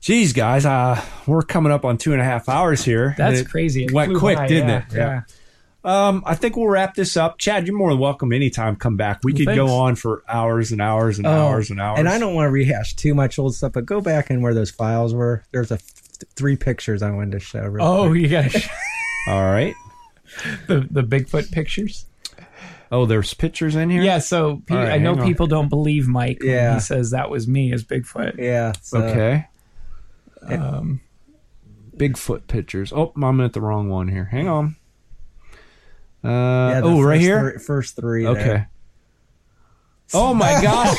Speaker 3: Geez, guys, uh, we're coming up on two and a half hours here.
Speaker 4: That's
Speaker 3: It
Speaker 4: crazy. It
Speaker 3: went
Speaker 4: flew
Speaker 3: quick,
Speaker 4: by,
Speaker 3: didn't
Speaker 4: yeah,
Speaker 3: it?
Speaker 4: Yeah.
Speaker 3: Um, I think we'll wrap this up. Chad, you're more than welcome anytime. Come back. We could go
Speaker 4: thanks.
Speaker 3: on for hours and hours and
Speaker 1: Oh,
Speaker 3: hours and hours.
Speaker 1: and i don't want to rehash too much old stuff but go back and where those files were there's a f- three pictures i wanted to show real
Speaker 4: Oh, you got
Speaker 3: All right.
Speaker 4: the the Bigfoot pictures?
Speaker 3: Oh, there's pictures in here.
Speaker 4: Yeah, so pe-
Speaker 3: All right,
Speaker 4: I know
Speaker 3: hang on.
Speaker 4: people don't believe Mike when
Speaker 1: Yeah.
Speaker 4: he says that was me as
Speaker 1: quick.
Speaker 4: Bigfoot.
Speaker 1: yeah so-
Speaker 3: Okay.
Speaker 4: Um,
Speaker 3: Bigfoot pictures. Oh, I'm at the wrong one here. Hang on. Uh,
Speaker 1: yeah, the
Speaker 3: oh, right
Speaker 1: first
Speaker 3: here.
Speaker 1: three, first three there.
Speaker 3: okay. Oh my gosh.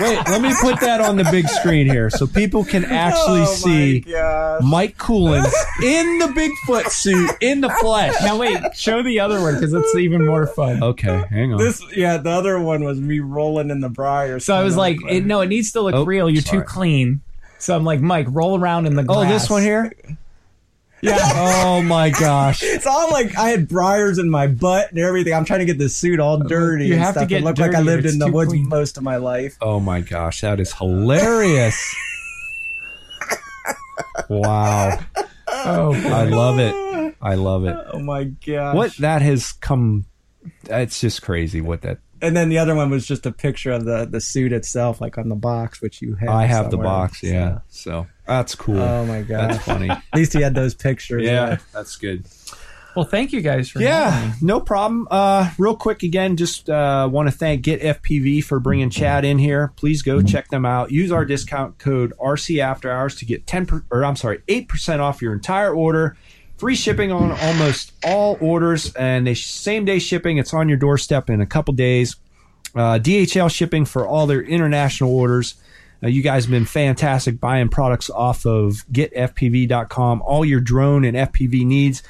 Speaker 3: Wait, let me put that on the big screen here so people can actually see Mike Coolin in the Bigfoot suit in the flesh.
Speaker 4: Now wait, show the other one because it's even more fun.
Speaker 10: Okay, hang on.
Speaker 1: This, yeah, the other one was me rolling in the briar.
Speaker 4: So I was like, it, no, it needs to look
Speaker 10: Oh,
Speaker 4: real. You're
Speaker 10: sorry.
Speaker 4: too clean. So I'm like, Mike, roll around in the
Speaker 3: oh,
Speaker 4: glass.
Speaker 3: this one here? Yeah. Oh my gosh.
Speaker 1: it's all like I had briars in my butt and everything. I'm trying to get this suit all dirty
Speaker 4: you
Speaker 1: and
Speaker 4: have to
Speaker 1: stuff.
Speaker 4: get
Speaker 1: it looked like I
Speaker 4: dirty,
Speaker 1: lived
Speaker 4: it's
Speaker 1: in the
Speaker 4: too
Speaker 1: woods
Speaker 4: clean.
Speaker 1: most of my life.
Speaker 10: Oh my gosh, that is hilarious.
Speaker 3: Hilarious.
Speaker 10: Wow.
Speaker 4: Oh,
Speaker 10: I love it. I love it.
Speaker 1: Oh my god!
Speaker 10: What that has come it's just crazy what that
Speaker 1: And then the other one was just a picture of the the suit itself, like on the box, which you have.
Speaker 10: I have the
Speaker 1: somewhere.
Speaker 10: box, yeah. So that's cool.
Speaker 1: Oh my god!
Speaker 10: that's funny.
Speaker 1: At least he had those pictures.
Speaker 10: Yeah, that's good.
Speaker 4: well, thank you guys for having
Speaker 3: Yeah,
Speaker 4: me.
Speaker 3: no problem. Uh, real quick again, just uh, want to thank Get FPV for bringing Chad in here. Please go check them out. Use our discount code RC After Hours to get ten per, or I'm sorry, eight percent off your entire order. Free shipping on almost all orders, and they same day shipping. It's on your doorstep in a couple days. Uh, DHL shipping for all their international orders. Uh, you guys have been fantastic buying products off of getfpv.com, all your drone and FPV needs.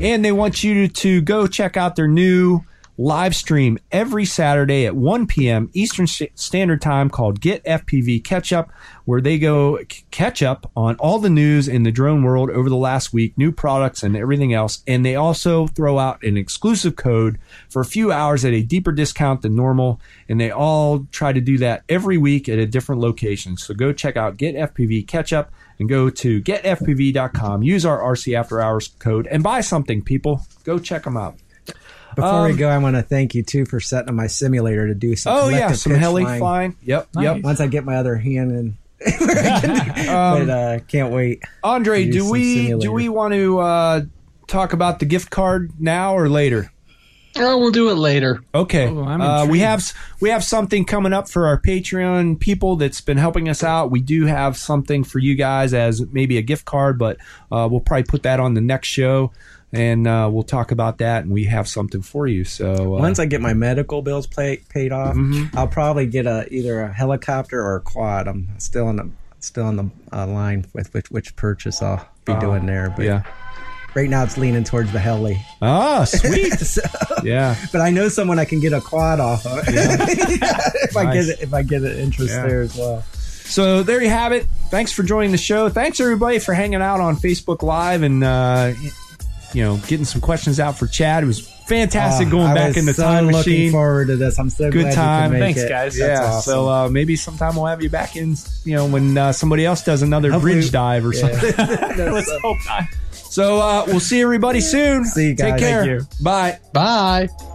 Speaker 3: And they want you to, to go check out their new live stream every Saturday at 1 p.m. Eastern S- Standard Time called Get FPV Catch Up, where they go c- catch up on all the news in the drone world over the last week, new products and everything else. And they also throw out an exclusive code for a few hours at a deeper discount than normal. And they all try to do that every week at a different location. So go check out Get FPV Catch Up and go to getfpv.com. Use our RC After Hours code and buy something, people. Go check them out.
Speaker 1: Before we go, I want to thank you too for setting up my simulator to do some.
Speaker 3: Um, Oh yeah,
Speaker 1: collective
Speaker 3: some
Speaker 1: pitch
Speaker 3: heli
Speaker 1: flying.
Speaker 3: flying. Yep, yep.
Speaker 1: Once I get my other hand in,
Speaker 3: Um,
Speaker 1: but uh, can't wait.
Speaker 3: Andre,
Speaker 1: Use
Speaker 3: do
Speaker 1: some
Speaker 3: we do
Speaker 1: simulator.
Speaker 3: we want to uh, talk about the gift card now or later?
Speaker 2: Oh, we'll do it later.
Speaker 3: Okay.
Speaker 4: Oh, I'm
Speaker 3: uh, we
Speaker 4: intrigued.
Speaker 3: have s- we have something coming up for our Patreon people that's been helping us out. We do have something for you guys as maybe a gift card, but uh, we'll probably put that on the next show, and uh, we'll talk about that. And we have something for you. So uh,
Speaker 1: Once I get my medical bills pay, paid off,
Speaker 3: Mm-hmm.
Speaker 1: I'll probably get a either a helicopter or a quad. I'm still in the still on the uh, line with which which purchase I'll
Speaker 3: Oh,
Speaker 1: be doing there. But
Speaker 10: Yeah.
Speaker 1: right now it's leaning towards the heli.
Speaker 10: Ah, sweet. yeah.
Speaker 1: But I know someone I can get a quad off of if I get it, if I get an interest
Speaker 10: Yeah.
Speaker 1: there as well.
Speaker 3: So there you have it. Thanks for joining the show. Thanks everybody for hanging out on Facebook Live and uh, you know getting some questions out for Chad. It was fantastic
Speaker 1: Oh,
Speaker 3: going
Speaker 1: I
Speaker 3: back
Speaker 1: was
Speaker 3: in the
Speaker 1: so
Speaker 3: time
Speaker 1: Looking
Speaker 3: machine.
Speaker 1: forward to this. I'm so
Speaker 3: Good
Speaker 1: glad you
Speaker 3: time.
Speaker 1: can make
Speaker 4: Thanks,
Speaker 1: it.
Speaker 4: guys.
Speaker 3: yeah,
Speaker 1: That's awesome.
Speaker 3: so uh, maybe sometime we'll have you back in. You know when uh, somebody else does another
Speaker 1: Hopefully-
Speaker 3: bridge dive or something.
Speaker 1: That's-
Speaker 3: So uh, we'll see everybody soon.
Speaker 1: See you guys.
Speaker 3: Take care.
Speaker 1: Thank
Speaker 3: Bye.
Speaker 2: Bye.